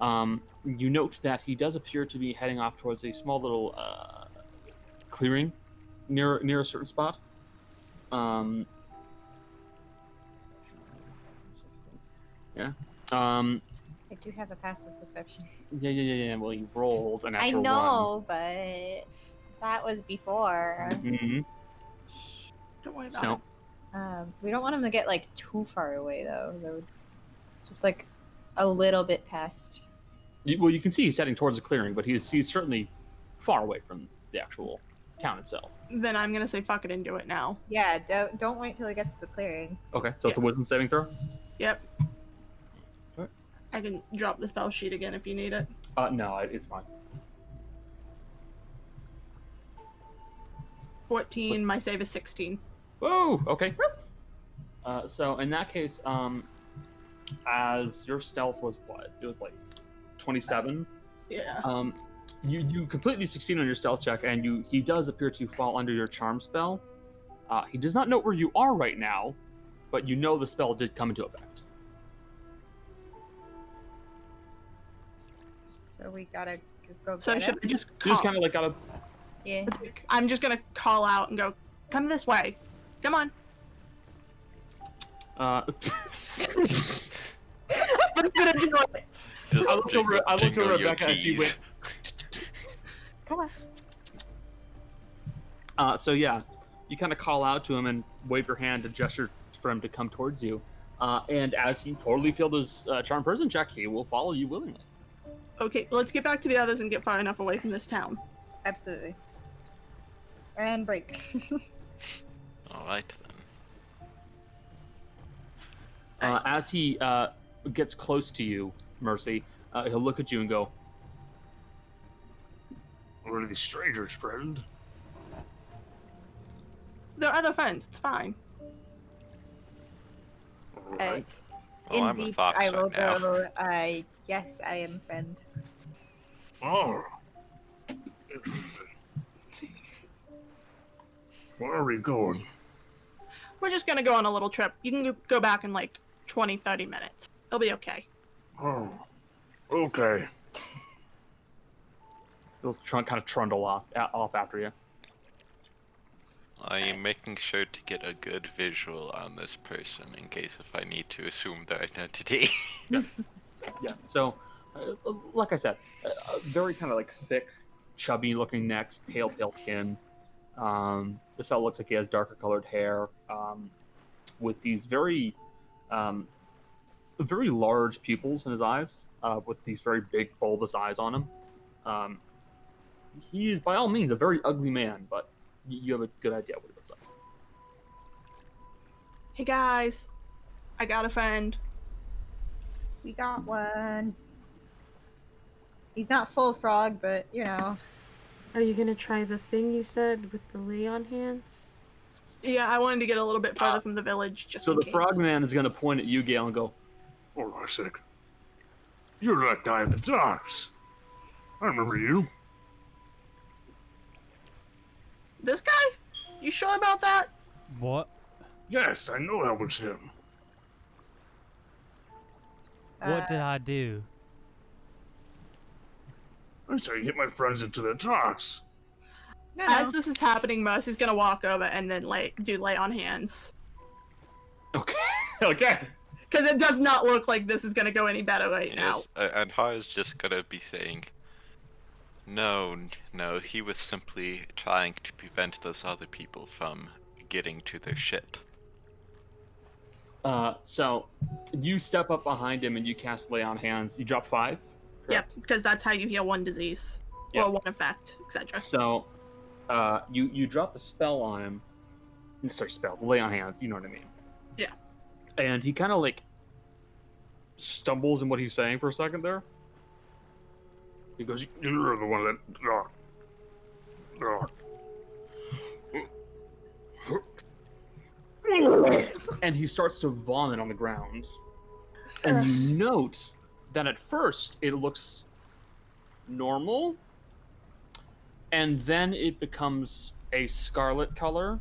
Speaker 2: Um, you note that he does appear to be heading off towards a small little uh, clearing near near a certain spot. Um, yeah. Um,
Speaker 3: I do have a passive perception.
Speaker 2: yeah, yeah, yeah, yeah. Well, you rolled an
Speaker 3: I
Speaker 2: actual
Speaker 3: know, but that was before.
Speaker 2: one. hmm
Speaker 5: Don't worry about
Speaker 2: So,
Speaker 5: it.
Speaker 3: Um, we don't want him to get like too far away though. though. Just like a little bit past.
Speaker 2: you, well, you can see he's heading towards a clearing, but he's he's certainly far away from the actual town itself.
Speaker 5: Then I'm gonna say fuck it and do it now.
Speaker 3: Yeah, don't don't wait till he gets to the clearing.
Speaker 2: Okay, so it's a wisdom saving throw.
Speaker 5: Yep.
Speaker 2: Alright.
Speaker 5: I can drop the spell sheet again if you need it.
Speaker 2: Uh, no, it- it's fine.
Speaker 5: 14, my save is 16.
Speaker 2: Whoa. Okay. Uh, so in that case, um, as your stealth was what? It was like twenty-seven.
Speaker 5: Yeah.
Speaker 2: Um, you you completely succeed on your stealth check, and you he does appear to fall under your charm spell. Uh, he does not know where you are right now, but you know the spell did come into effect.
Speaker 3: So we gotta g- go.
Speaker 5: So
Speaker 3: get
Speaker 5: should
Speaker 3: him?
Speaker 5: I just
Speaker 2: You just
Speaker 5: call-
Speaker 2: kind of like gotta
Speaker 3: Yeah.
Speaker 5: I'm just gonna call out and go, come this way. Come on.
Speaker 2: Uh,
Speaker 5: I'm gonna do it.
Speaker 2: I looked over. I looked over
Speaker 7: jingle
Speaker 2: at
Speaker 7: your
Speaker 2: Rebecca, and she
Speaker 7: keys.
Speaker 2: went.
Speaker 3: Come on.
Speaker 2: Uh, so yeah, you kind of call out to him and wave your hand and gesture for him to come towards you. Uh, and as you totally failed his uh, charm person check, he will follow you willingly.
Speaker 5: Okay, let's get back to the others and get far enough away from this town.
Speaker 3: Absolutely. And break.
Speaker 7: All right then.
Speaker 2: Uh, as he uh, gets close to you, Mercy, uh, he'll look at you and go, "What are these strangers, friend?"
Speaker 5: They're other friends. It's fine.
Speaker 3: I,
Speaker 7: Well, I'm a
Speaker 3: indeed,
Speaker 7: fox
Speaker 3: I
Speaker 7: right
Speaker 3: will
Speaker 7: now.
Speaker 3: go. I yes, I am friend.
Speaker 14: Oh. Interesting. Where are we going?
Speaker 5: We're just gonna go on a little trip. You can go- go back in like 20, 30 minutes. It'll be okay.
Speaker 14: Oh. Okay.
Speaker 2: He'll tr- kind of trundle off uh, off after you.
Speaker 7: I am making sure to get a good visual on this person in case if I need to assume their identity.
Speaker 2: Yeah. So, uh, like I said, uh, very kind of like thick, chubby-looking necks, pale, pale skin. Um, this fellow looks like he has darker-colored hair, um, with these very, um, very large pupils in his eyes, uh, with these very big bulbous eyes on him. Um, he is, by all means, a very ugly man, but y- you have a good idea what he looks like.
Speaker 5: Hey guys, I got a friend.
Speaker 3: We got one. He's not full frog, but you know.
Speaker 4: Are you gonna try the thing you said with the lay on hands?
Speaker 5: Yeah, I wanted to get a little bit farther from the village just
Speaker 2: Uh, So
Speaker 5: in
Speaker 2: the
Speaker 5: case.
Speaker 2: frogman is going to point at you, Gale, and go,
Speaker 14: Oh, I said, you're that guy at the docks. I remember you.
Speaker 5: This guy? You sure about that?
Speaker 1: What?
Speaker 14: Yes, I know that was him.
Speaker 1: What did I do?
Speaker 14: I said, you hit my friends into the docks.
Speaker 5: As this is happening, Moss is gonna walk over and then lay do lay on hands
Speaker 2: okay.
Speaker 5: because it does not look like this is gonna go any better right now.
Speaker 7: Yes, uh, and Haya's just gonna be saying, "No, n- no, he was simply trying to prevent those other people from getting to their ship."
Speaker 2: Uh, so you step up behind him and you cast Lay on Hands. You drop five.
Speaker 5: Yep, because that's how you heal one disease
Speaker 2: Yep.
Speaker 5: or one effect, etc.
Speaker 2: So uh, you you drop the spell on him. Sorry, spell Lay on Hands. You know what I mean.
Speaker 5: Yeah.
Speaker 2: And he kind of like stumbles in what he's saying for a second there. He goes,
Speaker 14: You're the one that. No. No.
Speaker 2: uh, and he starts to vomit on the ground. And you note that at first it looks normal, and then it becomes a scarlet color,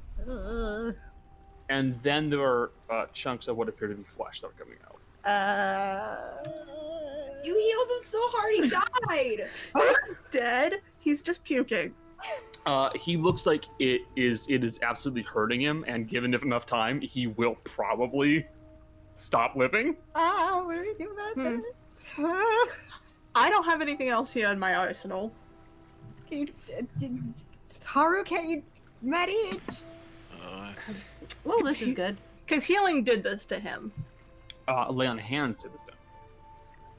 Speaker 2: and then there are uh, chunks of what appear to be flesh that are coming out.
Speaker 5: Uh,
Speaker 6: You healed him so hard he died.
Speaker 5: dead. He's just puking.
Speaker 2: Uh, he looks like it is it is absolutely hurting him, and given enough time, he will probably stop living.
Speaker 5: Ah, what do we do about this? I don't have anything else here in my arsenal.
Speaker 12: Can you, uh, did,
Speaker 3: uh,
Speaker 12: Haru, can you smell it?
Speaker 4: Well, this is good.
Speaker 5: Because healing did this to him.
Speaker 2: Uh, lay on hands to this stone.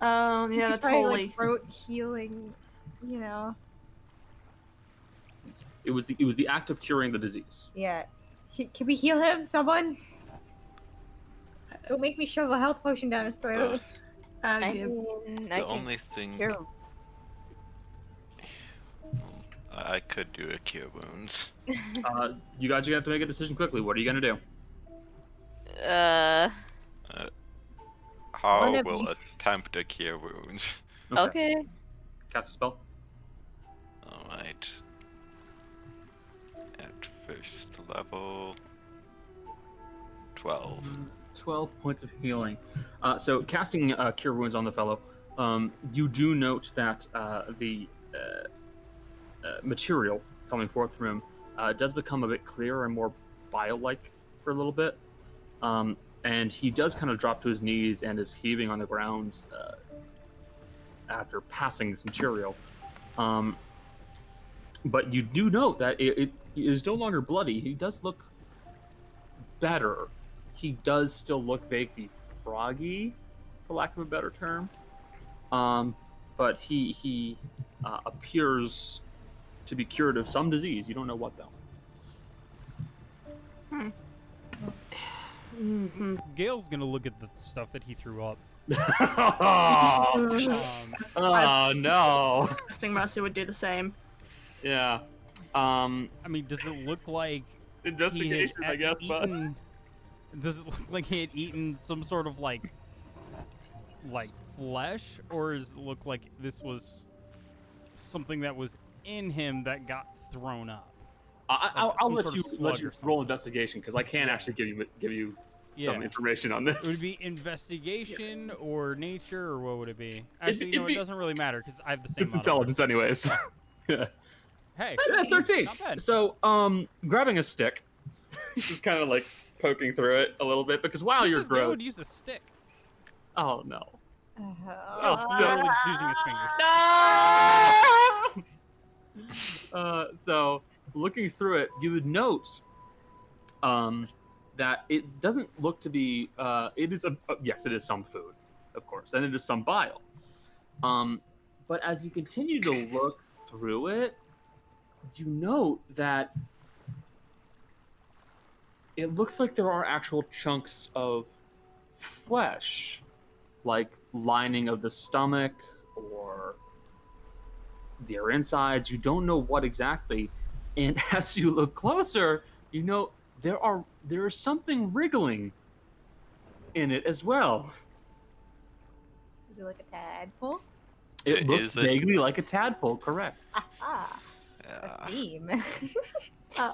Speaker 5: Oh,
Speaker 12: You
Speaker 5: yeah,
Speaker 12: could
Speaker 5: that's
Speaker 12: probably,
Speaker 5: holy.
Speaker 12: Like, throat healing, you know.
Speaker 2: It was the it was the act of curing the disease.
Speaker 12: Yeah. Can, can we heal him, someone? Don't make me shove a health potion down his throat.
Speaker 5: I
Speaker 12: give-
Speaker 7: the only thing I I could do a cure wounds.
Speaker 2: uh, you guys are gonna have to make a decision quickly. What are you gonna do?
Speaker 12: Uh,
Speaker 7: Uh, how
Speaker 12: Wanna
Speaker 7: will
Speaker 12: be-
Speaker 7: attempt a cure wounds?
Speaker 12: okay.
Speaker 2: Cast a spell.
Speaker 7: All right. At first level, twelve.
Speaker 2: 12 points of healing. Uh, so, casting uh, Cure Wounds on the fellow, um, you do note that uh, the uh, uh, material coming forth from him uh, does become a bit clearer and more bile like for a little bit. Um, and he does kind of drop to his knees and is heaving on the ground uh, after passing this material. Um, but you do note that it, it is no longer bloody. He does look better. He does still look vaguely froggy, for lack of a better term. Um, but he he uh, appears to be cured of some disease. You don't know what though.
Speaker 13: Mm-hmm.
Speaker 1: Gail's gonna look at the stuff that he threw up. Um,
Speaker 2: Oh.
Speaker 5: I-
Speaker 2: Oh no!
Speaker 5: Disgusting Mercy would do the same.
Speaker 2: Yeah. Um.
Speaker 1: I mean, does it look like he had
Speaker 2: Investigation, I
Speaker 1: e-
Speaker 2: guess, but-
Speaker 1: eaten, Does it look like he had eaten some sort of like, like flesh, or does it look like this was something that was in him that got thrown up?
Speaker 2: I, I, I'll,
Speaker 1: Like
Speaker 2: I'll
Speaker 1: some
Speaker 2: let
Speaker 1: sort
Speaker 2: you
Speaker 1: of
Speaker 2: let
Speaker 1: slug
Speaker 2: you
Speaker 1: or
Speaker 2: roll investigation because I can't actually give you give you some
Speaker 1: Yeah.
Speaker 2: information on
Speaker 1: It would
Speaker 2: this.
Speaker 1: be investigation or nature, or what would it be?
Speaker 2: It'd
Speaker 1: Actually, you
Speaker 2: be-
Speaker 1: know,
Speaker 2: it'd
Speaker 1: it
Speaker 2: be-
Speaker 1: doesn't really matter because I have the same.
Speaker 2: it's
Speaker 1: modifier.
Speaker 2: intelligence, anyways.
Speaker 1: Hey,
Speaker 2: Yeah, thirteen.
Speaker 1: Not bad.
Speaker 2: So, um, grabbing a stick, just kind of like poking through it a little bit because wow,
Speaker 1: This
Speaker 2: you're
Speaker 1: is Gail
Speaker 2: gross.
Speaker 1: would use a stick.
Speaker 2: Oh no.
Speaker 12: Uh-huh.
Speaker 1: Oh,
Speaker 2: no.
Speaker 1: literally just using his fingers.
Speaker 2: Uh, so, looking through it, you would note um, that it doesn't look to be. Uh, it is a uh, yes, it is some food, of course, and it is some bile. Um, but as you continue to look through it, you note that it looks like there are actual chunks of flesh, like lining of the stomach or their insides. You don't know what exactly. And as you look closer, you know there are there is something wriggling in it as well.
Speaker 12: Is it like a tadpole?
Speaker 2: It
Speaker 7: I-
Speaker 2: looks
Speaker 7: is it-
Speaker 2: vaguely like a tadpole, correct?
Speaker 12: Ah,
Speaker 7: Yeah.
Speaker 3: Uh.
Speaker 12: a theme.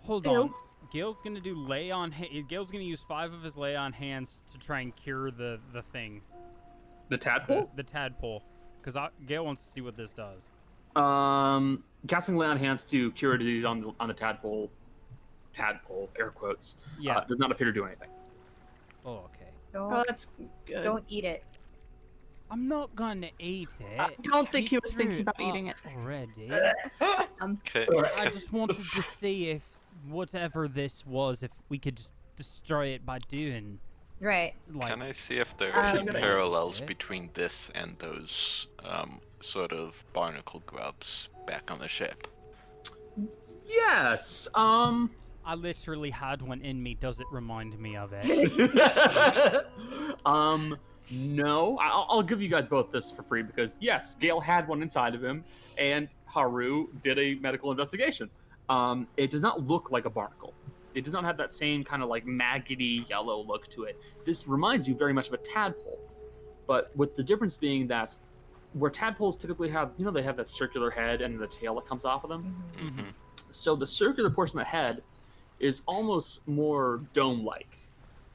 Speaker 1: Hold
Speaker 5: Ew.
Speaker 1: on. Gail's gonna do lay on. Ha- Gail's gonna use five of his lay on hands to try and cure the the thing,
Speaker 2: The
Speaker 1: the,
Speaker 2: tadpole?
Speaker 1: the tadpole, because Gail wants to see what this does.
Speaker 2: Um, casting lay on hands to cure disease on the, on the tadpole, tadpole air quotes.
Speaker 1: Yeah.
Speaker 2: uh, does not appear to do anything.
Speaker 1: Oh, okay.
Speaker 3: Don't,
Speaker 5: Oh, that's good.
Speaker 3: don't eat it.
Speaker 1: I'm not gonna eat it.
Speaker 5: I don't think he was
Speaker 1: Screw
Speaker 5: thinking about
Speaker 1: it
Speaker 5: eating
Speaker 1: up already.
Speaker 5: Um,
Speaker 1: I just wanted to see if whatever this was, if we could just destroy it by doing
Speaker 3: Right.
Speaker 1: like.
Speaker 7: Can I see if there
Speaker 3: Um,
Speaker 7: are any
Speaker 3: Should I-
Speaker 7: parallels between this and those um, sort of barnacle grubs back on the ship?
Speaker 2: Yes. Um.
Speaker 1: I literally had one in me. Does it remind me of it?
Speaker 2: um, no, I- I'll, I'll give you guys both this for free because yes, Gale had one inside of him, and Haru did a medical investigation. Um, it does not look like a barnacle. It does not have that same kind of like maggoty yellow look to it. This reminds you very much of a tadpole, but with the difference being that where tadpoles typically have, you know, they have that circular head and the tail that comes off of them. So the circular portion of the head is almost more dome-like,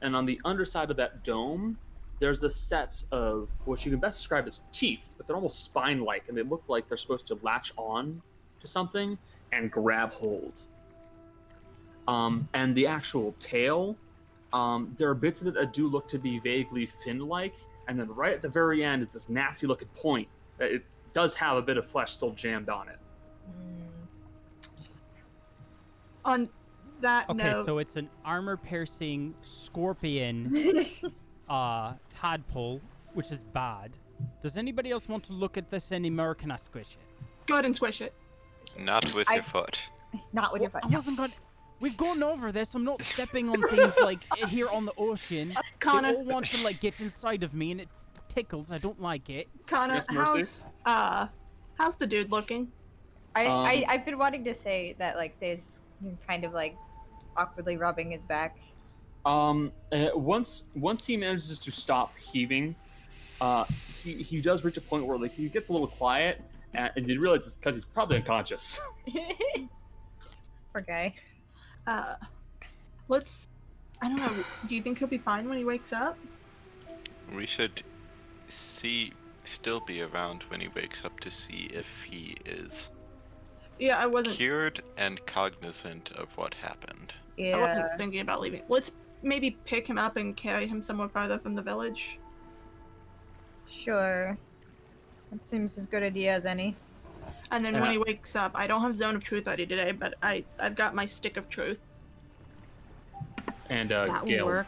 Speaker 2: and on the underside of that dome, there's a set of what you can best describe as teeth, but they're almost spine-like, and they look like they're supposed to latch on to something and grab hold. Um, and the actual tail, um, there are bits of it that do look to be vaguely fin-like, and then right at the very end is this nasty-looking point that it does have a bit of flesh still jammed on it.
Speaker 5: on that
Speaker 1: Okay,
Speaker 5: note,
Speaker 1: so it's an armor-piercing scorpion uh, tadpole, which is bad. Does anybody else want to look at this anymore? Can I squish it?
Speaker 5: go ahead and squish it.
Speaker 7: Not with
Speaker 1: I-
Speaker 7: your foot.
Speaker 3: Not with your
Speaker 1: I
Speaker 3: foot.
Speaker 1: wasn't going. We've gone over this. I'm not stepping on things like here on the ocean.
Speaker 5: Connor.
Speaker 1: They all want to like get inside of me, and it tickles. I don't like it.
Speaker 5: Connor,
Speaker 1: Yes, Mercy?
Speaker 5: how's uh, how's the dude looking?
Speaker 3: I, I
Speaker 1: Um,
Speaker 3: I've been wanting to say that like there's kind of like awkwardly rubbing his back.
Speaker 2: Um, uh, once once he manages to stop heaving, uh, he, he does reach a point where like he gets a little quiet, and, and you realize it's because he's probably unconscious.
Speaker 3: Poor guy.
Speaker 5: Uh, let's. I don't know. Do you think he'll be fine when he wakes up?
Speaker 7: We should see, still be around when he wakes up to see if he is
Speaker 5: Yeah, I wasn't.
Speaker 7: cured and cognizant of what happened.
Speaker 5: I wasn't thinking about leaving. Let's maybe pick him up and carry him somewhere farther from the village.
Speaker 3: Sure. That seems as good idea as any.
Speaker 5: And then when
Speaker 3: Yeah.
Speaker 5: he wakes up, I don't have zone of truth ready today, but I I've got my stick of truth.
Speaker 2: And uh,
Speaker 5: That will
Speaker 2: Gail,
Speaker 5: work.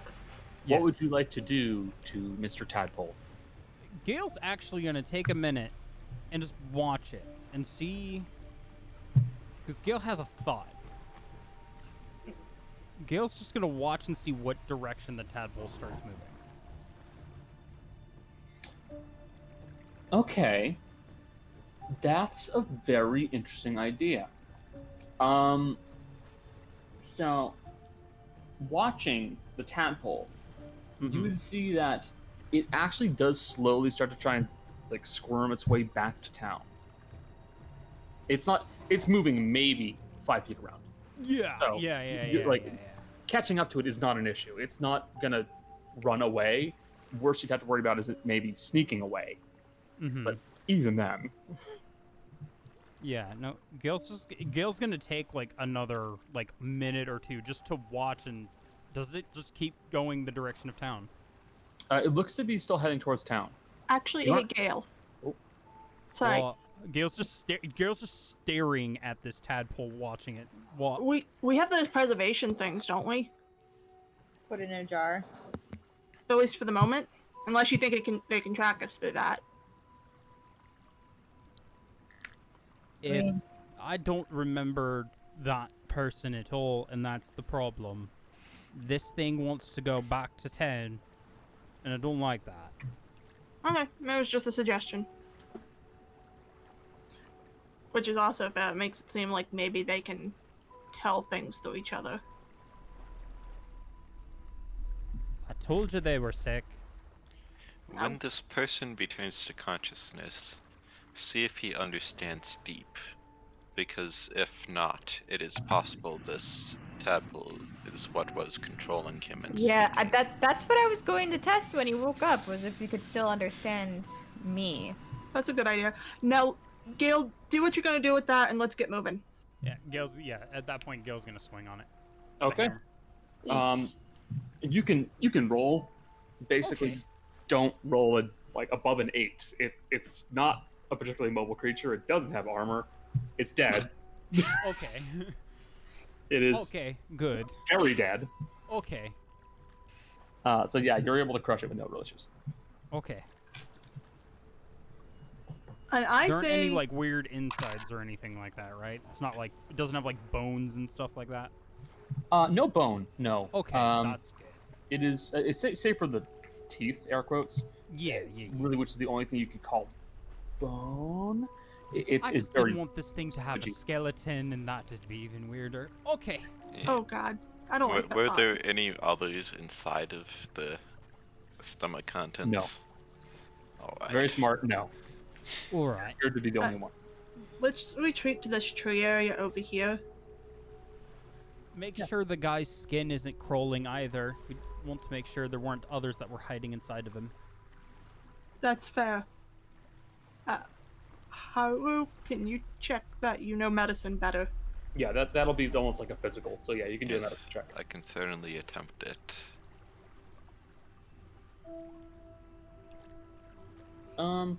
Speaker 2: what would you like to do to Mr. Tadpole?
Speaker 1: Gail's actually gonna take a minute and just watch it and see, because Gail has a thought. Gail's just gonna watch and see what direction the tadpole starts moving.
Speaker 2: Okay, that's a very interesting idea. Um, so watching the tadpole, you would see that it actually does slowly start to try and like squirm its way back to town. It's not. It's moving maybe five feet around.
Speaker 1: Yeah,
Speaker 2: So,
Speaker 1: yeah, yeah,
Speaker 2: you-
Speaker 1: yeah.
Speaker 2: like
Speaker 1: yeah.
Speaker 2: catching up to it is not an issue. It's not gonna run away. Worst you'd have to worry about is it maybe sneaking away.
Speaker 1: Mhm.
Speaker 2: But even then,
Speaker 1: Yeah, no. Gail's just Gail's gonna take like another like minute or two just to watch and does it just keep going the direction of town?
Speaker 2: uh, it looks to be still heading towards town.
Speaker 5: Actually,
Speaker 2: You
Speaker 5: hey
Speaker 2: want-
Speaker 5: Gail. Sorry.
Speaker 1: Well, Gail's just sta- Gail's just staring at this tadpole, watching it walk.
Speaker 5: We we have those preservation things, don't we?
Speaker 3: Put it in a jar.
Speaker 5: At least for the moment, unless you think it can they can track us through that.
Speaker 1: If I don't remember that person at all, and that's the problem. This thing wants to go back to town, and I don't like that.
Speaker 5: Okay, that was just a suggestion. Which is also fair. It makes it seem like maybe they can tell things to each other.
Speaker 1: I told you they were sick.
Speaker 3: Um,
Speaker 7: When this person returns to consciousness, see if he understands deep. Because if not, it is possible this tadpole is what was controlling him. And
Speaker 3: Yeah, I, that that's what I was going to test when he woke up was if he could still understand me.
Speaker 5: That's a good idea. Now, Gail, do what you're gonna do with that, and let's get moving.
Speaker 1: Yeah, Gail's. Yeah, at that point, Gail's gonna swing on it.
Speaker 2: Okay. Um, you can you can roll. Basically, just don't roll a like above an eight. It it's not a particularly mobile creature. It doesn't have armor. It's dead.
Speaker 1: okay.
Speaker 2: It is
Speaker 1: Okay. Good.
Speaker 2: very dead.
Speaker 1: Okay.
Speaker 2: Uh, so yeah, you're able to crush it with no real issues.
Speaker 1: Okay.
Speaker 5: And I
Speaker 1: there aren't
Speaker 5: say,
Speaker 1: any like weird insides or anything like that, right? It's not like it doesn't have like bones and stuff like that.
Speaker 2: Uh, no bone. No.
Speaker 1: Okay,
Speaker 2: Um,
Speaker 1: that's good.
Speaker 2: It is. uh, It's sa- save for the teeth, air quotes.
Speaker 1: Yeah, yeah. yeah.
Speaker 2: Really, which is the only thing you could call bone. It, it's
Speaker 1: I
Speaker 2: it's
Speaker 1: just
Speaker 2: very.
Speaker 1: didn't want this thing to have a
Speaker 2: dodgy.
Speaker 1: skeleton, and that would be even weirder. Okay.
Speaker 5: oh god, I don't
Speaker 7: Were,
Speaker 5: like that.
Speaker 7: were
Speaker 5: thought.
Speaker 7: there any others inside of the stomach contents? Oh, No. All right.
Speaker 2: Very smart. No.
Speaker 1: All right.
Speaker 2: Appeared to be the
Speaker 5: Uh,
Speaker 2: only one.
Speaker 5: Let's retreat to this tree area over here.
Speaker 1: Make sure the guy's skin isn't crawling either. We want to make sure there weren't others that were hiding inside of him.
Speaker 5: That's fair. Uh, Haru, can you check that you know medicine better?
Speaker 2: Yeah, that that'll be almost like a physical. So yeah, you can do
Speaker 7: Yes,
Speaker 2: another check.
Speaker 7: I can certainly attempt it.
Speaker 2: Um,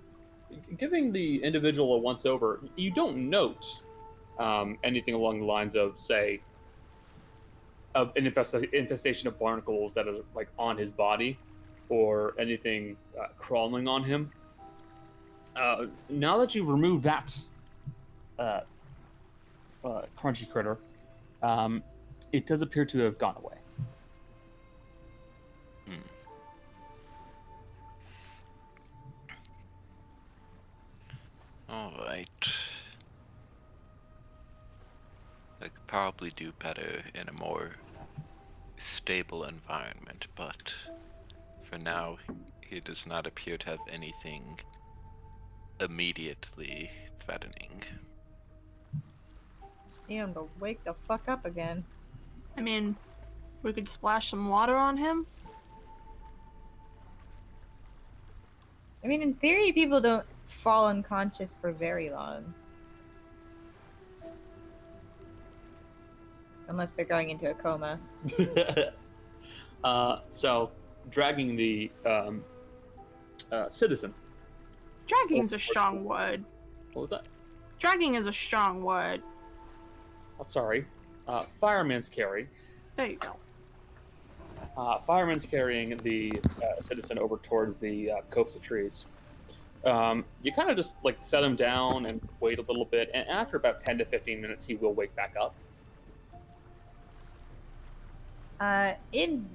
Speaker 2: giving the individual a once over, you don't note um, anything along the lines of, say, of an infest- infestation of barnacles that are like on his body, or anything uh, crawling on him. Uh, now that you've removed that uh, uh, crunchy critter, um, it does appear to have gone away.
Speaker 7: All right. I could probably do better in a more stable environment, but for now, he does not appear to have anything immediately threatening.
Speaker 3: Just need him to wake the fuck up again.
Speaker 5: I mean, we could splash some water on him.
Speaker 3: I mean, in theory, people don't fall unconscious for very long. Unless they're going into a coma.
Speaker 2: uh, so, dragging the um, uh, citizen.
Speaker 5: Dragging's a strong word.
Speaker 2: What was that?
Speaker 5: Dragging is a strong word.
Speaker 2: Oh, sorry. Uh, fireman's carry.
Speaker 5: There you go.
Speaker 2: Uh, fireman's carrying the uh, citizen over towards the uh, copse of trees. Um, you kind of just like set him down and wait a little bit, and after about ten to fifteen minutes, he will wake back up.
Speaker 3: Uh, in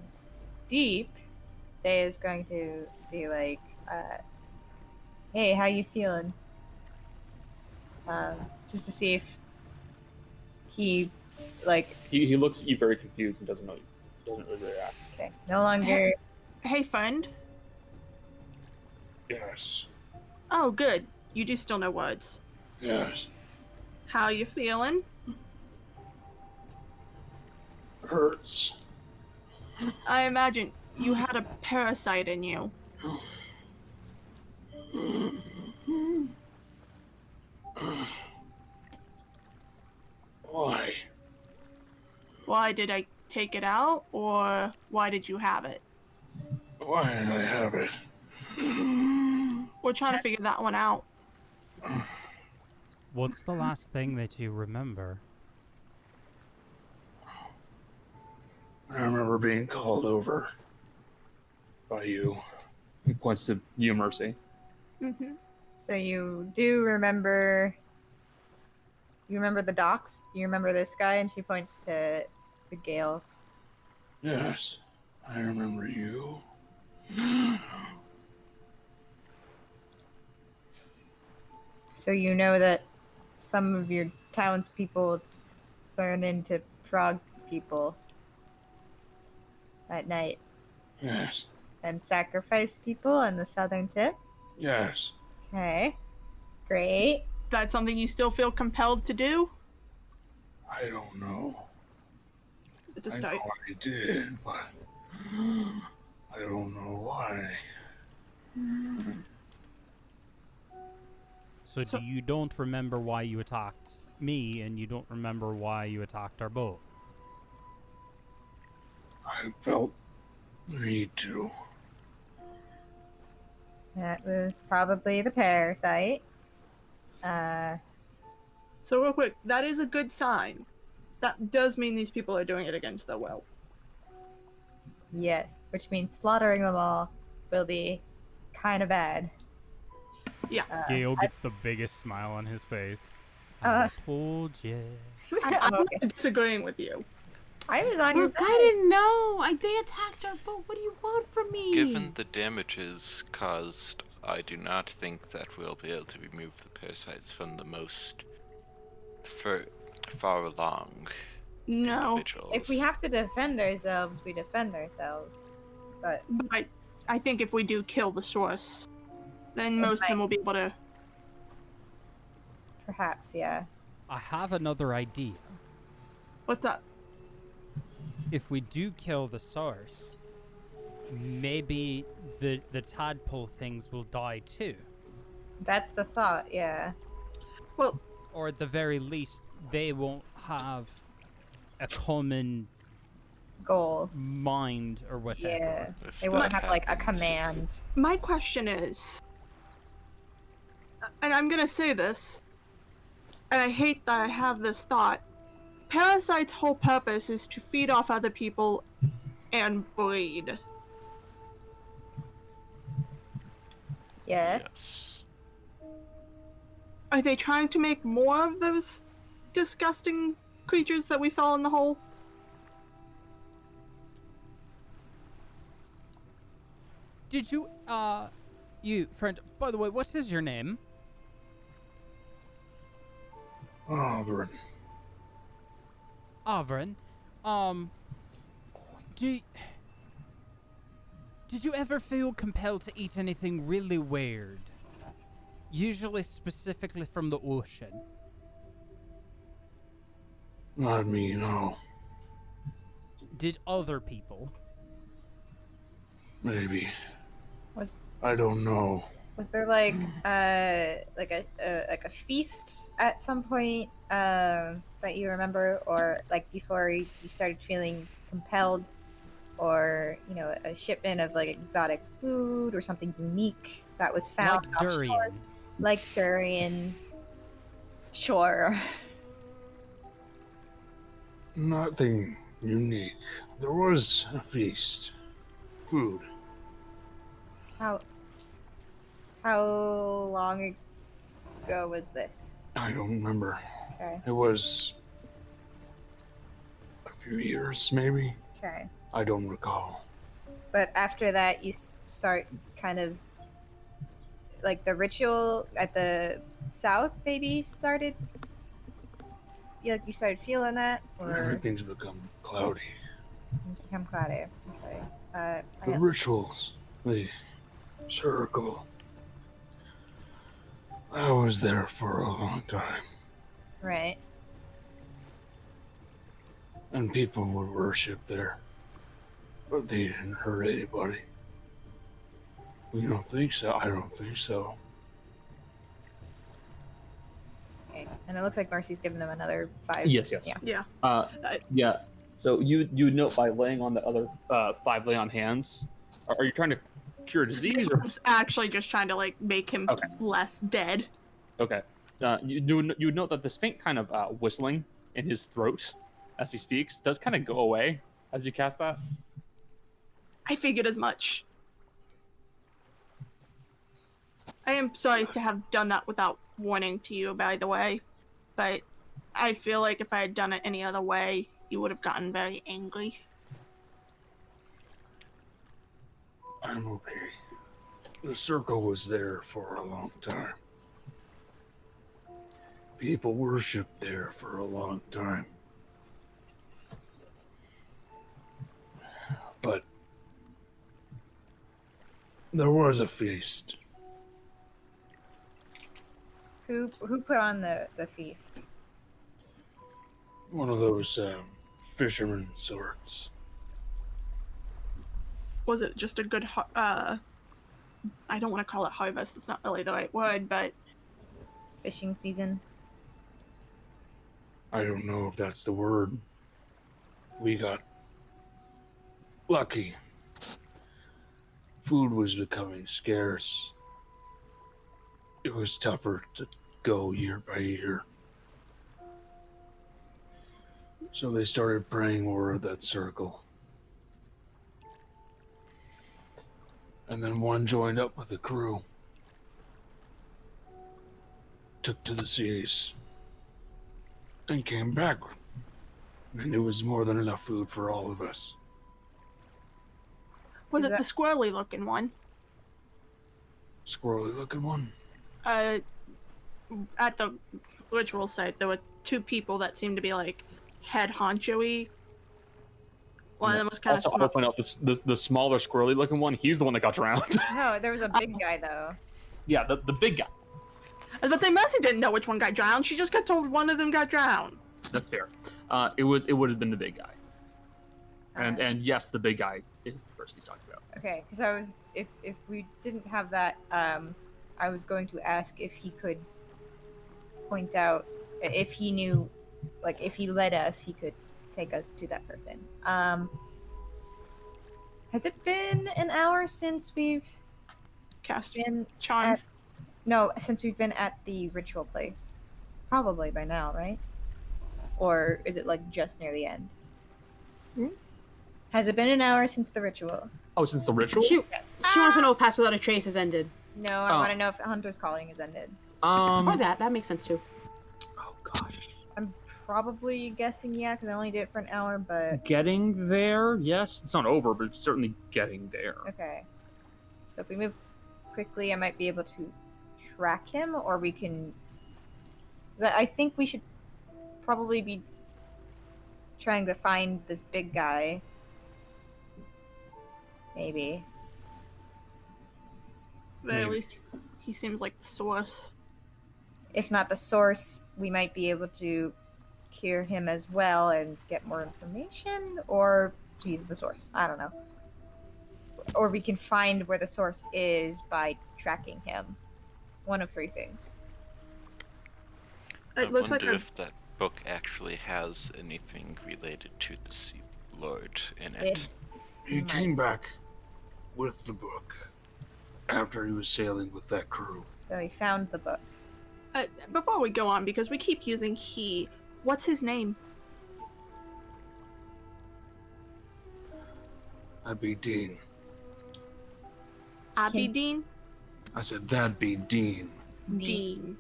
Speaker 3: deep, they is going to be like, uh, "Hey, how you feeling?" Um, just to see if he, like,
Speaker 2: He, he looks at you very confused and doesn't know doesn't really react.
Speaker 3: Okay. no longer.
Speaker 5: Hey, friend.
Speaker 15: Yes.
Speaker 5: Oh, good. You do still know words.
Speaker 15: Yes.
Speaker 5: How you feeling?
Speaker 15: Hurts.
Speaker 5: I imagine you had a parasite in you.
Speaker 15: Why?
Speaker 5: Why did I take it out, or why did you have it?
Speaker 15: Why did I have it?
Speaker 5: We're trying to figure that one out.
Speaker 1: What's the last thing that you remember?
Speaker 15: I remember being called over by you.
Speaker 2: He points to you, Mercy.
Speaker 5: Mm-hmm.
Speaker 3: So you do remember. You remember the docs? Do you remember this guy? And she points to the Gale.
Speaker 15: Yes, I remember you.
Speaker 3: So you know that some of your townspeople turn into frog people at night
Speaker 15: Yes,
Speaker 3: and sacrifice people on the southern tip.
Speaker 15: yes.
Speaker 3: Okay. Great.
Speaker 5: That's something you still feel compelled to do?
Speaker 15: I don't know.
Speaker 5: At the
Speaker 15: I
Speaker 5: start.
Speaker 15: know I did, but I don't know why.
Speaker 1: So, do you don't remember why you attacked me, and you don't remember why you attacked our boat?
Speaker 14: I felt need to.
Speaker 3: That was probably the parasite. Uh,
Speaker 5: So real quick, that is a good sign. That does mean these people are doing it against their will.
Speaker 3: yes, which means slaughtering them all will be kind of bad.
Speaker 5: Yeah.
Speaker 1: Gale gets the biggest smile on his face.
Speaker 3: Uh,
Speaker 1: Told you.
Speaker 5: I'm disagreeing with you.
Speaker 3: I was on
Speaker 5: your
Speaker 13: Look, I didn't know. I, they attacked our boat. What do you want from me?
Speaker 7: Given the damages caused, I do not think that we'll be able to remove the parasites from the most fur- far along.
Speaker 5: No.
Speaker 3: If we have to defend ourselves, we defend ourselves. But
Speaker 5: I, I think if we do kill the source, then most of them will be able to.
Speaker 3: Perhaps, yeah.
Speaker 1: I have another idea.
Speaker 5: What's up?
Speaker 1: If we do kill the source, maybe the the tadpole things will die too.
Speaker 3: That's the thought, yeah.
Speaker 5: Well,
Speaker 1: or at the very least, they won't have a common
Speaker 3: goal,
Speaker 1: mind, or whatever.
Speaker 3: Yeah. They won't have like a command.
Speaker 5: My question is, and I'm gonna say this, and I hate that I have this thought. Parasite's whole purpose is to feed off other people and breed.
Speaker 3: Yes.
Speaker 5: Are they trying to make more of those disgusting creatures that we saw in the hole?
Speaker 1: Did you, uh, you friend? By the way, what is your name?
Speaker 14: Auburn.
Speaker 1: Avrin. Um, do did you ever feel compelled to eat anything really weird? Usually, specifically from the ocean.
Speaker 14: Not me, no.
Speaker 1: Did other people?
Speaker 14: Maybe.
Speaker 3: Was
Speaker 14: I don't know.
Speaker 3: was there like uh like a, a like a feast at some point um that you remember or like before you you started feeling compelled or you know a shipment of like exotic food or something unique that was found
Speaker 1: Like durian.
Speaker 3: offshores, like durians sure
Speaker 14: Nothing unique. There was a feast. Food.
Speaker 3: how how long ago was this
Speaker 14: I don't remember.
Speaker 3: okay
Speaker 14: It was a few years, maybe.
Speaker 3: okay
Speaker 14: I don't recall.
Speaker 3: But after that, you s- start kind of like the ritual at the south, maybe started. You, like you started feeling that, or
Speaker 14: Everything's become cloudy.
Speaker 3: it's become cloudy. Okay. Uh, I
Speaker 14: The
Speaker 3: got-
Speaker 14: rituals, the circle. I was there for a long time,
Speaker 3: right.
Speaker 14: and people would worship there, but they didn't hurt anybody. You don't think so? I don't think so.
Speaker 3: Okay. And it looks like Marcy's giving him another five.
Speaker 2: Yes, yes.
Speaker 3: Yeah.
Speaker 2: Uh, yeah. So you you would note by laying on the other uh, five lay on hands. Are, are you trying to cure disease?
Speaker 5: This
Speaker 2: Or...
Speaker 5: one's actually just trying to like make him
Speaker 2: Okay.
Speaker 5: less dead.
Speaker 2: Okay. Uh, you you would- you would note that this faint kind of uh, whistling in his throat as he speaks does kind of go away as you cast that.
Speaker 5: I figured as much. I am sorry to have done that without warning to you, by the way, but I feel like if I had done it any other way, you would have gotten very angry.
Speaker 14: I'm okay. The circle was there for a long time. People worshiped there for a long time. But there was a feast.
Speaker 3: Who who put on the the feast?
Speaker 14: One of those um, fisherman sorts.
Speaker 5: Was it just a good, har- uh, I don't want to call it harvest, that's not really the right word, but
Speaker 3: fishing season?
Speaker 2: I don't know if that's the word. We got lucky. Food was becoming scarce. It was tougher to go year by year. So they started praying over that circle. And then one joined up with the crew. Took to the seas. And came back. And it was more than enough food for all of us.
Speaker 5: Was
Speaker 3: Is
Speaker 5: it the squirrely looking one?
Speaker 2: Squirrely looking one.
Speaker 5: Uh, at the ritual site, there were two people that seemed to be like head honchoy. One of them was kind of
Speaker 16: also, I will point out the, the, the smaller, squirrely looking one, he's the one that got drowned.
Speaker 3: No, there was a big guy though.
Speaker 16: yeah, the, the big guy.
Speaker 5: But they Mercy didn't know which one got drowned. She just got told one of them got drowned.
Speaker 16: That's fair. Uh, it was it would have been the big guy.
Speaker 3: Uh,
Speaker 16: And and yes, the big guy is the person he's talking about.
Speaker 3: Okay, because I was if if we didn't have that, um, I was going to ask if he could point out if he knew, like if he led us, he could take us to that person. Um, has it been an hour since we've
Speaker 5: cast
Speaker 3: been
Speaker 5: charm?
Speaker 4: uh,
Speaker 3: no, since we've been at the ritual place, probably by now, right? Or is it like just near the end? Has it been an hour since the ritual?
Speaker 16: Oh, since the ritual.
Speaker 4: She, she wants to know if Pass Without a Trace has ended.
Speaker 3: No, I
Speaker 16: Oh.
Speaker 3: want to know if Hunter's Calling has ended.
Speaker 16: Um,
Speaker 4: or that. That makes sense too.
Speaker 2: Oh,
Speaker 3: I'm probably guessing yeah, because I only did it for an hour, but
Speaker 16: Getting there, yes, it's not over, but it's certainly getting there.
Speaker 3: okay. So if we move quickly, I might be able to track him, or we can. 'Cause I I think we should probably be trying to find this big guy. Maybe.
Speaker 5: But at
Speaker 3: Maybe.
Speaker 5: least he seems like the source.
Speaker 3: If not the source, we might be able to cure him as well and get more information, or he's the source. I don't know. Or we can find where the source is by tracking him. One of three things.
Speaker 7: I
Speaker 5: It looks like
Speaker 7: wonder
Speaker 5: a-
Speaker 7: if that book actually has anything related to the Sea Lord in it.
Speaker 3: It-
Speaker 2: He came back with the book after he was sailing with that crew.
Speaker 3: So he found the book.
Speaker 5: Uh, before we go on, because we keep using he, what's his name?
Speaker 2: That'd be Dean.
Speaker 5: Abby Dean?
Speaker 2: I said, that'd be Dean.
Speaker 5: Dean.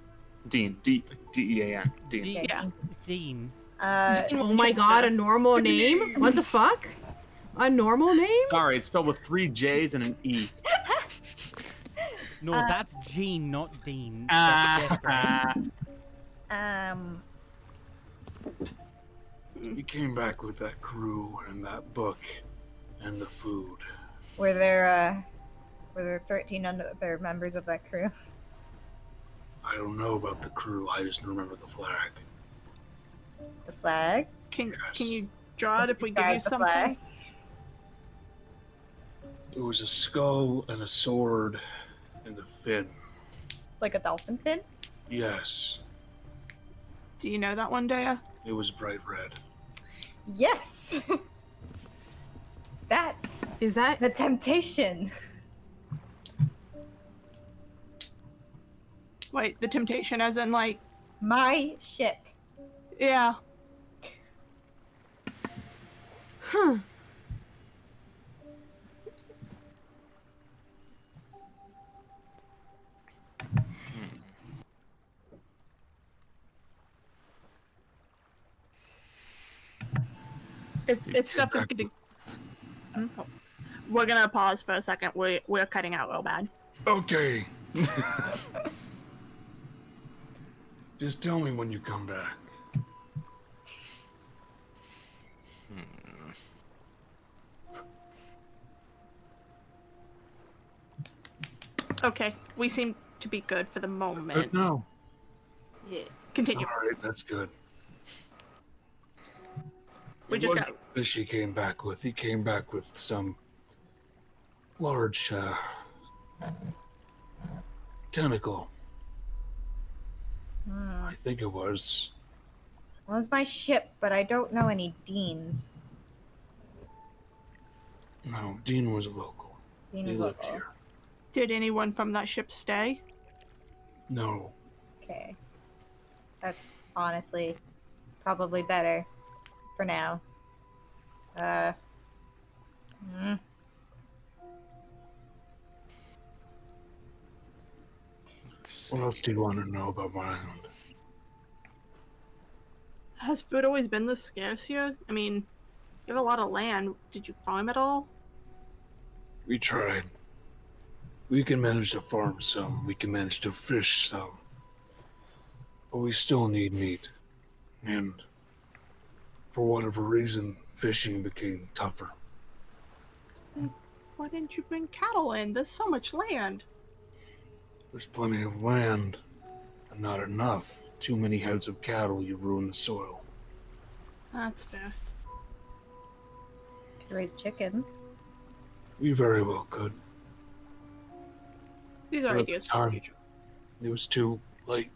Speaker 16: Dean. D D E A N. Dean.
Speaker 1: Dean.
Speaker 5: Yeah.
Speaker 1: Dean.
Speaker 3: Uh,
Speaker 4: oh my god, a normal name? What the fuck? A normal name?
Speaker 16: Sorry, it's spelled with three J's and an E.
Speaker 1: No,
Speaker 3: Uh,
Speaker 1: that's Gene, not Dean. That's
Speaker 16: Ah.
Speaker 1: different.
Speaker 3: Um,
Speaker 2: He came back with that crew and that book and the food.
Speaker 3: were there uh, were there thirteen other members of that crew?
Speaker 2: I don't know about the crew, I just remember the flag.
Speaker 3: The flag.
Speaker 5: Can can you draw it if we give you
Speaker 3: Describe the flag.
Speaker 5: something?
Speaker 2: It was a skull and a sword and a fin.
Speaker 3: Like a dolphin fin?
Speaker 2: Yes,
Speaker 5: Do you know that one, Daya?
Speaker 2: it was bright red.
Speaker 3: Yes. That's
Speaker 4: is that
Speaker 3: the temptation?
Speaker 5: Wait, the temptation as in like
Speaker 3: My ship.
Speaker 5: Yeah.
Speaker 4: Huh.
Speaker 5: If if stuff is getting We're gonna pause for a second. We we're cutting out real bad.
Speaker 2: Okay. Just tell me when you come back.
Speaker 5: Okay. We seem to be good for the
Speaker 16: Uh,
Speaker 5: moment.
Speaker 2: Uh, no.
Speaker 5: Yeah. Continue.
Speaker 2: All right, that's good.
Speaker 5: We
Speaker 2: It
Speaker 5: just
Speaker 2: wasn't that She came back with. He came back with some large uh, tentacle. I think it was.
Speaker 3: Hmm, Well, it's my ship, but I don't know any deans.
Speaker 2: No, Dean was local.
Speaker 3: Dean
Speaker 2: he
Speaker 3: was
Speaker 2: lived
Speaker 3: local.
Speaker 2: here.
Speaker 5: Did anyone from that ship stay?
Speaker 2: No,
Speaker 3: Okay. That's honestly probably better for now. Uh. mm.
Speaker 2: What else do you want to know about my island?
Speaker 5: Has food always been this scarce here? I mean, you have a lot of land. Did you farm at all?
Speaker 2: We tried. We can manage to farm some, we can manage to fish some. But we still need meat. And for whatever reason, fishing became tougher.
Speaker 5: Why didn't you bring cattle in? There's so much land.
Speaker 2: There's plenty of land, but not enough. Too many heads of cattle, you ruin the soil.
Speaker 5: That's fair.
Speaker 3: Could raise chickens.
Speaker 2: We very well could.
Speaker 5: These are
Speaker 2: But at
Speaker 5: ideas
Speaker 2: the
Speaker 5: for the
Speaker 2: time,
Speaker 5: future.
Speaker 2: It was too late.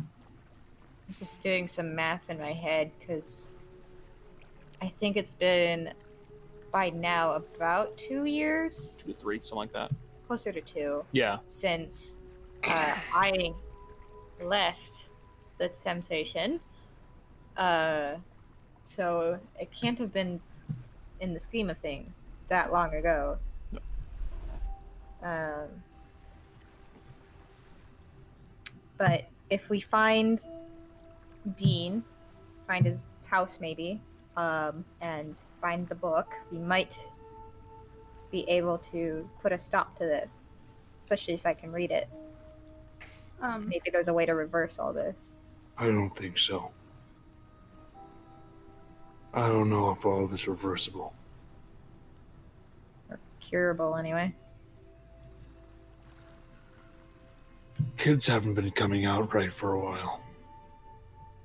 Speaker 3: I'm just doing some math in my head because I think it's been by now about two years,
Speaker 17: Two to three, something like that.
Speaker 3: closer to two,
Speaker 17: Yeah.
Speaker 3: since uh, I left the temptation. Uh, so it can't have been, in the scheme of things, that long ago. Um, but if we find Dean, find his house maybe, um, and find the book, we might be able to put a stop to this. Especially if I can read it.
Speaker 5: Um,
Speaker 3: Maybe there's a way to reverse all this.
Speaker 2: I don't think so. I don't know if all of it's reversible.
Speaker 3: Curable, anyway.
Speaker 2: Kids haven't been coming out right for a while.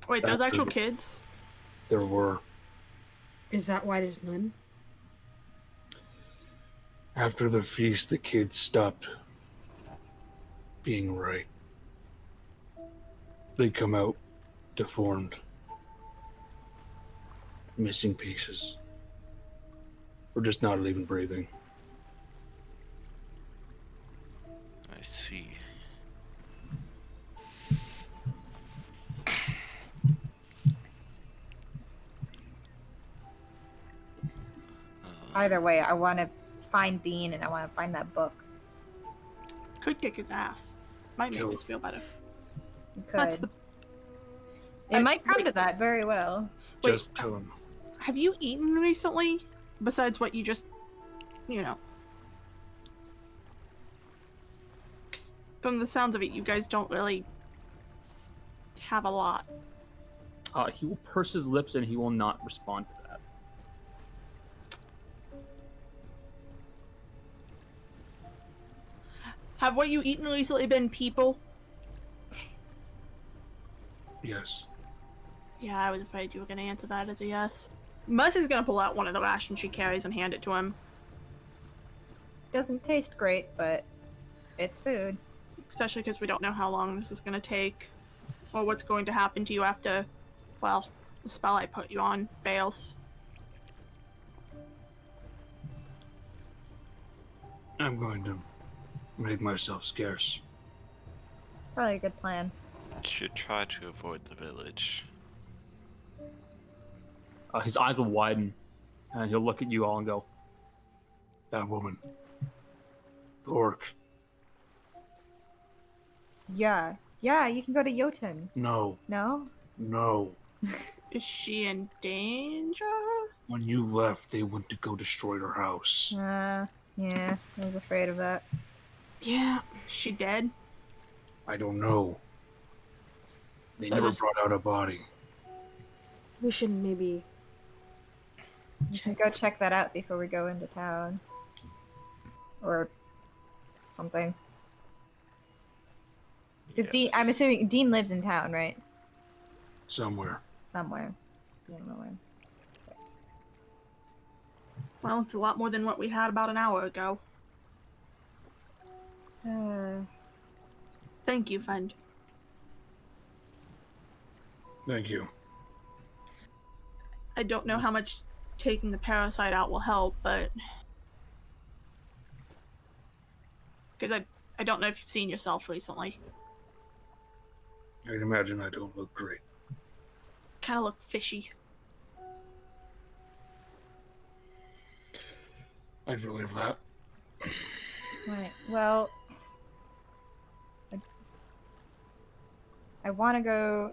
Speaker 5: Wait, those
Speaker 2: That's
Speaker 5: actual
Speaker 2: true.
Speaker 5: kids?
Speaker 2: There were
Speaker 4: Is that why there's none?
Speaker 2: After the feast, the kids stopped being right. They come out deformed, missing pieces, or just not even breathing.
Speaker 7: I see. Uh,
Speaker 3: Either way, I want to find Dean and I want to find that book.
Speaker 5: Could kick his ass. Might make
Speaker 2: Kill.
Speaker 5: us feel better.
Speaker 3: We
Speaker 5: That's
Speaker 3: could.
Speaker 5: the.
Speaker 3: It might come to that very well.
Speaker 5: Wait,
Speaker 2: just tell them.
Speaker 5: Have you eaten recently? Besides what you just, you know. 'Cause From the sounds of it, you guys don't really have a lot.
Speaker 17: Uh, he will purse his lips and he will not respond to that.
Speaker 5: Have what you eaten recently been people?
Speaker 2: Yes.
Speaker 5: Yeah, I was afraid you were gonna answer that as a yes. Mercy's gonna pull out one of the rations she carries and hand it to him,
Speaker 3: Doesn't taste great, but it's food.
Speaker 5: especially because we don't know how long this is gonna take, or what's going to happen to you after, well, the spell I put you on fails.
Speaker 2: I'm going to make myself scarce.
Speaker 3: Probably a good plan.
Speaker 7: Should try to avoid the village.
Speaker 17: Uh, his eyes will widen and he'll look at you all and go,
Speaker 2: That woman, the orc.
Speaker 3: Yeah. Yeah, you can go to Jotun.
Speaker 2: No,
Speaker 3: No?
Speaker 2: no.
Speaker 5: Is she in danger?
Speaker 2: When you left, they went to go destroy her house.
Speaker 3: Uh, yeah, I was afraid of that.
Speaker 5: Yeah. She dead?
Speaker 2: I don't know. They
Speaker 5: So
Speaker 2: never
Speaker 5: this-
Speaker 2: brought out a body.
Speaker 4: We should maybe.
Speaker 3: You should go check that out before we go into town. Or something. Because Dean, I'm assuming Dean lives in town, right?
Speaker 2: Somewhere.
Speaker 3: Somewhere. I don't know where.
Speaker 5: Well, it's a lot more than what we had about an hour ago.
Speaker 3: Uh,
Speaker 5: Thank you, friend.
Speaker 18: Thank you.
Speaker 5: I don't know how much taking the parasite out will help, but because I I don't know if you've seen yourself recently.
Speaker 18: I'd imagine I don't look great.
Speaker 5: Kind of look fishy.
Speaker 18: I believe that.
Speaker 3: Right. Well, I, I want to go.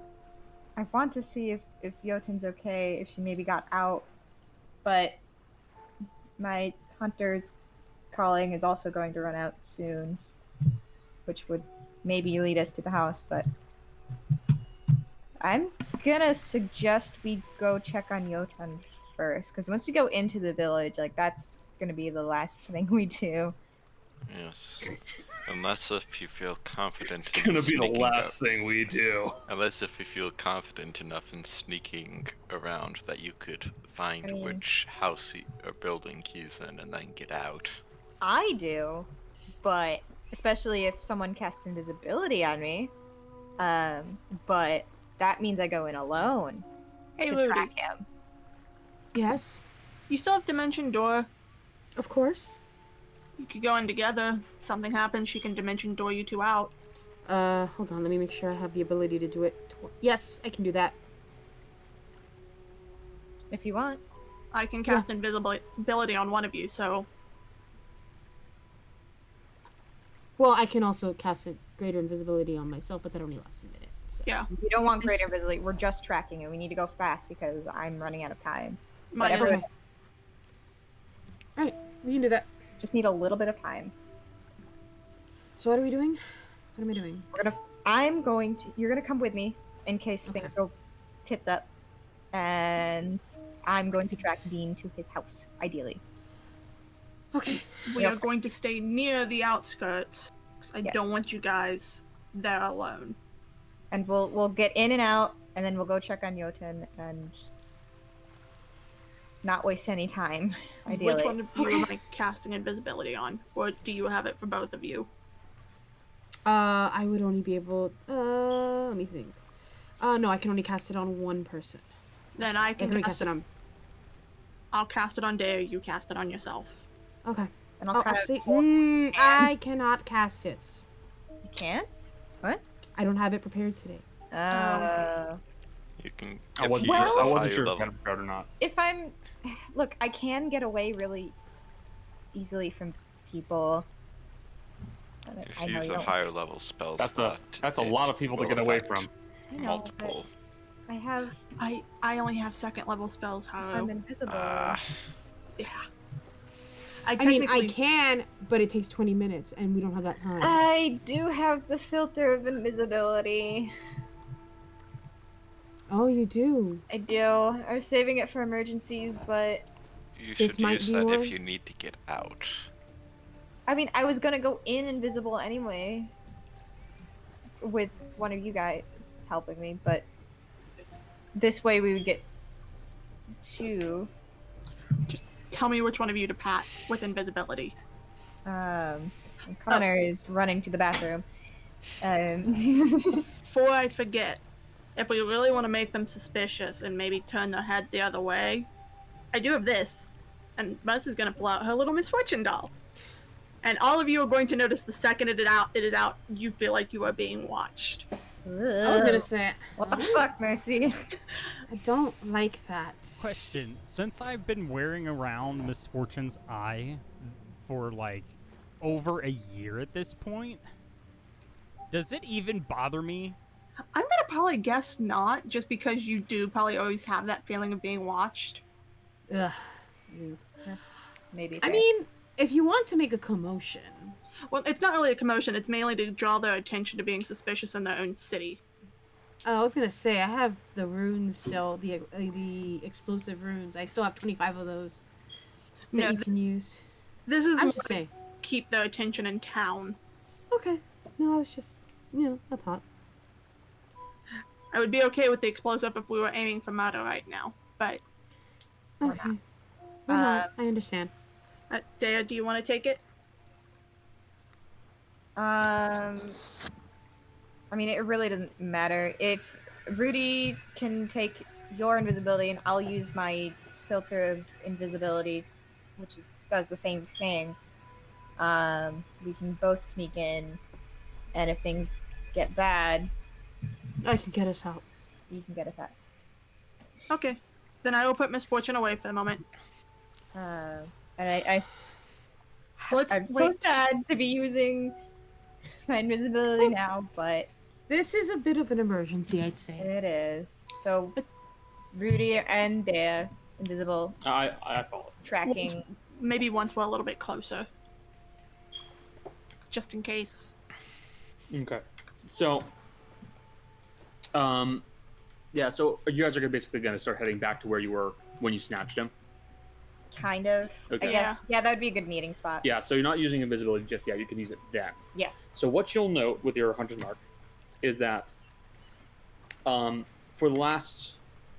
Speaker 3: I want to see if if Yotin's okay. If she maybe got out, but my hunter's calling is also going to run out soon, which would maybe lead us to the house. But I'm gonna suggest we go check on Yotin first, because once we go into the village, like that's gonna be the last thing we do.
Speaker 7: Yes. Unless if you feel confident.
Speaker 2: It's gonna be the last thing we do.
Speaker 7: Unless if you feel confident enough in sneaking around that you could find
Speaker 3: I mean-
Speaker 7: which house he, or building he's in and then get out.
Speaker 3: I do, but especially if someone casts invisibility on me. Um, but that means I go in alone
Speaker 5: Hey,
Speaker 3: to
Speaker 5: Ludi.
Speaker 3: track him.
Speaker 19: Yes.
Speaker 5: You still have dimension door.
Speaker 19: Of course.
Speaker 5: You could go in together. Something happens, she can dimension door you two out.
Speaker 4: Uh, hold on. Let me make sure I have the ability to do it. Tw- yes, I can do that.
Speaker 3: If you want.
Speaker 5: I can cast invisibility on one of you, so
Speaker 4: Well, I can also cast a greater invisibility on myself, but that only lasts a minute. So.
Speaker 5: yeah.
Speaker 3: We don't want greater invisibility. We're just tracking, and we need to go fast because I'm running out of time. But
Speaker 5: Mine is-
Speaker 3: everyone
Speaker 4: Alright, we can do that.
Speaker 3: just need a little bit of time.
Speaker 4: So what are we doing? What am I doing?
Speaker 3: We're gonna. I'm going to. You're gonna come with me in case things go tits up, and I'm going to track Dean to his house, ideally.
Speaker 4: Okay.
Speaker 5: we
Speaker 3: Yep.
Speaker 5: are going to stay near the outskirts. 'cause I
Speaker 3: Yes.
Speaker 5: don't want you guys there alone.
Speaker 3: and we'll we'll get in and out, and then we'll go check on Jotun and not waste any time. Ideally,
Speaker 5: Which one of you am I casting invisibility on? Or do you have it for both of you?
Speaker 4: Uh, I would only be able. Uh, let me think. Uh, no, I can only cast it on one person.
Speaker 5: Then
Speaker 4: I
Speaker 5: I
Speaker 4: can
Speaker 5: can
Speaker 4: only
Speaker 5: cast
Speaker 4: cast it on.
Speaker 5: I'll cast it on Dare, you cast it on yourself.
Speaker 4: Okay.
Speaker 3: And I'll
Speaker 4: Oh,
Speaker 3: cast
Speaker 4: actually,
Speaker 3: it on-
Speaker 4: mm, I cannot cast it. mm.
Speaker 3: you can't. What?
Speaker 4: I don't have it prepared today.
Speaker 3: Uh,
Speaker 7: You can.
Speaker 2: I
Speaker 7: if
Speaker 2: wasn't.
Speaker 7: you use
Speaker 2: sure,
Speaker 7: the
Speaker 2: I wasn't
Speaker 7: higher
Speaker 2: sure if
Speaker 7: level-
Speaker 2: I had prepared or not.
Speaker 3: if I'm, look, I can get away really easily from people. But
Speaker 7: If
Speaker 3: I
Speaker 7: you
Speaker 3: know
Speaker 7: use
Speaker 3: you
Speaker 7: a
Speaker 3: don't.
Speaker 7: higher level spell
Speaker 2: That's a
Speaker 7: slot,
Speaker 2: that's a
Speaker 7: it
Speaker 2: lot of people to
Speaker 7: will
Speaker 2: get away
Speaker 7: affect
Speaker 2: from.
Speaker 3: I know, but
Speaker 7: Multiple.
Speaker 3: I have.
Speaker 5: I I only have second level spells,
Speaker 3: I'm
Speaker 5: Haro.
Speaker 3: invisible.
Speaker 7: Ah,
Speaker 5: yeah.
Speaker 4: I, mean, I can, but it takes 20 minutes, and we don't have that time.
Speaker 3: I do have the filter of invisibility.
Speaker 4: oh, you do.
Speaker 3: I do. I was saving it for emergencies, but
Speaker 7: you
Speaker 4: This
Speaker 7: should
Speaker 4: might
Speaker 7: use
Speaker 4: be
Speaker 7: that
Speaker 4: one.
Speaker 7: if you need to get out.
Speaker 3: I mean, I was gonna go in invisible anyway, with one of you guys helping me, but this way we would get two.
Speaker 5: Tell me which one of you to pat with invisibility.
Speaker 3: Um, and Connor
Speaker 4: Oh.
Speaker 3: is running to the bathroom. Um,
Speaker 5: Before I forget, if we really want to make them suspicious and maybe turn their head the other way, I do have this. And Buzz is gonna pull out her little misfortune doll. And all of you are going to notice the second it is out it is out, you feel like you are being watched.
Speaker 4: I was gonna say,
Speaker 3: what the fuck, Mercy?
Speaker 4: I don't like that.
Speaker 1: Question: Since I've been wearing around Misfortune's eye for like over a year at this point, does it even bother me?
Speaker 5: I'm gonna probably guess not, just because you do probably always have that feeling of being watched.
Speaker 4: Ugh.
Speaker 3: That's maybe.
Speaker 4: I
Speaker 3: fair.
Speaker 4: mean, if you want to make a commotion,
Speaker 5: Well, it's not really a commotion, it's mainly to draw their attention to being suspicious in their own city.
Speaker 4: uh, I was gonna say I have the runes still, the uh, the explosive runes. I still have 25 of those that
Speaker 5: No,
Speaker 4: you
Speaker 5: th-
Speaker 4: can use.
Speaker 5: This is
Speaker 4: I'm
Speaker 5: more
Speaker 4: just
Speaker 5: to
Speaker 4: saying.
Speaker 5: keep their attention in town.
Speaker 4: Okay. No, I was just, you know, I thought.
Speaker 5: I would be okay with the explosive if we were aiming for murder right now. But
Speaker 4: Okay. We're not. I understand.
Speaker 5: uh, Dea, do you want to take it?
Speaker 3: Um, I mean, it really doesn't matter if Rudy can take your invisibility, and I'll use my filter of invisibility, which is, does the same thing. Um, we can both sneak in, and if things get bad,
Speaker 13: I can get us out.
Speaker 3: You can get us out.
Speaker 5: Okay. Then I will put misfortune away for the moment.
Speaker 3: Uh, and I, I
Speaker 5: Let's
Speaker 3: I'm so
Speaker 5: wait. uh,
Speaker 3: sad to be using my invisibility now, but
Speaker 4: this is a bit of an emergency, I'd say.
Speaker 3: It is. So Rudy and Dea, invisible
Speaker 2: I I follow.
Speaker 3: tracking.
Speaker 5: Once- maybe once we're a little bit closer. Just in case.
Speaker 2: Okay. So, um, yeah. So you guys are gonna basically gonna start heading back to where you were when you snatched him.
Speaker 3: Kind of.
Speaker 2: Okay.
Speaker 3: I guess.
Speaker 2: Yeah.
Speaker 3: Yeah. that would be a good meeting spot.
Speaker 2: Yeah. So you're not using invisibility just yet. You can use it then.
Speaker 3: Yes.
Speaker 2: So what you'll note with your hunter's mark is that, um, for the last,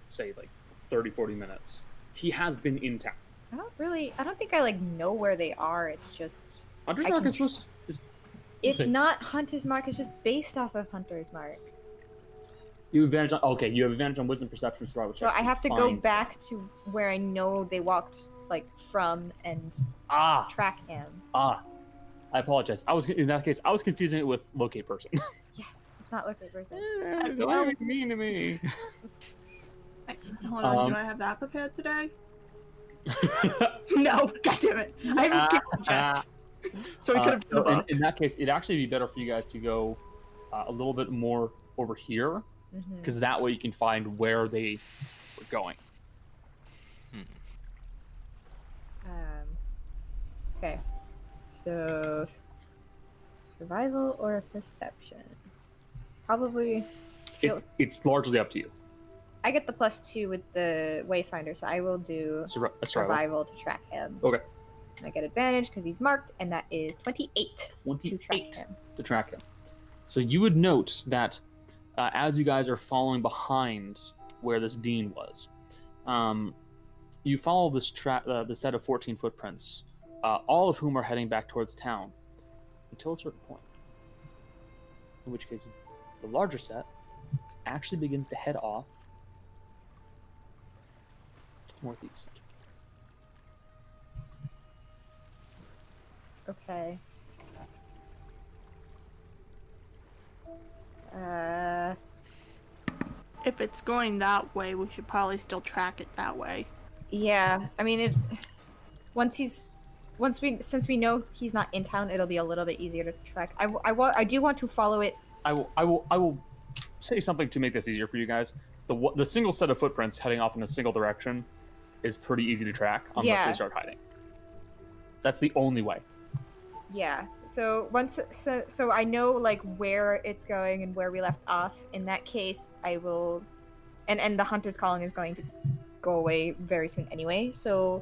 Speaker 2: say like 30, 40 minutes, he has been in town.
Speaker 3: I don't really. I don't think I like know where they are. It's just.
Speaker 2: Hunter's
Speaker 3: I
Speaker 2: mark
Speaker 3: can-
Speaker 2: is supposed. Is,
Speaker 3: It's
Speaker 2: Okay.
Speaker 3: not Hunter's Mark. It's just based off of Hunter's Mark.
Speaker 2: You have advantage on okay. You have advantage on wisdom, perception, survival.
Speaker 3: So
Speaker 2: checks
Speaker 3: I have to go
Speaker 2: find-
Speaker 3: back to where I know they walked like from and
Speaker 2: Ah,
Speaker 3: track him.
Speaker 2: ah. I apologize. I was in that case. I was confusing it with locate person.
Speaker 3: It's not looking person.
Speaker 2: Why are you mean to me?
Speaker 5: Hold on,
Speaker 2: Um,
Speaker 5: do I have that prepared today?
Speaker 2: Uh,
Speaker 5: no, god damn it. I haven't
Speaker 2: Ah,
Speaker 5: kept
Speaker 2: ah.
Speaker 5: So we
Speaker 2: Uh,
Speaker 5: could've done
Speaker 2: so in,
Speaker 5: both.
Speaker 2: in that case, it'd actually be better for you guys to go uh, a little bit more over here,
Speaker 3: Mhm.
Speaker 2: because that way you can find where they were going.
Speaker 7: Hmm,
Speaker 3: Um, okay. So, survival or perception? Probably.
Speaker 2: It, it's largely up to you.
Speaker 3: I get the plus two with the wayfinder, so I will do
Speaker 2: Survi- uh, survival.
Speaker 3: survival to track him.
Speaker 2: Okay,
Speaker 3: And I get advantage because he's marked, and that is twenty-eight.
Speaker 2: twenty-eight.
Speaker 3: Track him.
Speaker 2: to track him. So you would note that uh, as you guys are following behind where this dean was, um, you follow this tra- uh, the set of 14 footprints, uh, all of whom are heading back towards town until a certain point. In which case, the larger set actually begins to head off to the northeast.
Speaker 3: Okay. Uh,
Speaker 5: if it's going that way, we should probably still track it that way.
Speaker 3: Yeah, I mean, it. Once he's, once we since we know he's not in town, it'll be a little bit easier to track. I w- I, wa- I do want to follow it.
Speaker 2: I will, I will, I will say something to make this easier for you guys. The wa- the single set of footprints heading off in a single direction is pretty easy to track unless
Speaker 3: Yeah.
Speaker 2: they start hiding. That's the only way.
Speaker 3: Yeah. So once so, so I know like where it's going and where we left off. In that case, I will, and and the hunter's calling is going to go away very soon anyway. So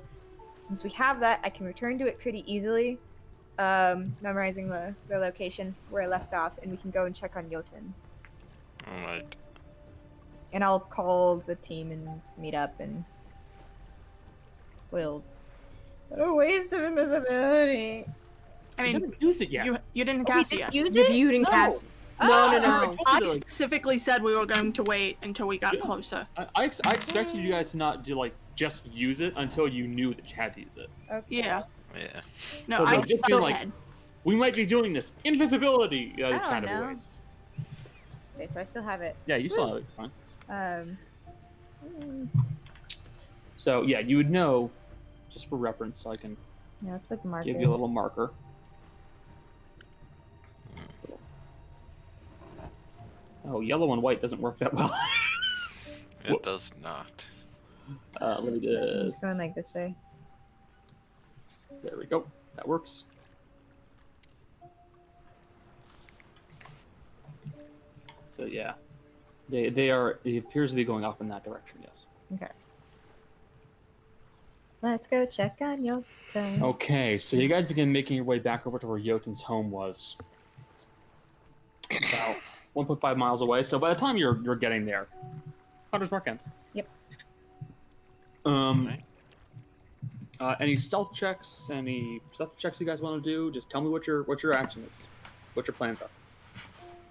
Speaker 3: since we have that, I can return to it pretty easily. Um, memorizing the, the location where I left off, and we can go and check on Jotun.
Speaker 7: All right.
Speaker 3: and I'll call the team and meet up and we'll. What a waste of invisibility.
Speaker 5: I mean,
Speaker 2: used it yet.
Speaker 5: You, you didn't
Speaker 3: Oh, we
Speaker 5: cast it
Speaker 3: didn't
Speaker 5: yet.
Speaker 3: use it? You didn't No. cast-
Speaker 4: No, no, no.
Speaker 5: I specifically said we were going to wait until we got
Speaker 2: Yeah.
Speaker 5: closer.
Speaker 2: I, I, ex- I expected you guys to not do like just use it until you knew that you had to use it.
Speaker 5: Yeah.
Speaker 7: Yeah.
Speaker 5: No,
Speaker 2: So
Speaker 5: I
Speaker 2: they've just been
Speaker 5: go
Speaker 2: like,
Speaker 5: ahead.
Speaker 2: we might be doing this invisibility. Yeah,
Speaker 3: I
Speaker 2: it's
Speaker 3: don't
Speaker 2: kind of
Speaker 3: know.
Speaker 2: a waste.
Speaker 3: Okay, so I still have it.
Speaker 2: Yeah, you still
Speaker 5: Hmm.
Speaker 2: have it. Fine.
Speaker 3: Um. mm,
Speaker 2: So yeah, you would know, just for reference, so I can
Speaker 3: Yeah, it's like marker.
Speaker 2: give you a little marker. Oh, yellow and white doesn't work that well.
Speaker 7: It does not.
Speaker 2: Uh, let me
Speaker 3: I'm
Speaker 2: just.
Speaker 3: just going like this way.
Speaker 2: There we go. That works. So yeah, they they are. It appears to be going up in that direction. Yes.
Speaker 3: Okay. Let's go check on your turn.
Speaker 2: Oh. Okay, so you guys begin making your way back over to where Jotun's home was. About 1.5 miles away. So by the time you're you're getting there, Hunter's Mark ends.
Speaker 3: Yep.
Speaker 2: Um. Uh, any stealth checks? Any stealth checks you guys want to do? Just tell me what your what your action is, what your plans are.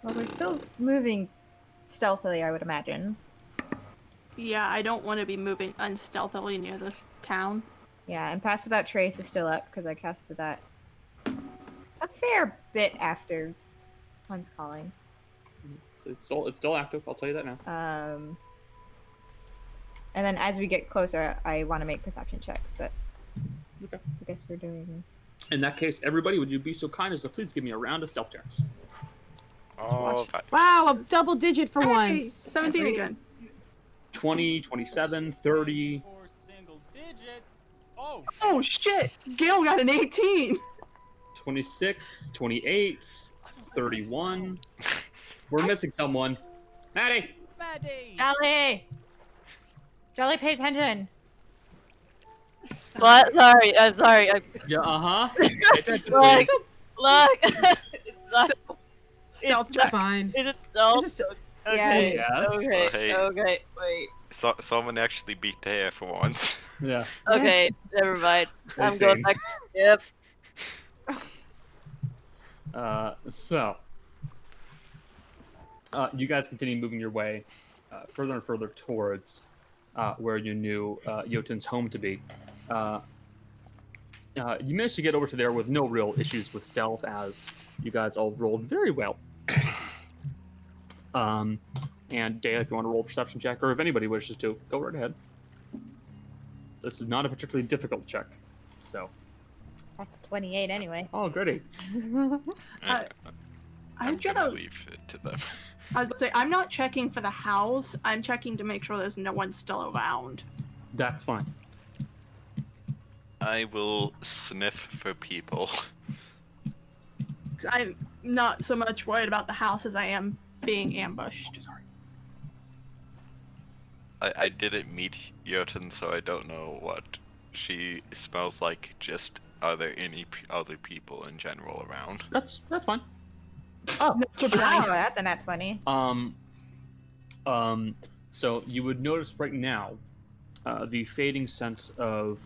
Speaker 3: Well, we're still moving stealthily, I would imagine.
Speaker 5: Yeah, I don't want to be moving unstealthily near this town.
Speaker 3: Yeah, and Pass Without Trace is still up because I casted that a fair bit after one's calling.
Speaker 2: So it's still it's still active. I'll tell you that now.
Speaker 3: Um, and then as we get closer, I want to make perception checks, but
Speaker 2: okay.
Speaker 3: I guess we're doing.
Speaker 2: In that case, everybody, would you be so kind as to please give me a round of stealth checks?
Speaker 7: Oh,
Speaker 13: Wow, a double digit for once.
Speaker 5: 17 again.
Speaker 2: 20, 27, 30.
Speaker 1: Oh,
Speaker 5: Oh shit! Gil got an 18.
Speaker 2: 26, 28, 31. We're missing someone. Maddie!
Speaker 12: Jolly! Jolly, pay attention!
Speaker 8: What? Sorry, uh, sorry. I...
Speaker 2: Yeah, uh
Speaker 8: Look,
Speaker 2: huh.
Speaker 8: look.
Speaker 5: Stealth
Speaker 8: check. Fine. Is it stealth? okay.
Speaker 7: Yeah.
Speaker 8: Okay.
Speaker 7: Yes. Hey.
Speaker 8: Okay. Wait.
Speaker 7: So, someone actually beat there for once.
Speaker 2: Yeah.
Speaker 8: Okay. Never mind. I'm
Speaker 7: Eighteen.
Speaker 8: going back. Yep.
Speaker 2: Uh, so, uh, you guys continue moving your way uh, further and further towards uh, where you knew uh, Jotun's home to be. Uh, uh, you managed to get over to there with no real issues with stealth, as you guys all rolled very well. Um, and Dale, if you want to roll a perception check, or if anybody wishes to, go right ahead. This is not a particularly difficult check, so.
Speaker 3: That's 28 anyway.
Speaker 2: Oh, goody.
Speaker 5: Uh, I'm gonna.
Speaker 7: leave it to them.
Speaker 5: I was about to say I'm not checking for the house. I'm checking to make sure there's no one still around.
Speaker 2: That's fine.
Speaker 7: I will sniff for people.
Speaker 5: 'Cause I'm not so much worried about the house as I am being ambushed.
Speaker 7: I, I didn't meet Jotun, so I don't know what she smells like. Just are there any p- other people in general around?
Speaker 2: That's that's fine. Oh,
Speaker 3: wow, that's a nat 20.
Speaker 2: Um, um, so you would notice right now uh, the fading sense of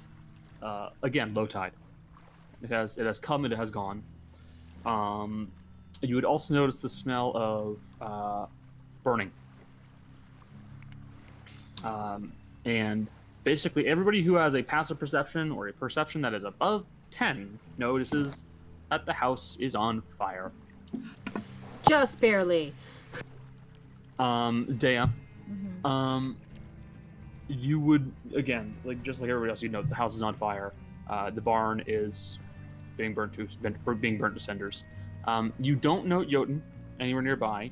Speaker 2: uh, again low tide. It has it has come and it has gone. Um, you would also notice the smell of uh, burning. Um, and basically, everybody who has a passive perception or a perception that is above ten notices that the house is on fire.
Speaker 4: Just barely.
Speaker 2: um Dea,
Speaker 3: Mm-hmm.
Speaker 2: um you would again like just like everybody else you know the house is on fire uh the barn is being burnt to being burnt to cinders um you don't note jotun anywhere nearby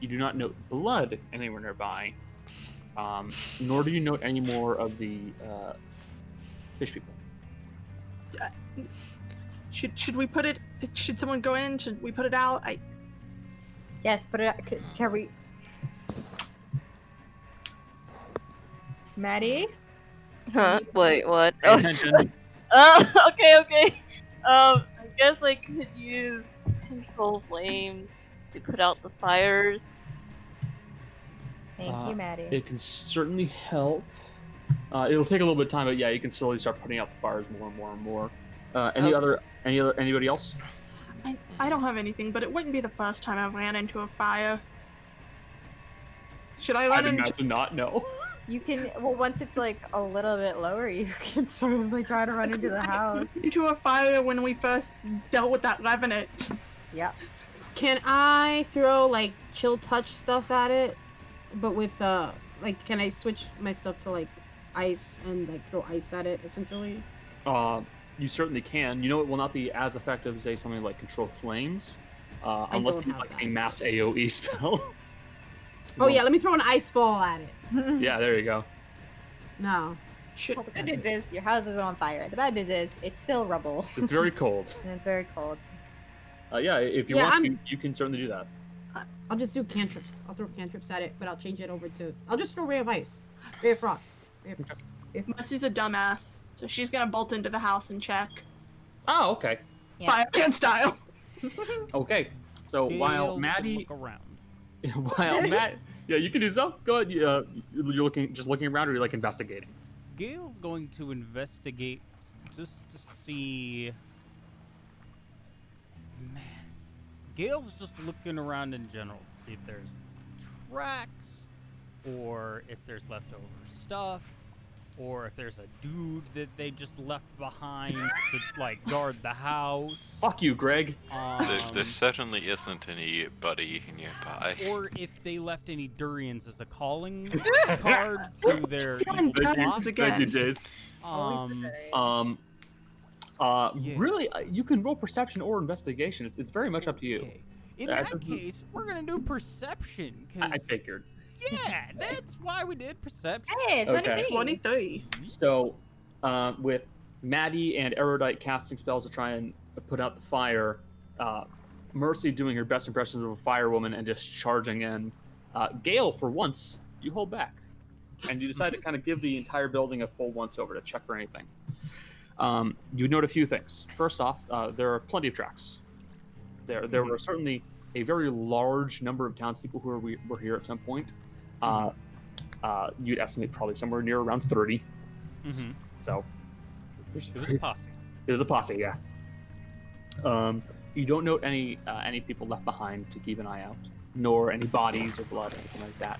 Speaker 2: you do not note blood anywhere nearby um nor do you note any more of the uh fish people
Speaker 5: Should should we put it? Should someone go in? Should we put it out? I
Speaker 3: Yes, but it, c- can we. Maddie?
Speaker 8: Huh? Wait. What?
Speaker 2: Pay attention.
Speaker 8: Oh, okay, okay. Um, I guess I could use control flames to put out the fires.
Speaker 3: Thank
Speaker 2: Uh,
Speaker 3: you, Maddie.
Speaker 2: It can certainly help. Uh, it'll take a little bit of time, but yeah, you can slowly start putting out the fires more and more and more. Uh, any
Speaker 5: Okay.
Speaker 2: other, any other, anybody else?
Speaker 5: I, I don't have anything, but it wouldn't be the first time I ran into a fire. Should I
Speaker 2: I
Speaker 5: run
Speaker 2: did
Speaker 5: into?
Speaker 2: not, not know.
Speaker 3: You can. Well, once it's like a little bit lower, you can certainly try to run into the house.
Speaker 5: Into a fire when we first dealt with that revenant.
Speaker 3: Yep.
Speaker 13: Can I throw like chill touch stuff at it, but with uh like can I switch my stuff to like ice and like throw ice at it essentially?
Speaker 2: Uh, you certainly can. You know, it will not be as effective as say something like control flames, uh,
Speaker 13: I
Speaker 2: unless
Speaker 13: don't
Speaker 2: it's like a mass AOE spell.
Speaker 13: Oh yeah, let me throw an ice ball at it.
Speaker 2: yeah, there you go.
Speaker 13: No.
Speaker 3: Well, the good news is your house isn't on fire. The bad news is it's still rubble.
Speaker 2: It's very cold.
Speaker 3: and it's very cold.
Speaker 2: Uh, yeah, if you
Speaker 13: Yeah,
Speaker 2: want,
Speaker 13: I'm-
Speaker 2: you, you can certainly do that.
Speaker 13: I'll just do cantrips. I'll throw cantrips at it, but I'll change it over to I'll just throw ray of ice, ray of frost. Ray of frost.
Speaker 5: Mussy's a dumbass, so she's gonna bolt into the house and check.
Speaker 2: Oh, okay.
Speaker 5: Fireman style.
Speaker 2: Okay. So
Speaker 1: Gale's
Speaker 2: while
Speaker 1: gonna
Speaker 2: Oh, Maddie
Speaker 1: look around.
Speaker 2: While Matt, yeah, you can do so. Go ahead. you, Uh, you're looking, just looking around, or you're like investigating.
Speaker 1: Gail's going to investigate just to see. Man, Gail's just looking around in general to see if there's cracks, or if there's leftover stuff, or if there's a dude that they just left behind to like guard the house. Um,
Speaker 2: Fuck you, Greg.
Speaker 7: there, there certainly isn't anybody nearby.
Speaker 1: Or if they left any durians as a calling card to their evil
Speaker 2: Thank you,
Speaker 1: boss.
Speaker 2: thank you, Jace.
Speaker 1: Um,
Speaker 2: Um, uh, really, uh, you can roll perception or investigation. It's, it's very much up to you.
Speaker 1: in
Speaker 2: Uh,
Speaker 1: that
Speaker 2: since-
Speaker 1: case, we're gonna do perception.
Speaker 2: I, I
Speaker 1: 'cause-
Speaker 2: figured.
Speaker 1: yeah, that's why we did perception.
Speaker 3: Hey,
Speaker 2: Okay.
Speaker 5: 23.
Speaker 1: Mm-hmm.
Speaker 2: So, uh, with Maddie and Erudite casting spells to try and put out the fire, uh, Mercy doing her best impressions of a firewoman and just charging in. Uh, Gale, for once, you hold back, and you decide to kind of give the entire building a full once over to check for anything. Um, you note a few things. First off, uh, there are plenty of tracks. There, there were certainly a very large number of townspeople who were, were here at some point. Uh, uh, you'd estimate probably somewhere near around 30.
Speaker 1: Mm-hmm.
Speaker 2: So
Speaker 1: It was a posse.
Speaker 2: it was a posse, yeah. Um, you don't note any uh, any people left behind to keep an eye out, nor any bodies or blood or anything like that.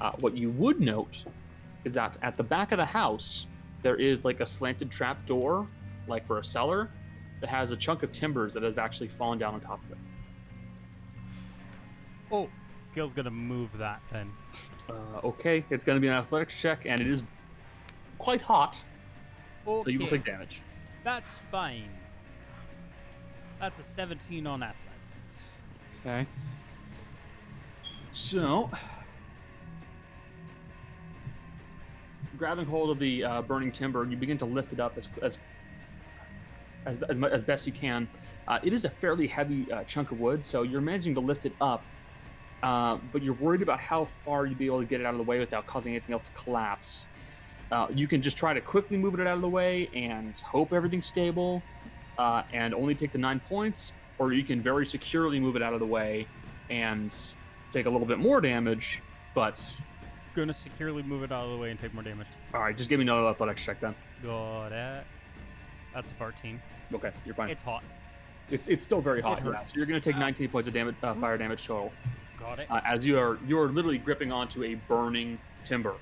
Speaker 2: Uh, what you would note is that at the back of the house there is like a slanted trap door, like for a cellar, that has a chunk of timbers that has actually fallen down on top of it.
Speaker 1: Oh, Gil's gonna move that then.
Speaker 2: Uh, okay, it's going to be an athletics check, and it is quite hot,
Speaker 1: Okay.
Speaker 2: so you will take damage.
Speaker 1: That's fine. That's a 17 on athletics.
Speaker 2: Okay. So, grabbing hold of the uh, burning timber, you begin to lift it up as as as, as, mu- as best you can. Uh, it is a fairly heavy uh, chunk of wood, so you're managing to lift it up, uh, but you're worried about how far you'd be able to get it out of the way without causing anything else to collapse. Uh, you can just try to quickly move it out of the way and hope everything's stable, uh, and only take the nine points, or you can very securely move it out of the way and take a little bit more damage. But
Speaker 1: Gonna securely move it out of the way and take more damage.
Speaker 2: all right, just give me another athletics check then.
Speaker 1: Got it. That's a 14.
Speaker 2: Okay, you're fine.
Speaker 1: It's hot.
Speaker 2: It's it's still very hot.
Speaker 1: It
Speaker 2: yeah.
Speaker 1: hurts.
Speaker 2: So you're going to take 19 points of damage, uh, fire damage total,
Speaker 1: Got it.
Speaker 2: uh, as you are you are literally gripping onto a burning timber,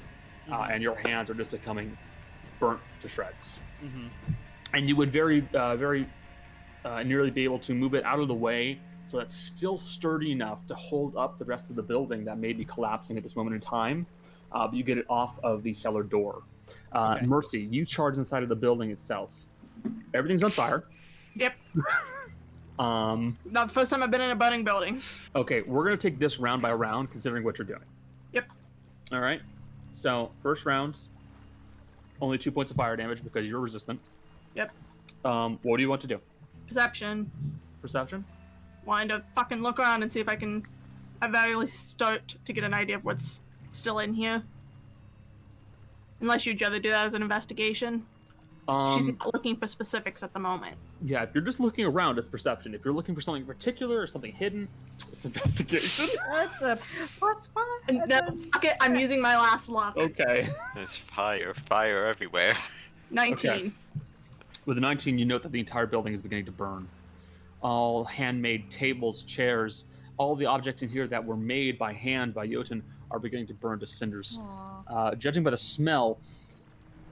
Speaker 2: uh,
Speaker 1: Mhm.
Speaker 2: and your hands are just becoming burnt to shreds.
Speaker 1: mm-hmm.
Speaker 2: And you would very uh, very uh, nearly be able to move it out of the way, so that's still sturdy enough to hold up the rest of the building that may be collapsing at this moment in time. Uh, but you get it off of the cellar door. Uh, Mercy, you charge inside of the building itself. Everything's on fire.
Speaker 5: Yep.
Speaker 2: Um,
Speaker 5: Not the first time I've been in a burning building.
Speaker 2: Okay, we're gonna take this round by round, considering what you're doing.
Speaker 5: Yep.
Speaker 2: All right. So first round, only two points of fire damage because you're resistant.
Speaker 5: Yep.
Speaker 2: Um, what do you want to do?
Speaker 5: Perception.
Speaker 2: Perception.
Speaker 5: Wanting to fucking look around and see if I can. I'm very stoked to get an idea of what's still in here. Unless you'd rather do that as an investigation. She's
Speaker 2: Um,
Speaker 5: not looking for specifics at the moment.
Speaker 2: yeah. If you're just looking around, it's perception. If you're looking for something particular or something hidden, it's investigation.
Speaker 3: That's a plus one.
Speaker 5: No, fuck it. I'm using my last luck.
Speaker 2: Oh, okay.
Speaker 7: There's fire, fire everywhere.
Speaker 5: 19.
Speaker 2: With a 19, you note that the entire building is beginning to burn. All handmade tables, chairs, all the objects in here that were made by hand by Jotun are beginning to burn to cinders.
Speaker 3: oh,
Speaker 2: Uh, judging by the smell,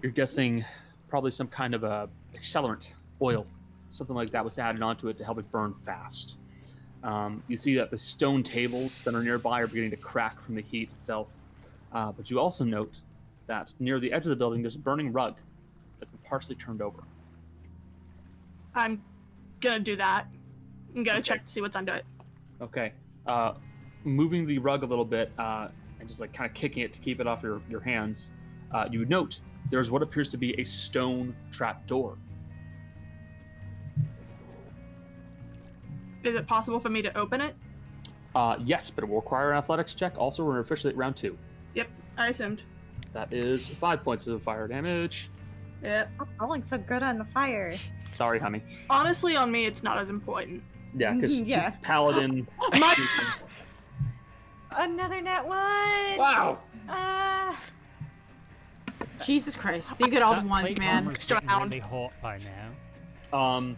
Speaker 2: you're guessing probably some kind of a accelerant, oil, something like that was added onto it to help it burn fast. Um, you see that the stone tables that are nearby are beginning to crack from the heat itself. Uh, but you also note that near the edge of the building, there's a burning rug that's been partially turned over.
Speaker 5: I'm gonna do that. I'm gonna check to see what's under it.
Speaker 2: Okay. Uh, moving the rug a little bit uh, and just like kind of kicking it to keep it off your, your hands, uh, you note there's what appears to be a stone trap door.
Speaker 5: Is it possible for me to open it?
Speaker 2: Uh, yes, but it will require an athletics check. Also, we're officially at round two.
Speaker 5: Yep, I assumed.
Speaker 2: That is five points of fire damage.
Speaker 5: Yep.
Speaker 3: Stop rolling so good on the fire.
Speaker 2: Sorry, honey.
Speaker 5: Honestly, on me, it's not as important.
Speaker 2: Yeah, because
Speaker 3: Mm-hmm, Yeah.
Speaker 2: paladin.
Speaker 3: Another net one.
Speaker 2: Wow.
Speaker 3: Ah.
Speaker 13: Jesus Christ. You get all the ones, man.
Speaker 1: Really hot by now.
Speaker 2: Um,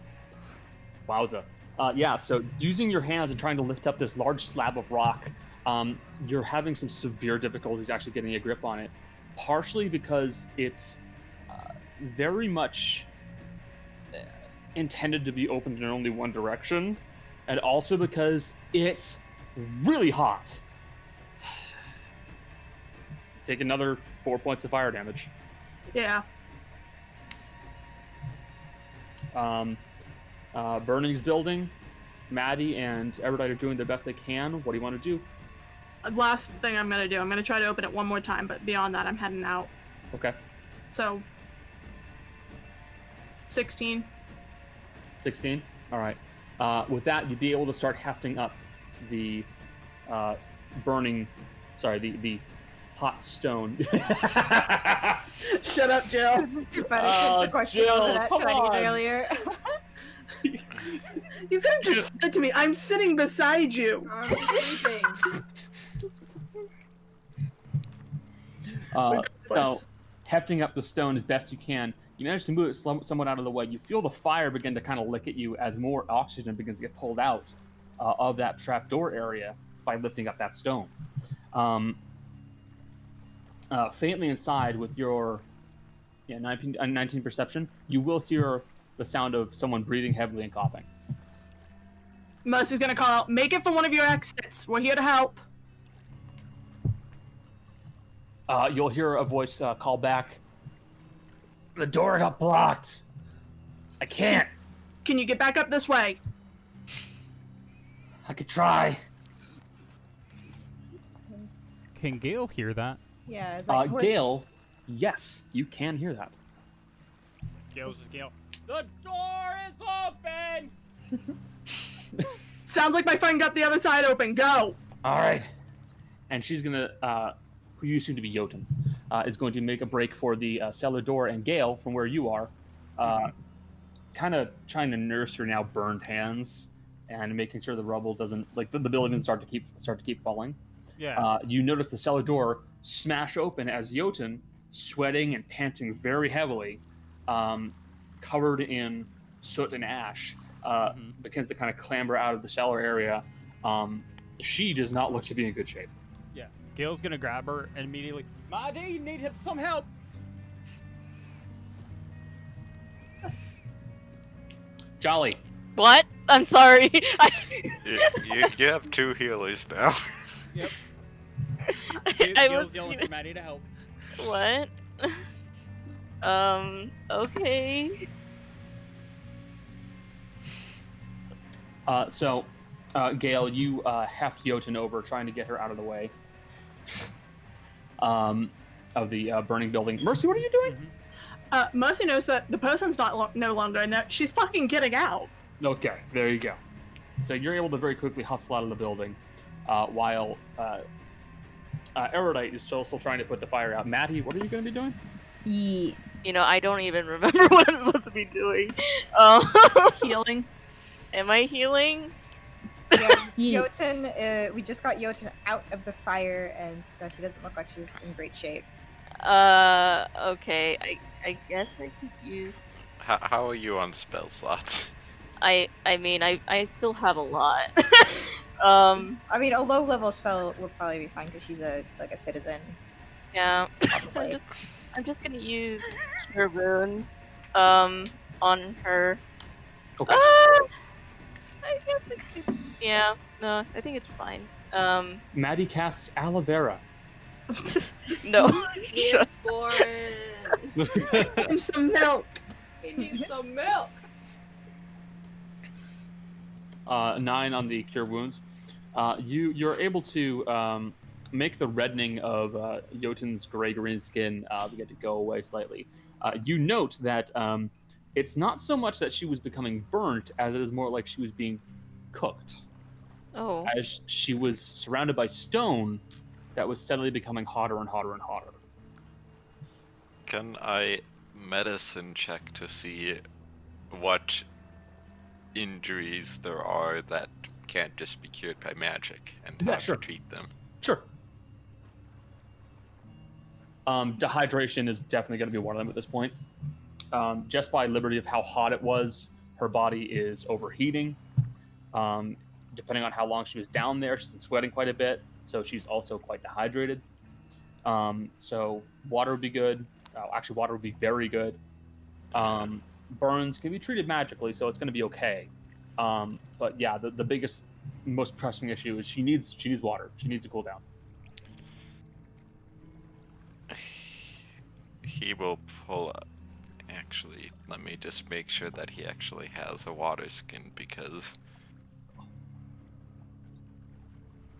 Speaker 2: wowza. Uh, yeah, so using your hands and trying to lift up this large slab of rock, Um, you're having some severe difficulties actually getting a grip on it, partially because it's uh, very much uh, intended to be opened in only one direction, and also because it's really hot. Take another four points of fire damage.
Speaker 5: Yeah.
Speaker 2: Um, uh, Burning's building. Maddie and Everdite are doing their best they can. What do you want to do?
Speaker 5: Last thing I'm gonna do, I'm gonna try to open it one more time, but beyond that, I'm heading out.
Speaker 2: Okay.
Speaker 5: So, 16.
Speaker 2: 16. All right. Uh, with that, you'd be able to start hefting up the uh, burning, sorry, the, the hot stone.
Speaker 5: Shut up, Jill.
Speaker 3: Too funny. I took the question
Speaker 5: Uh, Jill,
Speaker 3: over that
Speaker 5: come
Speaker 3: Teddy
Speaker 5: on.
Speaker 3: earlier.
Speaker 5: You could have just said to me, I'm sitting beside you.
Speaker 3: Um,
Speaker 2: Uh, so, hefting up the stone as best you can, you manage to move it slum- somewhat out of the way. You feel the fire begin to kind of lick at you as more oxygen begins to get pulled out uh, of that trapdoor area by lifting up that stone. Um, uh, faintly inside, with your yeah, 19, uh, 19 perception, you will hear the sound of someone breathing heavily and coughing.
Speaker 5: Mercy's gonna call out, make it for one of your exits. We're here to help.
Speaker 2: Uh, you'll hear a voice uh, call back. The door got blocked. I can't.
Speaker 5: Can you get back up this way?
Speaker 2: I could try.
Speaker 1: Can Gail hear that?
Speaker 3: yeah. It's
Speaker 2: Uh,
Speaker 3: like, where's-
Speaker 2: Gail, yes, you can hear that.
Speaker 1: Gail's just Gail. The door is open.
Speaker 5: Sounds like my friend got the other side open. Go.
Speaker 2: All right. And she's gonna, uh, who you seem to be Jotun, uh, is going to make a break for the uh, cellar door. And Gail, from where you are, uh, kind of trying to nurse her now burned hands and making sure the rubble doesn't, like the, the building doesn't start to keep start to keep falling.
Speaker 1: Yeah.
Speaker 2: Uh, you notice the cellar door smash open as Jotun, sweating and panting very heavily, um, covered in soot and ash, uh, begins to kind of clamber out of the cellar area. Um, she does not look to be in good shape.
Speaker 1: yeah. Gail's gonna grab her and immediately. Maddie, you need help- some help.
Speaker 2: Jolly.
Speaker 8: What? I'm sorry. I,
Speaker 7: You, you, you have two healers now.
Speaker 8: I
Speaker 1: Gail's
Speaker 8: was
Speaker 1: yelling for Maddie to help.
Speaker 8: what? um. Okay.
Speaker 2: Uh, so, uh, Gail, you uh, heft Jotun over, trying to get her out of the way um, of the uh, burning building. Mercy, what are you doing?
Speaker 5: Uh, Mercy knows that the person's not lo- no longer in there. She's fucking getting out.
Speaker 2: Okay, there you go. So you're able to very quickly hustle out of the building, uh, while uh, uh, Erudite is still still trying to put the fire out. Matty, what are you going to be doing?
Speaker 8: You know, I don't even remember what I'm supposed to be doing. Um,
Speaker 5: healing.
Speaker 8: Am I healing?
Speaker 3: Jotun, uh, we just got Jotun out of the fire, and so she doesn't look like she's in great shape.
Speaker 8: Uh. Okay. I. I guess I could use.
Speaker 7: how, how are you on spell slots?
Speaker 8: I. I mean, I. I still have a lot. um.
Speaker 3: I mean, a low level spell will probably be fine because she's a like a citizen.
Speaker 8: Yeah. I'm just. I'm just gonna use cure wounds. Um. On her. Uh,
Speaker 2: Okay.
Speaker 8: I guess I could. Yeah. No. I think it's fine. Um.
Speaker 2: Maddie casts aloe vera.
Speaker 8: No.
Speaker 6: Yes, Warren.
Speaker 5: Need some milk.
Speaker 6: He needs some milk.
Speaker 2: uh, nine on the cure wounds. Uh, you you're able to um, make the reddening of uh, Jotun's gray green skin uh, begin to go away slightly. Uh, you note that um, it's not so much that she was becoming burnt as it is more like she was being cooked,
Speaker 8: Oh.
Speaker 2: as she was surrounded by stone that was steadily becoming hotter and hotter and hotter.
Speaker 7: Can I medicine check to see what injuries there are that can't just be cured by magic and
Speaker 2: Yeah,
Speaker 7: how
Speaker 2: sure.
Speaker 7: to treat them?
Speaker 2: Sure. Um, dehydration is definitely going to be one of them at this point. Um, just by liberty of how hot it was, her body is overheating. Um, depending on how long she was down there, she's been sweating quite a bit. so she's also quite dehydrated. Um, so water would be good. Uh, actually, water would be very good. Um, burns can be treated magically, so it's going to be okay. Um, but yeah, the, the biggest, most pressing issue is she needs she needs water. She needs to cool down.
Speaker 7: He will pull up. Actually, let me just make sure that he actually has a water skin because.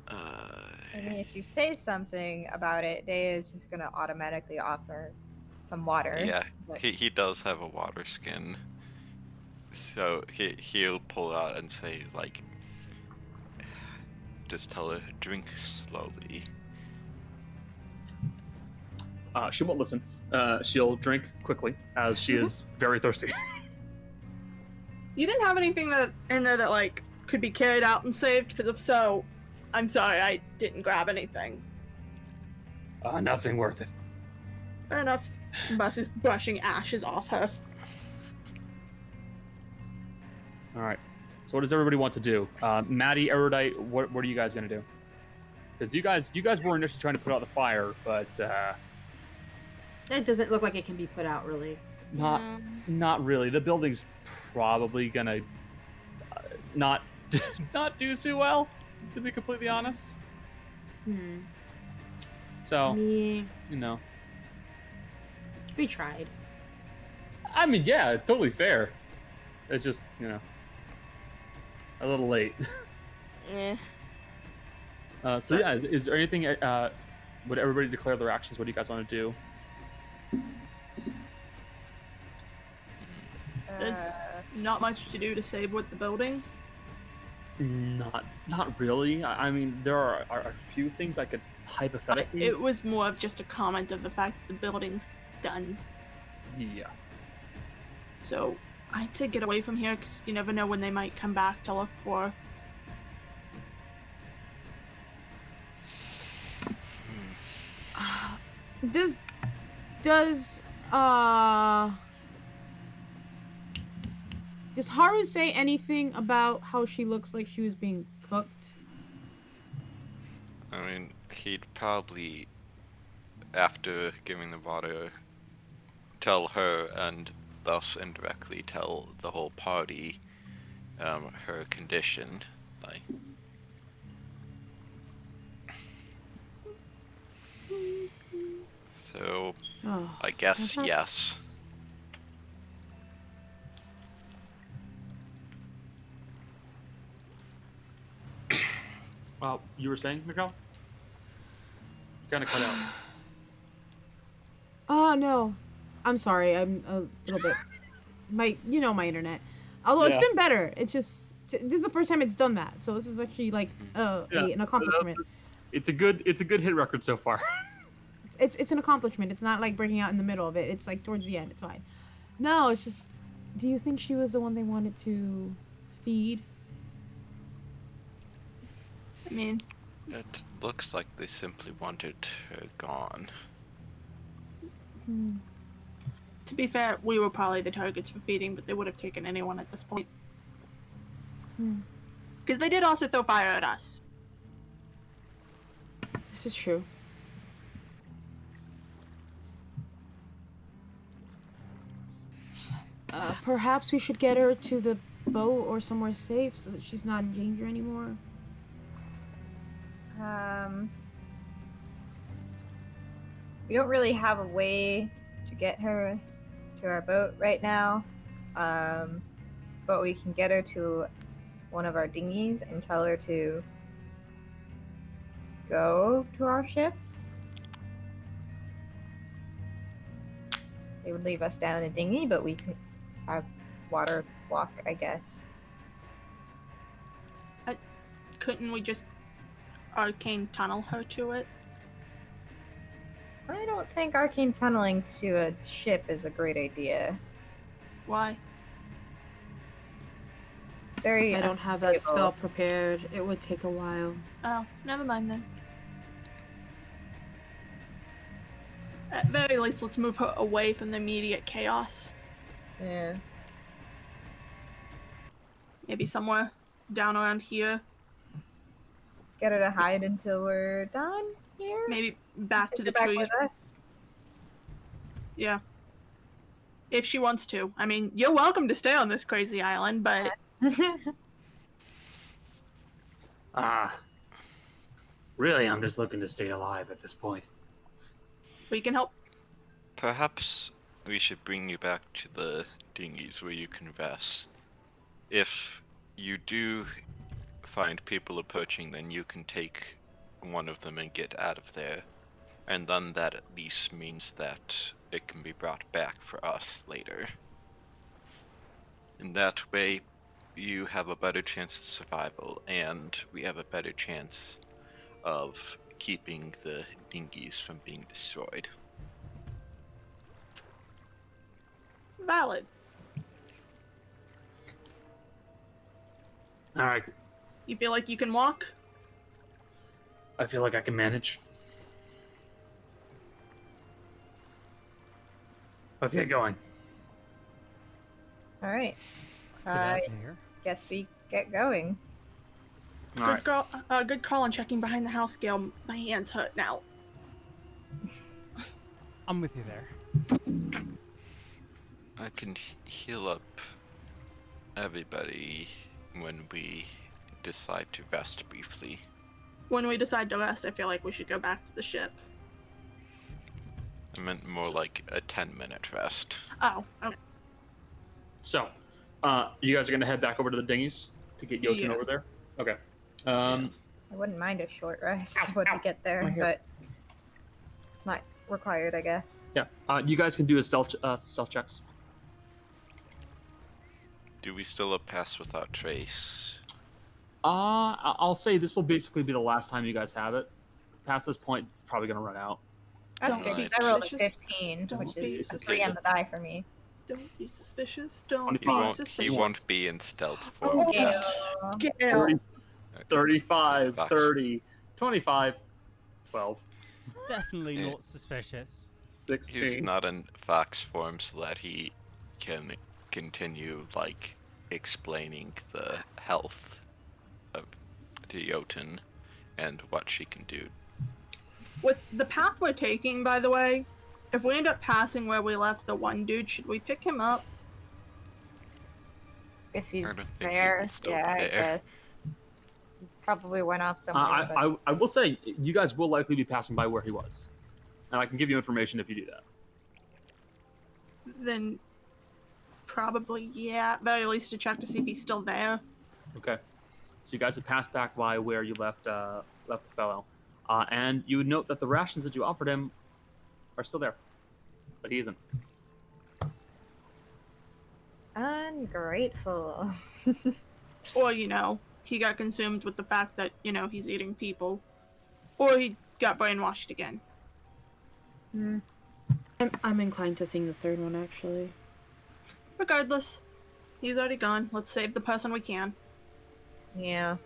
Speaker 7: Uh,
Speaker 3: I mean, if you say something about it, Day is just gonna automatically offer some water.
Speaker 7: yeah,
Speaker 3: but-
Speaker 7: he, he does have a water skin. So he, he'll pull out and say, like, just tell her, drink slowly.
Speaker 2: Uh, she won't listen. Uh, she'll drink quickly as she is very thirsty.
Speaker 5: You didn't have anything that in there that like could be carried out and saved, because if so, I'm sorry I didn't grab anything.
Speaker 14: Uh, nothing worth it.
Speaker 5: Fair enough. Bus is brushing ashes off her.
Speaker 2: All right. So what does everybody want to do? Uh, Maddie, Erudite, what, what are you guys gonna do? Because you guys, you guys were initially trying to put out the fire, but uh,
Speaker 4: It doesn't look like it can be put out, really.
Speaker 2: not,
Speaker 8: Mm,
Speaker 2: not really. The building's probably gonna uh, not, not do so well, to be completely honest.
Speaker 4: Hmm.
Speaker 2: So
Speaker 4: Me,
Speaker 2: you know,
Speaker 4: we tried.
Speaker 2: I mean, yeah, totally fair. It's just you know, a little late.
Speaker 8: Eh.
Speaker 2: Uh, so yeah, is, is there anything? Uh, would everybody declare their actions? What do you guys want to do?
Speaker 3: Uh,
Speaker 5: There's not much to do to save with the building.
Speaker 2: Not, not really. I, I mean, there are, are a few things I could hypothetically.
Speaker 5: It was more of just a comment of the fact that the building's done.
Speaker 2: Yeah.
Speaker 5: So I'd say get away from here because you never know when they might come back to look for.
Speaker 13: Does does uh does Haru say anything about how she looks like she was being cooked?
Speaker 7: I mean, he'd probably, after giving the water, tell her and thus indirectly tell the whole party um, her condition. Like, so,
Speaker 13: Oh,
Speaker 7: I guess
Speaker 13: perhaps-
Speaker 7: yes.
Speaker 2: Well, you were saying, Miguel. Kind of cut out.
Speaker 13: Oh no. I'm sorry. I'm a little bit my you know my internet. Although it's
Speaker 2: Yeah.
Speaker 13: been better. It's just t- this is the first time it's done that. So this is actually like uh, a-
Speaker 2: Yeah,
Speaker 13: an accomplishment.
Speaker 2: It's a good, it's a good hit record so far.
Speaker 13: It's it's an accomplishment. It's not like breaking out in the middle of it. It's like towards the end. It's fine. No, it's just do you think she was the one they wanted to feed?
Speaker 5: I mean,
Speaker 7: It looks like they simply wanted her gone.
Speaker 13: Hmm.
Speaker 5: to be fair, we were probably the targets for feeding, but they would have taken anyone at this point.
Speaker 13: Hmm.
Speaker 5: Because they did also throw fire at us.
Speaker 13: This is true. Uh, perhaps we should get her to the boat or somewhere safe so that she's not in danger anymore.
Speaker 3: Um, we don't really have a way to get her to our boat right now, um, but we can get her to one of our dinghies and tell her to go to our ship. They would leave us down a dinghy, but we could have water walk, I guess.
Speaker 5: Couldn't we just arcane tunnel her to it?
Speaker 3: I don't think arcane tunneling to a ship is a great idea.
Speaker 5: Why?
Speaker 3: It's very.
Speaker 13: I don't have that spell
Speaker 3: unstable.
Speaker 13: prepared. It would take a while.
Speaker 5: Oh, never mind then. At very least, let's move her away from the immediate chaos.
Speaker 3: Yeah.
Speaker 5: Maybe somewhere down around here.
Speaker 3: get her to hide until we're done here.
Speaker 5: Maybe back
Speaker 3: Take
Speaker 5: to
Speaker 3: her
Speaker 5: the trees.
Speaker 3: With us.
Speaker 5: Yeah. If she wants to. I mean, you're welcome to stay on this crazy island, but
Speaker 20: Ah. really, I'm just looking to stay alive at this point.
Speaker 5: we can help.
Speaker 7: Perhaps we should bring you back to the dinghies where you can rest. If you do find people approaching, then you can take one of them and get out of there. And then that at least means that it can be brought back for us later. In that way, you have a better chance of survival, and we have a better chance of keeping the dinghies from being destroyed.
Speaker 5: Valid.
Speaker 20: All right,
Speaker 5: You feel like you can walk?
Speaker 20: I feel like I can manage. Let's get going.
Speaker 3: All right.
Speaker 5: get out
Speaker 3: I
Speaker 5: of here.
Speaker 3: guess we get going.
Speaker 5: good call. Uh, good call on checking behind the house, Gail. My hands hurt now.
Speaker 1: I'm with you there.
Speaker 7: I can h- heal up everybody when we decide to rest briefly.
Speaker 5: When we decide to rest, I feel like we should go back to the ship.
Speaker 7: I meant more like a 10 minute rest.
Speaker 5: Oh, okay.
Speaker 2: So, uh, you guys are gonna head back over to the dinghies to get Jotun
Speaker 3: Yeah.
Speaker 2: over there. Okay. Um,
Speaker 3: I wouldn't mind a short rest when we get there, but it's not required, I guess.
Speaker 2: yeah. Uh, you guys can do a stealth uh, stealth checks.
Speaker 7: Do we still have pass without trace?
Speaker 2: Uh, I- I'll say this will basically be the last time you guys have it. Past this point, it's probably gonna run out.
Speaker 3: That's
Speaker 5: Don't
Speaker 3: good
Speaker 5: be
Speaker 3: because I rolled a
Speaker 5: suspicious.
Speaker 3: 15,
Speaker 5: Don't
Speaker 3: which
Speaker 5: be
Speaker 3: is a
Speaker 5: suspicious.
Speaker 3: 3 on the die for me.
Speaker 5: Don't be suspicious. Don't
Speaker 2: Twenty
Speaker 5: be
Speaker 7: He won't,
Speaker 5: suspicious.
Speaker 7: he won't be in stealth for
Speaker 5: Oh,
Speaker 7: that.
Speaker 5: Gail.
Speaker 2: 30, 35, 30, 25, 12,
Speaker 1: Definitely
Speaker 7: Yeah.
Speaker 1: not suspicious.
Speaker 2: 16.
Speaker 7: He's not in fox form so that he can continue, like, explaining the health of to Jotun and what she can do.
Speaker 5: With the path we're taking, by the way, if we end up passing where we left the one dude, should we pick him up?
Speaker 3: If he's
Speaker 7: don't think he
Speaker 3: there,
Speaker 7: will still
Speaker 3: yeah,
Speaker 7: be
Speaker 3: I
Speaker 7: there.
Speaker 3: guess. Probably went off
Speaker 2: Uh,
Speaker 3: somewhere. but-
Speaker 2: I, I, I will say, you guys will likely be passing by where he was. And I can give you information if you do that.
Speaker 5: Then probably, yeah, at very least to check to see if he's still there.
Speaker 2: Okay. So you guys would pass back by where you left uh, left the fellow. Uh, and you would note that the rations that you offered him are still there. But he isn't.
Speaker 3: Ungrateful.
Speaker 5: Or, you know, he got consumed with the fact that, you know, he's eating people. Or he got brainwashed again.
Speaker 13: Hmm. I'm, I'm inclined to think the third one actually.
Speaker 5: Regardless, he's already gone. Let's save the person we can.
Speaker 3: Yeah.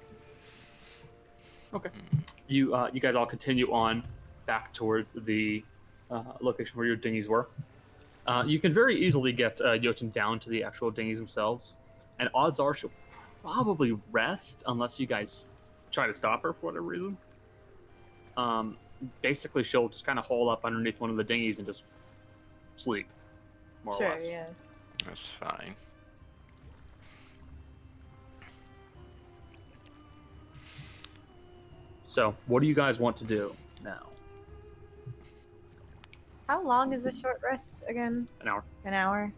Speaker 2: Okay.
Speaker 7: Mm,
Speaker 2: You uh, you guys all continue on back towards the uh, location where your dinghies were. Uh, you can very easily get uh, Jotun down to the actual dinghies themselves, and odds are she'll probably rest unless you guys try to stop her for whatever reason. Um, basically, she'll just kind of hole up underneath one of the dinghies and just sleep, more
Speaker 3: sure,
Speaker 2: or less.
Speaker 3: yeah.
Speaker 7: That's fine.
Speaker 2: So, what do you guys want to do now?
Speaker 3: How long is a short rest again?
Speaker 2: An hour
Speaker 3: An hour?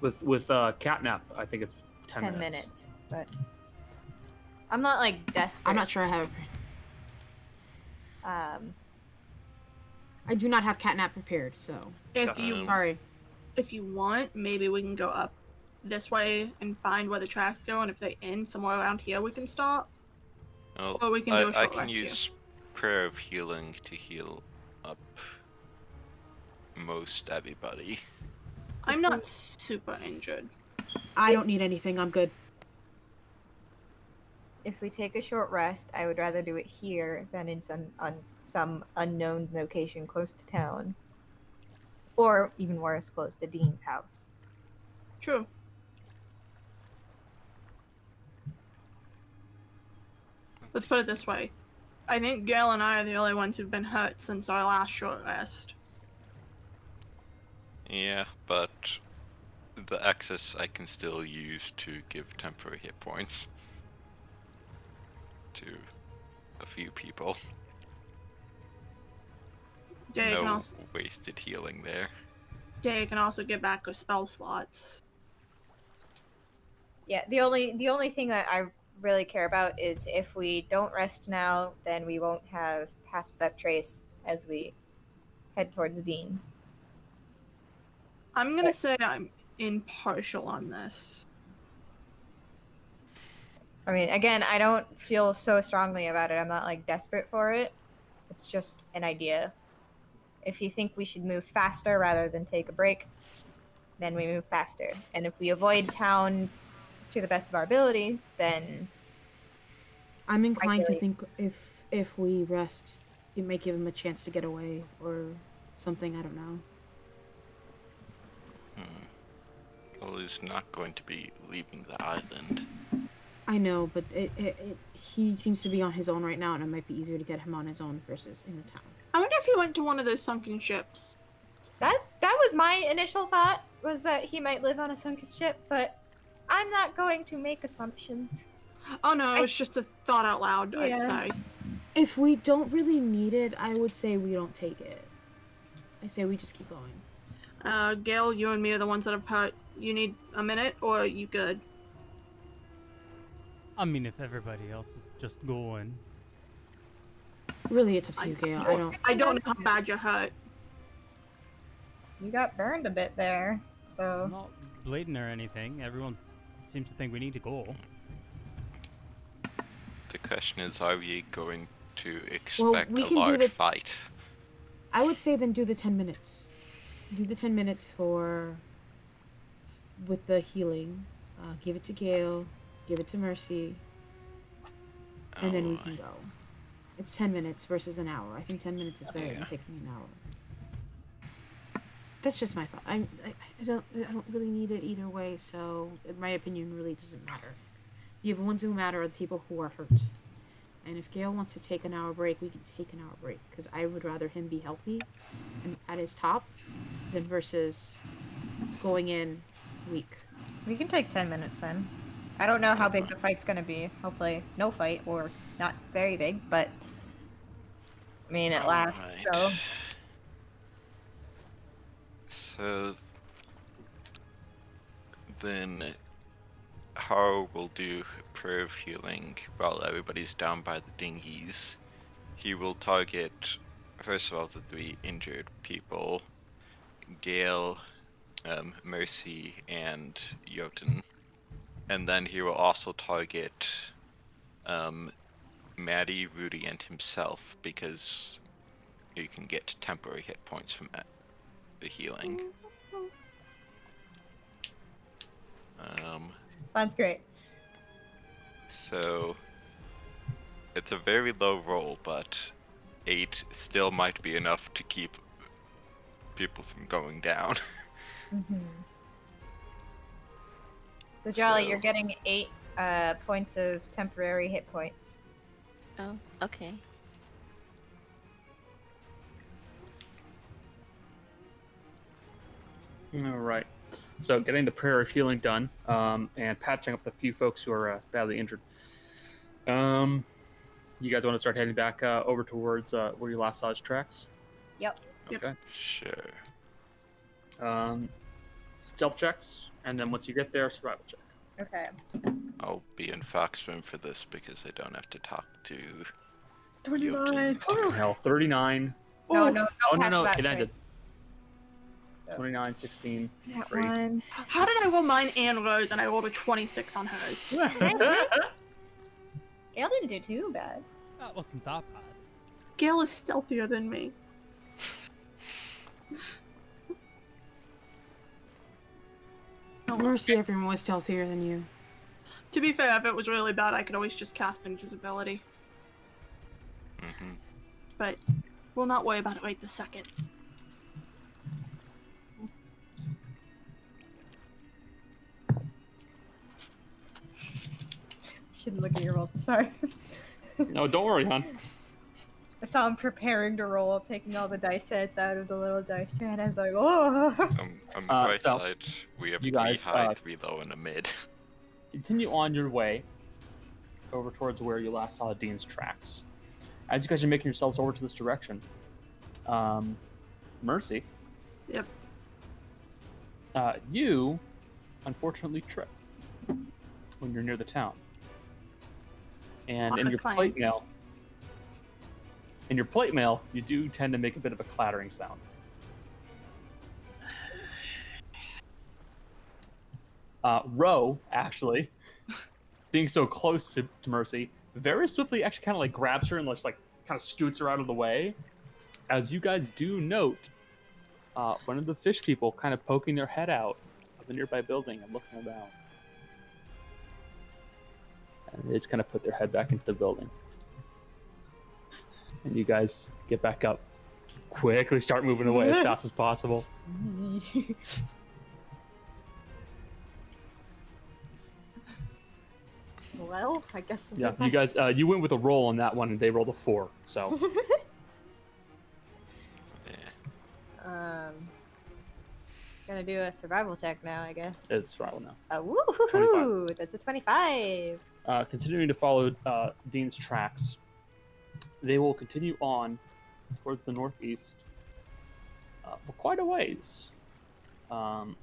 Speaker 2: with with uh, catnap. I think it's ten,
Speaker 3: 10 minutes. But I'm not like desperate.
Speaker 13: I'm not sure I have.
Speaker 3: Um,
Speaker 13: I do not have catnap prepared, so
Speaker 5: If you
Speaker 13: sorry.
Speaker 5: if you want, maybe we can go up this way and find where the tracks go, and if they end somewhere around here, we can stop.
Speaker 7: Well,
Speaker 5: Or we can
Speaker 7: I,
Speaker 5: do a
Speaker 7: I
Speaker 5: short
Speaker 7: can
Speaker 5: rest, yeah.
Speaker 7: use prayer of healing to heal up most everybody.
Speaker 5: I'm not super injured.
Speaker 13: I don't need anything. I'm good.
Speaker 3: if we take a short rest, I would rather do it here than in some on some unknown location close to town, or even worse, close to Dean's house.
Speaker 5: True. Let's put it this way. I think Gail and I are the only ones who've been hurt since our last short rest.
Speaker 7: Yeah, but the access I can still use to give temporary hit points to a few people.
Speaker 5: Yeah, you can
Speaker 7: no
Speaker 5: also-
Speaker 7: wasted healing there.
Speaker 5: Yeah, you can also get back with spell slots.
Speaker 3: Yeah, the only the only thing that I really care about is if we don't rest now, then we won't have past that trace as we head towards Dean.
Speaker 5: I'm gonna say I'm impartial on this.
Speaker 3: I mean, again, I don't feel so strongly about it. I'm not like desperate for it. It's just an idea. If you think we should move faster rather than take a break, then we move faster. And if we avoid town to the best of our abilities, then
Speaker 4: I'm inclined to
Speaker 3: like-
Speaker 4: think if if we rest, it might give him a chance to get away or something. I don't know.
Speaker 7: Hmm. Well, he's not going to be leaving the island.
Speaker 4: I know, but it, it, it, he seems to be on his own right now, and it might be easier to get him on his own versus in the town.
Speaker 5: I wonder if he went to one of those sunken ships.
Speaker 3: that that was my initial thought was that he might live on a sunken ship, but I'm not going to make assumptions.
Speaker 5: Oh no, it was just a thought out loud. I'm
Speaker 4: Yeah.
Speaker 5: sorry.
Speaker 4: If we don't really need it, I would say we don't take it. I say we just keep going.
Speaker 5: Uh, Gail, you and me are the ones that have hurt. You need a minute, or are you good?
Speaker 1: I mean, if everybody else is just going,
Speaker 4: Really, it's up to you, Gail. I don't.
Speaker 5: I don't know how bad you're hurt.
Speaker 3: You got burned a bit there, so
Speaker 1: not bleeding or anything, everyone seems to think we need to go.
Speaker 7: The question is, are we going to
Speaker 4: Well,
Speaker 7: expect
Speaker 4: we
Speaker 7: a
Speaker 4: can do
Speaker 7: large
Speaker 4: the-
Speaker 7: fight?
Speaker 4: I would say then do the ten minutes. Do the ten minutes for with the healing. Uh, give it to Gail. Give it to Mercy. And then we
Speaker 7: Oh,
Speaker 4: can go. It's ten minutes versus an hour. I think ten minutes is better than taking an hour. That's just my thought. I'm, I I don't I don't really need it either way. So my opinion really doesn't matter. The ones who matter are the people who are hurt. And if Gail wants to take an hour break, we can take an hour break because I would rather him be healthy and at his top than versus going in weak.
Speaker 3: We can take 10 minutes then. I don't know how big the fight's gonna be. Hopefully, no fight or not very big, but I mean,
Speaker 7: Oh
Speaker 3: it lasts. So
Speaker 7: So then Haro will do prayer of healing while everybody's down by the dinghies. He will target first of all the three injured people, Gale, um, Mercy, and Jotun. And then he will also target um, Maddie, Rudy, and himself because you can get temporary hit points from that, the healing. Um,
Speaker 3: sounds great.
Speaker 7: so it's a very low roll, but eight still might be enough to keep people from going down.
Speaker 3: Mm-hmm. So Jolly, you're
Speaker 7: So-
Speaker 3: getting eight uh, points of temporary hit points.
Speaker 8: Oh, okay.
Speaker 2: All right. So getting the prayer of healing done um, and patching up the few folks who are uh, badly injured. Um, you guys want to start heading back uh, over towards uh, where you last saw his tracks?
Speaker 3: Yep.
Speaker 2: Okay.
Speaker 7: Sure.
Speaker 2: Um, stealth checks, and then once you get there, survival check.
Speaker 3: Okay.
Speaker 7: I'll be in Fox room for this because I don't have to talk to.
Speaker 5: Twenty-nine. Oh,
Speaker 2: Hell, 39.
Speaker 5: no,
Speaker 3: no,
Speaker 2: Oh, no, no, it ended. 29, 16,
Speaker 5: That
Speaker 2: 3.
Speaker 5: one. How did I roll mine and Rose, and I rolled a 26 on hers?
Speaker 3: Gail didn't do too bad.
Speaker 1: That wasn't that bad.
Speaker 5: Gail is stealthier than me.
Speaker 4: Mercy, everyone was healthier than you.
Speaker 5: To be fair, if it was really bad, I could always just cast invisibility.
Speaker 7: Mhm.
Speaker 5: But we'll not worry about it right this second.
Speaker 3: Shouldn't look at your rolls. I'm sorry.
Speaker 2: No, don't worry, hon.
Speaker 3: I saw him preparing to roll, taking all the dice sets out of the little dice stand. I was like, oh.
Speaker 7: I'm
Speaker 2: Uh,
Speaker 7: bright
Speaker 2: so,
Speaker 7: side. um, We have
Speaker 2: you
Speaker 7: three
Speaker 2: guys,
Speaker 7: high,
Speaker 2: uh,
Speaker 7: three low, and a mid.
Speaker 2: continue on your way over towards where you last saw Dean's tracks. As you guys are making yourselves over to this direction, um, Mercy.
Speaker 5: Yep.
Speaker 2: Uh, you, unfortunately, trip when you're near the town, and
Speaker 5: On
Speaker 2: in
Speaker 5: the
Speaker 2: your
Speaker 5: plains.
Speaker 2: plate mail. In your plate mail, you do tend to make a bit of a clattering sound. Uh, Roe, actually, being so close to, to Mercy, very swiftly actually kind of like grabs her and just like kind of scoots her out of the way. As you guys do note, uh, one of the fish people kind of poking their head out of a nearby building and looking around. And they just kind of put their head back into the building. And you guys get back up. Quickly start moving away as fast as possible.
Speaker 3: well, I guess. we'll
Speaker 2: Yeah,
Speaker 3: get
Speaker 2: you
Speaker 3: past-
Speaker 2: guys, uh, you went with a roll on that one, and they rolled a four. So
Speaker 3: um, gonna do a survival check now, I guess.
Speaker 2: it's right now.
Speaker 3: Uh, woohoo! That's a twenty-five.
Speaker 2: uh, continuing to follow uh, Dean's tracks, they will continue on towards the northeast uh, for quite a ways. Um,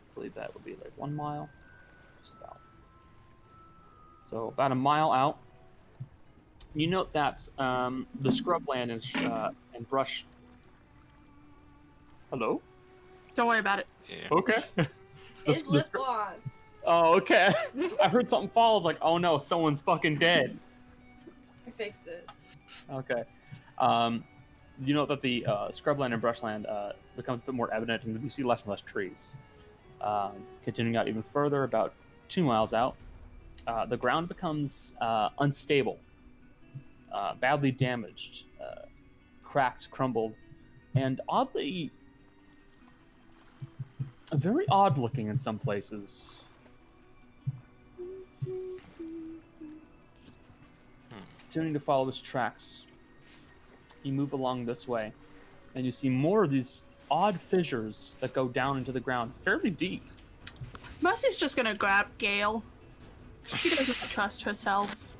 Speaker 2: I believe that would be like one mile, just about. So about a mile out, you note that um, the scrubland and uh, and brush. Hello.
Speaker 5: Don't worry about it.
Speaker 2: Okay. The-
Speaker 6: His
Speaker 2: the
Speaker 6: lip
Speaker 2: scrub-
Speaker 6: gloss.
Speaker 2: Oh, okay. I heard something fall. I was like, oh no, someone's fucking dead.
Speaker 6: I fixed it.
Speaker 2: Okay. Um, you know that the uh, scrubland and brushland uh, becomes a bit more evident, and you see less and less trees. Um, continuing out even further, about two miles out, uh, the ground becomes uh, unstable, uh, badly damaged, uh, cracked, crumbled, and oddly, very odd looking in some places. Continuing to follow his tracks, you move along this way, and you see more of these odd fissures that go down into the ground, fairly deep.
Speaker 5: Mercy's just gonna grab Gail. She doesn't trust herself.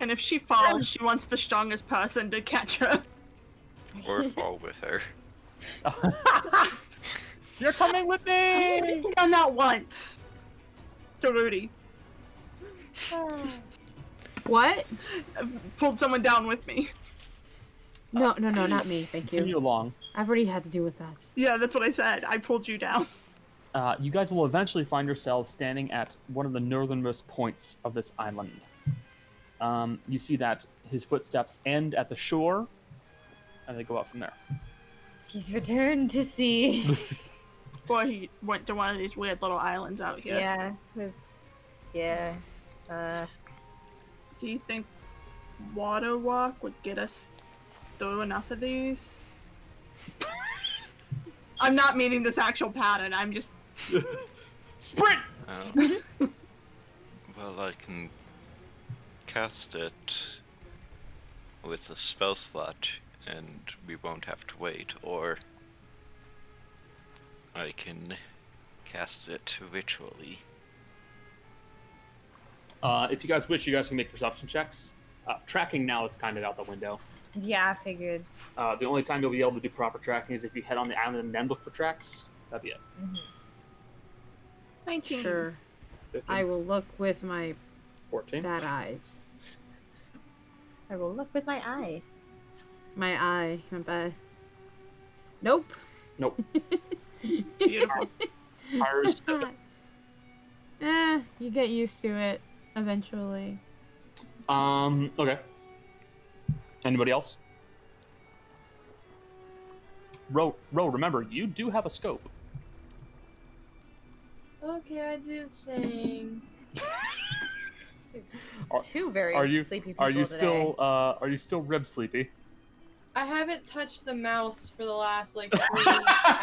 Speaker 5: And if she falls, she wants the strongest person to catch her.
Speaker 7: or fall with her.
Speaker 2: You're coming with me!
Speaker 5: I've done that once. To Rudy.
Speaker 11: What?
Speaker 5: I pulled someone down with me.
Speaker 4: No, no, no, not me. Thank
Speaker 2: Continue
Speaker 4: you.
Speaker 2: along.
Speaker 4: I've already had to deal with that.
Speaker 5: Yeah, that's what I said. I pulled you down.
Speaker 2: Uh, you guys will eventually find yourselves standing at one of the northernmost points of this island. Um, you see that his footsteps end at the shore, and they go out from there.
Speaker 3: He's returned to sea.
Speaker 5: Or he went to one of these weird little islands out here.
Speaker 3: Yeah, was. Yeah. Uh,
Speaker 5: Do you think water walk would get us through enough of these? I'm not meaning this actual pattern. I'm just sprint.
Speaker 7: Oh.
Speaker 4: Mm-hmm.
Speaker 7: well, I can cast it with a spell slot, and we won't have to wait. Or I can cast it ritually.
Speaker 2: Uh, if you guys wish, you guys can make perception checks. Uh, tracking now is kind of out the window.
Speaker 3: yeah, I figured.
Speaker 2: Uh, the only time you'll be able to do proper tracking is if you head on the island and then look for tracks. That'd be it.
Speaker 5: Thank you.
Speaker 4: Sure. I will look with my
Speaker 2: 14.
Speaker 4: bad eyes.
Speaker 3: I will look with my eye.
Speaker 4: My eye. My bad. Nope.
Speaker 2: Nope.
Speaker 5: Beautiful.
Speaker 2: Iris
Speaker 4: eh, you get used to it eventually.
Speaker 2: Um. Okay. Anybody else? Ro, Ro, remember you do have a scope.
Speaker 6: Okay, I do this thing.
Speaker 2: Are,
Speaker 3: Two very
Speaker 2: are you
Speaker 3: sleepy people
Speaker 2: are you
Speaker 3: today.
Speaker 2: still uh are you still rib sleepy?
Speaker 6: I I haven't touched the mouse for the last like three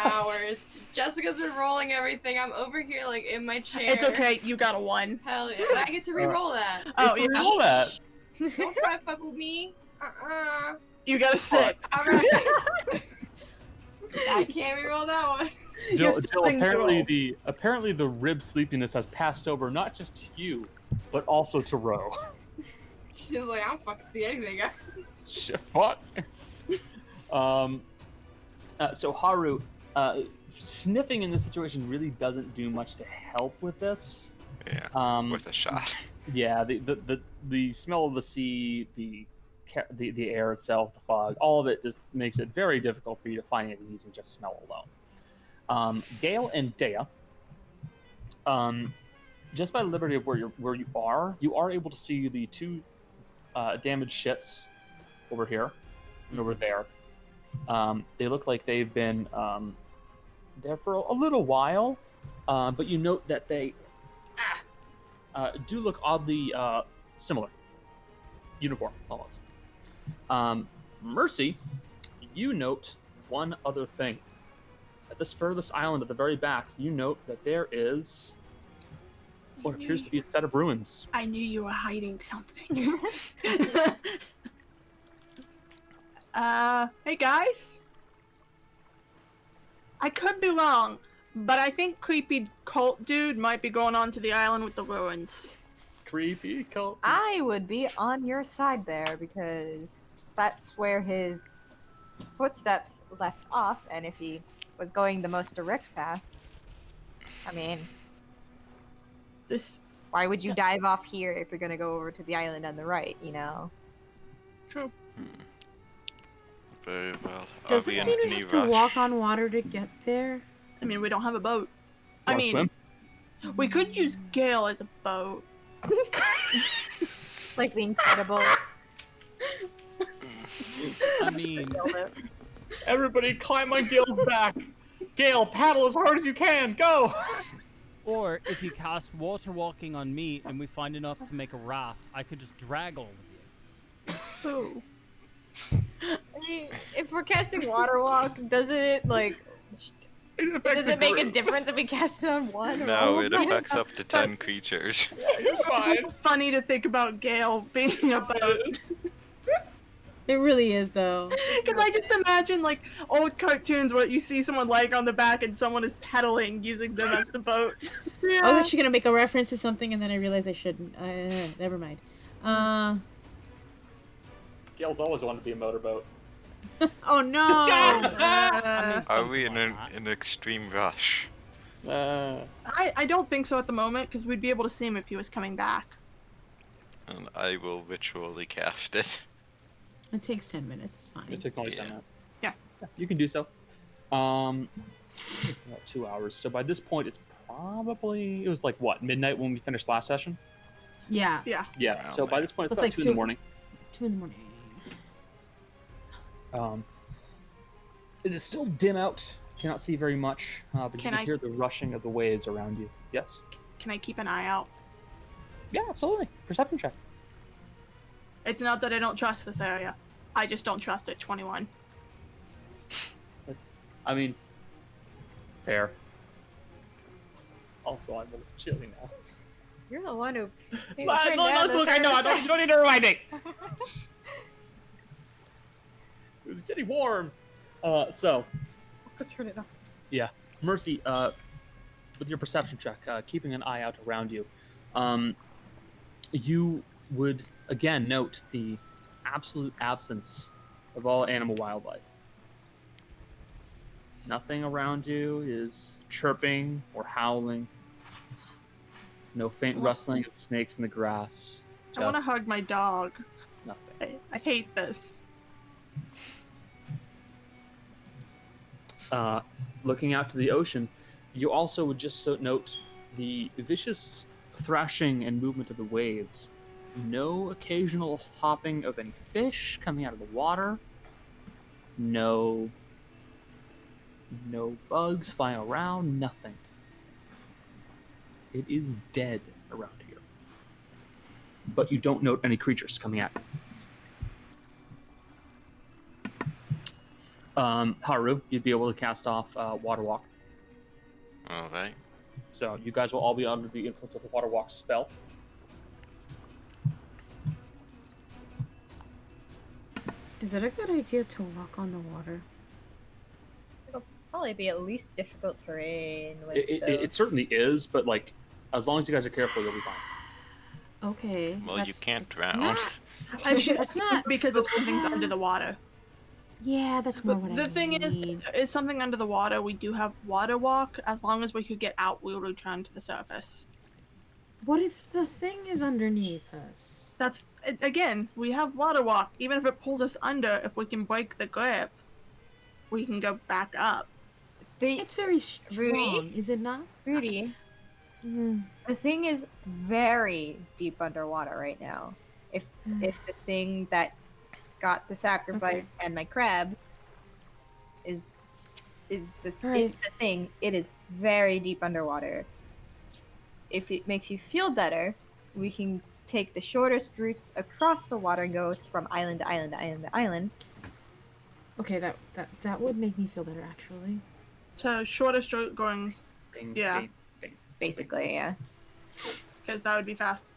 Speaker 6: hours. Jessica's been rolling everything. I'm over here like in my chair.
Speaker 5: It's okay. You got a one.
Speaker 6: Hell yeah! But I get to re-roll that.
Speaker 5: Oh, you know that.
Speaker 6: Don't try to fuck with me. Uh-uh.
Speaker 5: You got a six.
Speaker 6: All right. I can't re-roll that one.
Speaker 2: Jill,
Speaker 5: Yes,
Speaker 2: Jill
Speaker 5: thank
Speaker 2: apparently
Speaker 5: you.
Speaker 2: the apparently the rib sleepiness has passed over not just to you, but also to Roe.
Speaker 6: She's like, I don't fucking see anything. guys."
Speaker 2: Shit, fuck. um, uh, so Haru, uh, sniffing in this situation really doesn't do much to help with this.
Speaker 7: Yeah.
Speaker 2: Um,
Speaker 7: worth a shot.
Speaker 2: Yeah, the the, the, the smell of the sea, the, ca- the the air itself, the fog, all of it just makes it very difficult for you to find anything using just smell alone. Um, Gale and Dea, um, just by liberty of where you where you are, you are able to see the two uh, damaged ships over here and over there. Um, they look like they've been um, there for a little while, uh, but you note that they uh, do look oddly uh, similar. Uniform, almost. Um, Mercy, you note one other thing. At this furthest island at the very back, you note that there is what appears to be a set of ruins.
Speaker 5: I knew you were hiding something. uh, hey guys. I could be wrong, but I think creepy cult dude might be going on to the island with the ruins.
Speaker 2: Creepy cult.
Speaker 3: I would be on your side there because that's where his footsteps left off, and if he was going the most direct path, I mean,
Speaker 5: this.
Speaker 3: Why would you dive off here if you're gonna go over to the island on the right? You know.
Speaker 5: True.
Speaker 7: Hmm. Very well.
Speaker 4: Does
Speaker 7: Are we
Speaker 4: this
Speaker 7: in
Speaker 4: mean we
Speaker 7: any
Speaker 4: have to
Speaker 7: rush?
Speaker 4: walk on water to get there?
Speaker 5: I mean, we don't have a boat. I
Speaker 4: Wanna
Speaker 5: mean,
Speaker 4: swim?
Speaker 5: we could use Gale as a boat.
Speaker 3: like the incredible.
Speaker 1: I mean,
Speaker 2: Everybody climb on Gale's back! Gale, paddle as hard as you can! Go!
Speaker 1: or if you cast water walking on me and we find enough to make a raft, I could just drag all of you.
Speaker 5: Who?
Speaker 3: I mean, if we're casting water walk, doesn't it like? Does it make a difference if we cast it on one? or all
Speaker 7: No,
Speaker 3: of
Speaker 7: it
Speaker 3: them?
Speaker 7: affects up to ten creatures.
Speaker 5: It's funny to think about Gale being a boat.
Speaker 4: It really is, though.
Speaker 5: Because I just imagine like old cartoons where you see someone laying on the back and someone is pedaling using them as the boat.
Speaker 4: I was actually gonna make a reference to something, and then I realized I shouldn't. Uh, never mind. Uh,
Speaker 2: Gale's always wanted to be a motorboat.
Speaker 4: oh no!
Speaker 7: Are we in an, an extreme rush?
Speaker 2: Uh,
Speaker 5: I, I don't think so at the moment because we'd be able to see him if he was coming back.
Speaker 7: And I will ritually cast it.
Speaker 4: It takes ten minutes. It's fine.
Speaker 2: It took only ten minutes.
Speaker 5: Yeah.
Speaker 2: You can do so. Um, about two hours. So by this point, it's probably it was like what midnight when we finished last session.
Speaker 4: Yeah.
Speaker 5: Yeah.
Speaker 2: Yeah. So by this point,
Speaker 4: So
Speaker 2: it's, about two, in the morning.
Speaker 4: Two in the morning.
Speaker 2: Um, it is still dim out. Cannot see very much, uh, but
Speaker 5: Can
Speaker 2: you can
Speaker 5: I-
Speaker 2: hear the rushing of the waves around you. Yes.
Speaker 5: Can I keep an eye out?
Speaker 2: Yeah, absolutely. Perception check.
Speaker 5: It's not that I don't trust this area. I just don't trust it. 21.
Speaker 2: That's. I mean. Fair. Also, I'm a little chilly now.
Speaker 3: You're the one who. who
Speaker 2: Look,
Speaker 3: turned
Speaker 2: look,
Speaker 3: down
Speaker 2: look,
Speaker 3: the
Speaker 2: look, I know. I don't, you don't need to remind me. It was getting warm. Uh, so,
Speaker 3: I'll turn it off.
Speaker 2: yeah, Mercy. Uh, with your perception check, uh, keeping an eye out around you, um, you would again note the absolute absence of all animal wildlife. Nothing around you is chirping or howling. No faint rustling of snakes in the grass.
Speaker 5: I want to
Speaker 2: Just
Speaker 5: hug my dog.
Speaker 2: nothing.
Speaker 5: I, I hate this.
Speaker 2: uh, looking out to the ocean, you also would just so note the vicious thrashing and movement of the waves. No occasional hopping of any fish coming out of the water. No. No bugs flying around. Nothing. It is dead around here. But you don't note any creatures coming at you. um, Haru, you'd be able to cast off uh, Water Walk.
Speaker 7: All right.
Speaker 2: So you guys will all be under the influence of the Water Walk spell.
Speaker 4: Is it a good idea to walk on the water?
Speaker 3: It'll probably be at least difficult terrain. With
Speaker 2: It, it, it,
Speaker 3: those.
Speaker 2: it certainly is, but like, as long as you guys are careful, you'll be fine.
Speaker 4: Okay.
Speaker 7: Well, you
Speaker 4: that's-
Speaker 7: can't
Speaker 4: that's
Speaker 7: drown.
Speaker 4: not-
Speaker 5: I was just
Speaker 4: That's
Speaker 5: not
Speaker 4: not-
Speaker 5: because of something's under the water.
Speaker 4: Yeah, that's more what
Speaker 5: the
Speaker 4: I
Speaker 5: thing
Speaker 4: mean.
Speaker 5: is, is something under the water. We do have water walk. As long as we could get out, we'll return to the surface.
Speaker 4: What if the thing is underneath us?
Speaker 5: That's a- again, we have water walk. Even if it pulls us under, if we can break the grip, we can go back up.
Speaker 4: it's very strong,
Speaker 3: Rudy?
Speaker 4: is it not?
Speaker 3: Rudy,
Speaker 4: Hmm.
Speaker 3: the thing is very deep underwater right now. If if the thing that got the sacrifice and my crab is is the, is
Speaker 4: Alright.
Speaker 3: the thing, it is very deep underwater. If it makes you feel better, we can take the shortest routes across the water and go from island to island to island to island.
Speaker 4: Okay, that that that would make me feel better actually.
Speaker 5: So shortest route going,
Speaker 2: Bing,
Speaker 5: yeah,
Speaker 2: bing, bing.
Speaker 3: Basically, yeah.
Speaker 5: because that would be fast.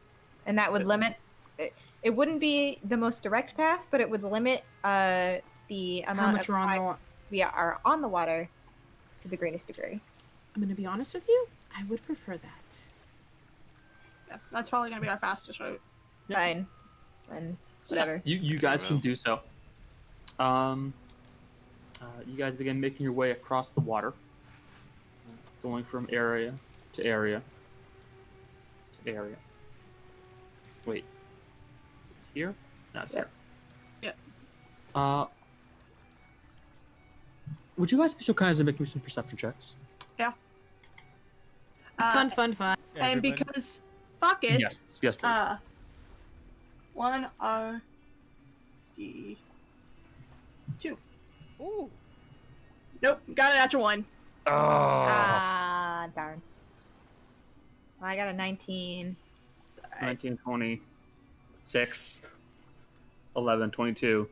Speaker 3: and that would limit it, it wouldn't be the most direct path but it would limit uh the amount
Speaker 4: much
Speaker 3: of
Speaker 4: we're on the
Speaker 3: time
Speaker 4: wa-
Speaker 3: we are on the water to the greatest degree
Speaker 4: I'm gonna be honest with you. I would prefer that.
Speaker 5: Yeah, that's probably gonna be our fastest route.
Speaker 3: fine and whatever
Speaker 2: You you guys can do so. Um, uh, you guys begin making your way across the water, going from area to area to area. Wait, is it here? No, it's here.
Speaker 5: Yep.
Speaker 2: Uh, would you guys be so kind as to make me some perception checks?
Speaker 4: fun, fun, fun.
Speaker 5: Uh, and because fuck it.
Speaker 2: Yes, yes, please.
Speaker 5: Uh, one R D two.
Speaker 1: Ooh.
Speaker 5: Nope, got a natural one.
Speaker 2: Oh.
Speaker 3: ah darn Well, i got a 19
Speaker 2: 19, 20, 6, 11, 22.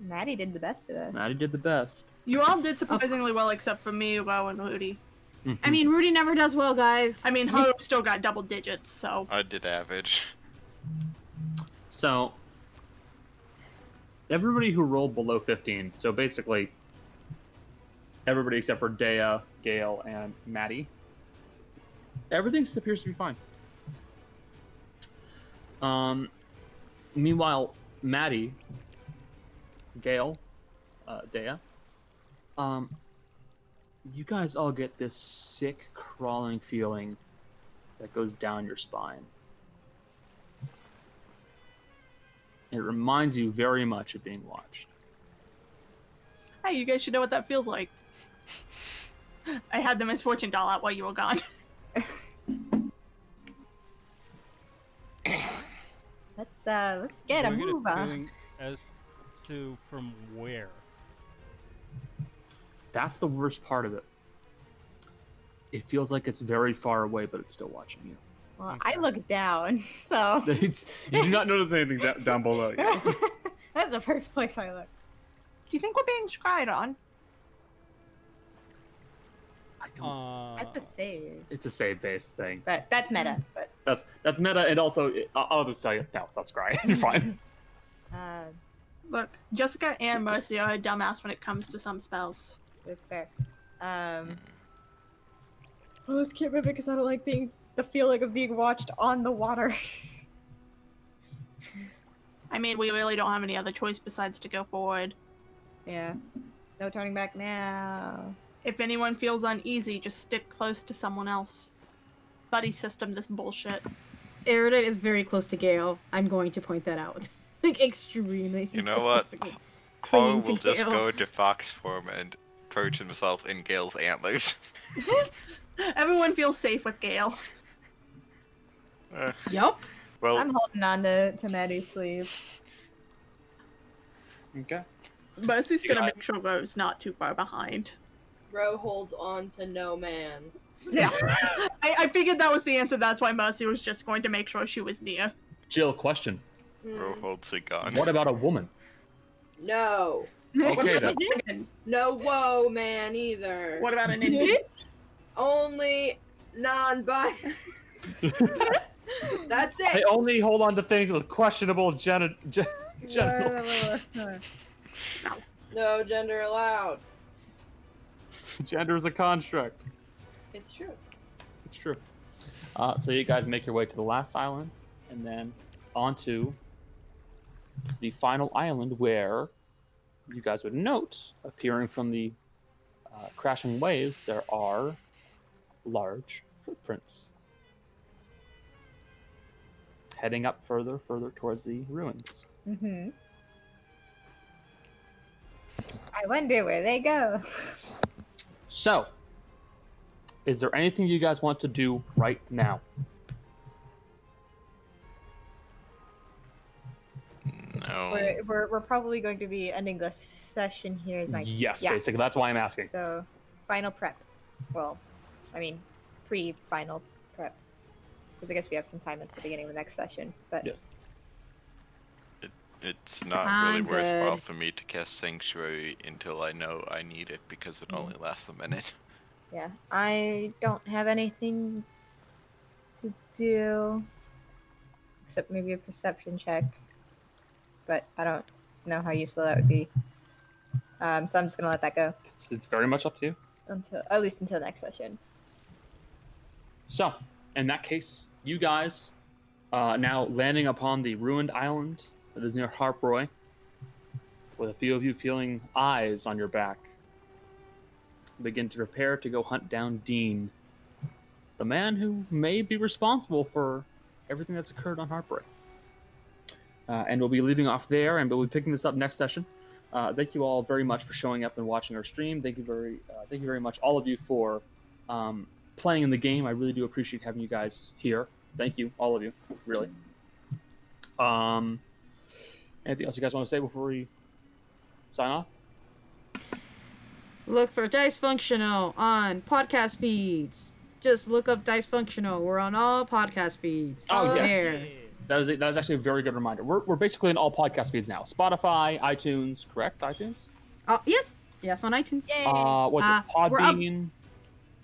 Speaker 3: maddie did the best of us
Speaker 2: Maddie did the best.
Speaker 5: You all did surprisingly well, except for me, Bo, and Rudy.
Speaker 2: Mm-hmm.
Speaker 4: I mean, Rudy never does well, guys.
Speaker 5: I mean, Hope still got double digits, so
Speaker 7: I did average.
Speaker 2: So, everybody who rolled below 15, so basically everybody except for Dea, Gale, and Maddie, everything appears to be fine. Um, meanwhile, Maddie, Gale, uh, Dea, um, you guys all get this sick crawling feeling that goes down your spine. It reminds you very much of being watched.
Speaker 5: hey, you guys should know what that feels like. I had the misfortune doll out while you were gone.
Speaker 3: let's uh let's get a
Speaker 1: Do I
Speaker 3: move on
Speaker 1: feeling As to from where?
Speaker 2: That's the worst part of it. It feels like it's very far away, but it's still watching you.
Speaker 3: well i look down so
Speaker 2: It's, you do not notice anything da- down below you.
Speaker 3: that's the first place i look
Speaker 5: Do you think we're being spied on?
Speaker 1: Uh,
Speaker 3: that's a save
Speaker 2: It's a save based thing.
Speaker 3: but that's meta but
Speaker 2: That's that's meta, and also I'll, I'll just tell you, no, it's not Scry. You're fine.
Speaker 3: uh
Speaker 5: Look, Jessica and Mercy are a dumbass when it comes to some spells.
Speaker 3: That's fair. Um, well, let's get rid of it because I don't like being the feeling of being watched on the water.
Speaker 5: I mean, we really don't have any other choice besides to go forward.
Speaker 3: yeah, no turning back now.
Speaker 5: If anyone feels uneasy, just stick close to someone else. Buddy system, this bullshit.
Speaker 4: Erudite is very close to Gale. I'm going to point that out. like extremely.
Speaker 7: You know what? Ho
Speaker 4: clinging
Speaker 7: Hmm. will
Speaker 4: to
Speaker 7: just
Speaker 4: Gale.
Speaker 7: go into fox form and perch himself in Gale's antlers.
Speaker 5: Everyone feels safe with Gale.
Speaker 7: Uh,
Speaker 4: Yep.
Speaker 2: Oh.
Speaker 7: well,
Speaker 3: I'm holding on to, to Maddie's sleeve.
Speaker 2: Okay.
Speaker 5: Mercy's gonna
Speaker 2: Yeah.
Speaker 5: make sure Ro's not too far behind.
Speaker 6: Row holds on to no man.
Speaker 5: Yeah. I, I figured that was the answer. That's why Mercy was just going to make sure she was near.
Speaker 2: Jill, question.
Speaker 6: Hmm.
Speaker 7: Ro holds a gun.
Speaker 2: What about a woman?
Speaker 6: No.
Speaker 2: Okay, then.
Speaker 6: No whoa man either.
Speaker 5: What about an Indian?
Speaker 6: Only non bi That's it.
Speaker 2: They only hold on to things with questionable geni- gen- genitals.
Speaker 6: no gender allowed.
Speaker 2: Gender is a construct.
Speaker 6: It's true.
Speaker 2: It's true. Uh, so you guys make your way to the last island, and then onto the final island where you guys would note, appearing from the uh, crashing waves, there are large footprints heading up further, further towards the ruins.
Speaker 3: hmm I wonder where they go.
Speaker 2: So, is there anything you guys want to do right now?
Speaker 7: Hmm,
Speaker 2: Hmm.
Speaker 7: No.
Speaker 3: We're, we're, we're probably going to be ending this session here. Is my
Speaker 2: Yes,
Speaker 3: yeah.
Speaker 2: basically. That's why I'm asking.
Speaker 3: So, final prep. Well, I mean, pre-final prep, because I guess we have some time at the beginning of the next session. But
Speaker 7: It's not
Speaker 3: I'm
Speaker 7: really worthwhile
Speaker 3: good.
Speaker 7: for me to cast Sanctuary until I know I need it because it only
Speaker 3: Hmm.
Speaker 7: lasts a minute.
Speaker 3: yeah, I don't have anything to do except maybe a perception check. But I don't know how useful that would be. Um, so I'm just gonna let that go
Speaker 2: It's, it's very much up to you.
Speaker 3: until at least until next session.
Speaker 2: So, in that case, you guys uh, now landing upon the ruined island that is near Harproy, with a few of you feeling eyes on your back, begin to prepare to go hunt down Dean, the man who may be responsible for everything that's occurred on Harproy. Uh, and we'll be leaving off there, and we'll be picking this up next session. Uh, thank you all very much for showing up and watching our stream. Thank you very, uh, thank you very much, all of you, for um, playing in the game. I really do appreciate having you guys here. Thank you, all of you, really. Um, anything else you guys want to say before we sign off?
Speaker 4: Look for Dice Functional on podcast feeds. Just look up Dice Functional. We're on all podcast feeds.
Speaker 2: Oh,
Speaker 4: We're
Speaker 2: yeah.
Speaker 4: There.
Speaker 2: That was, a, that was actually a very good reminder. We're, we're basically in all podcast feeds now Spotify, iTunes, correct? iTunes?
Speaker 4: Oh, yes. Yes, on iTunes.
Speaker 2: Uh, what's
Speaker 4: Uh,
Speaker 2: it?
Speaker 4: we're up-
Speaker 2: Podbean?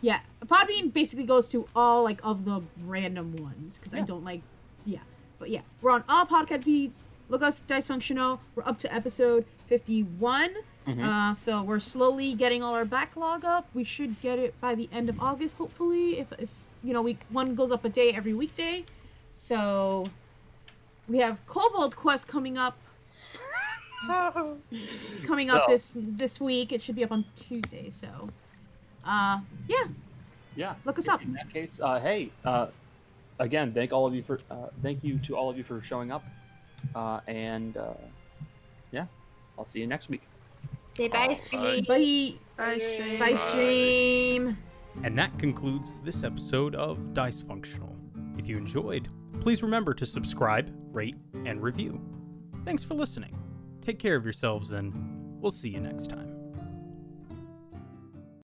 Speaker 4: Yeah, Podbean basically goes to all like of the random ones because I don't like, yeah. But yeah, we're on all podcast feeds. Look us Dysfunctional. We're up to episode fifty-one,
Speaker 2: Mm-hmm.
Speaker 21: Mhm.
Speaker 4: uh, so we're slowly getting all our backlog up. We should get it by the end of August, hopefully. If if you know, we one goes up a day every weekday, so we have Kobold Quest coming up. coming up
Speaker 2: So-
Speaker 4: this this week. It should be up on Tuesday. So, uh, yeah.
Speaker 2: Yeah.
Speaker 4: Look us
Speaker 2: up. In that case, uh, hey, uh, again, thank all of you for uh, thank you to all of you for showing up, uh, and uh, yeah, I'll see you next week.
Speaker 3: Say bye,
Speaker 2: Bye.
Speaker 3: stream.
Speaker 4: Bye.
Speaker 5: Bye,
Speaker 4: stream.
Speaker 1: Bye.
Speaker 4: Bye, stream.
Speaker 1: And that concludes this episode of Dysfunctional. If you enjoyed, please remember to subscribe, rate, and review. Thanks for listening. Take care of yourselves, and we'll see you next time.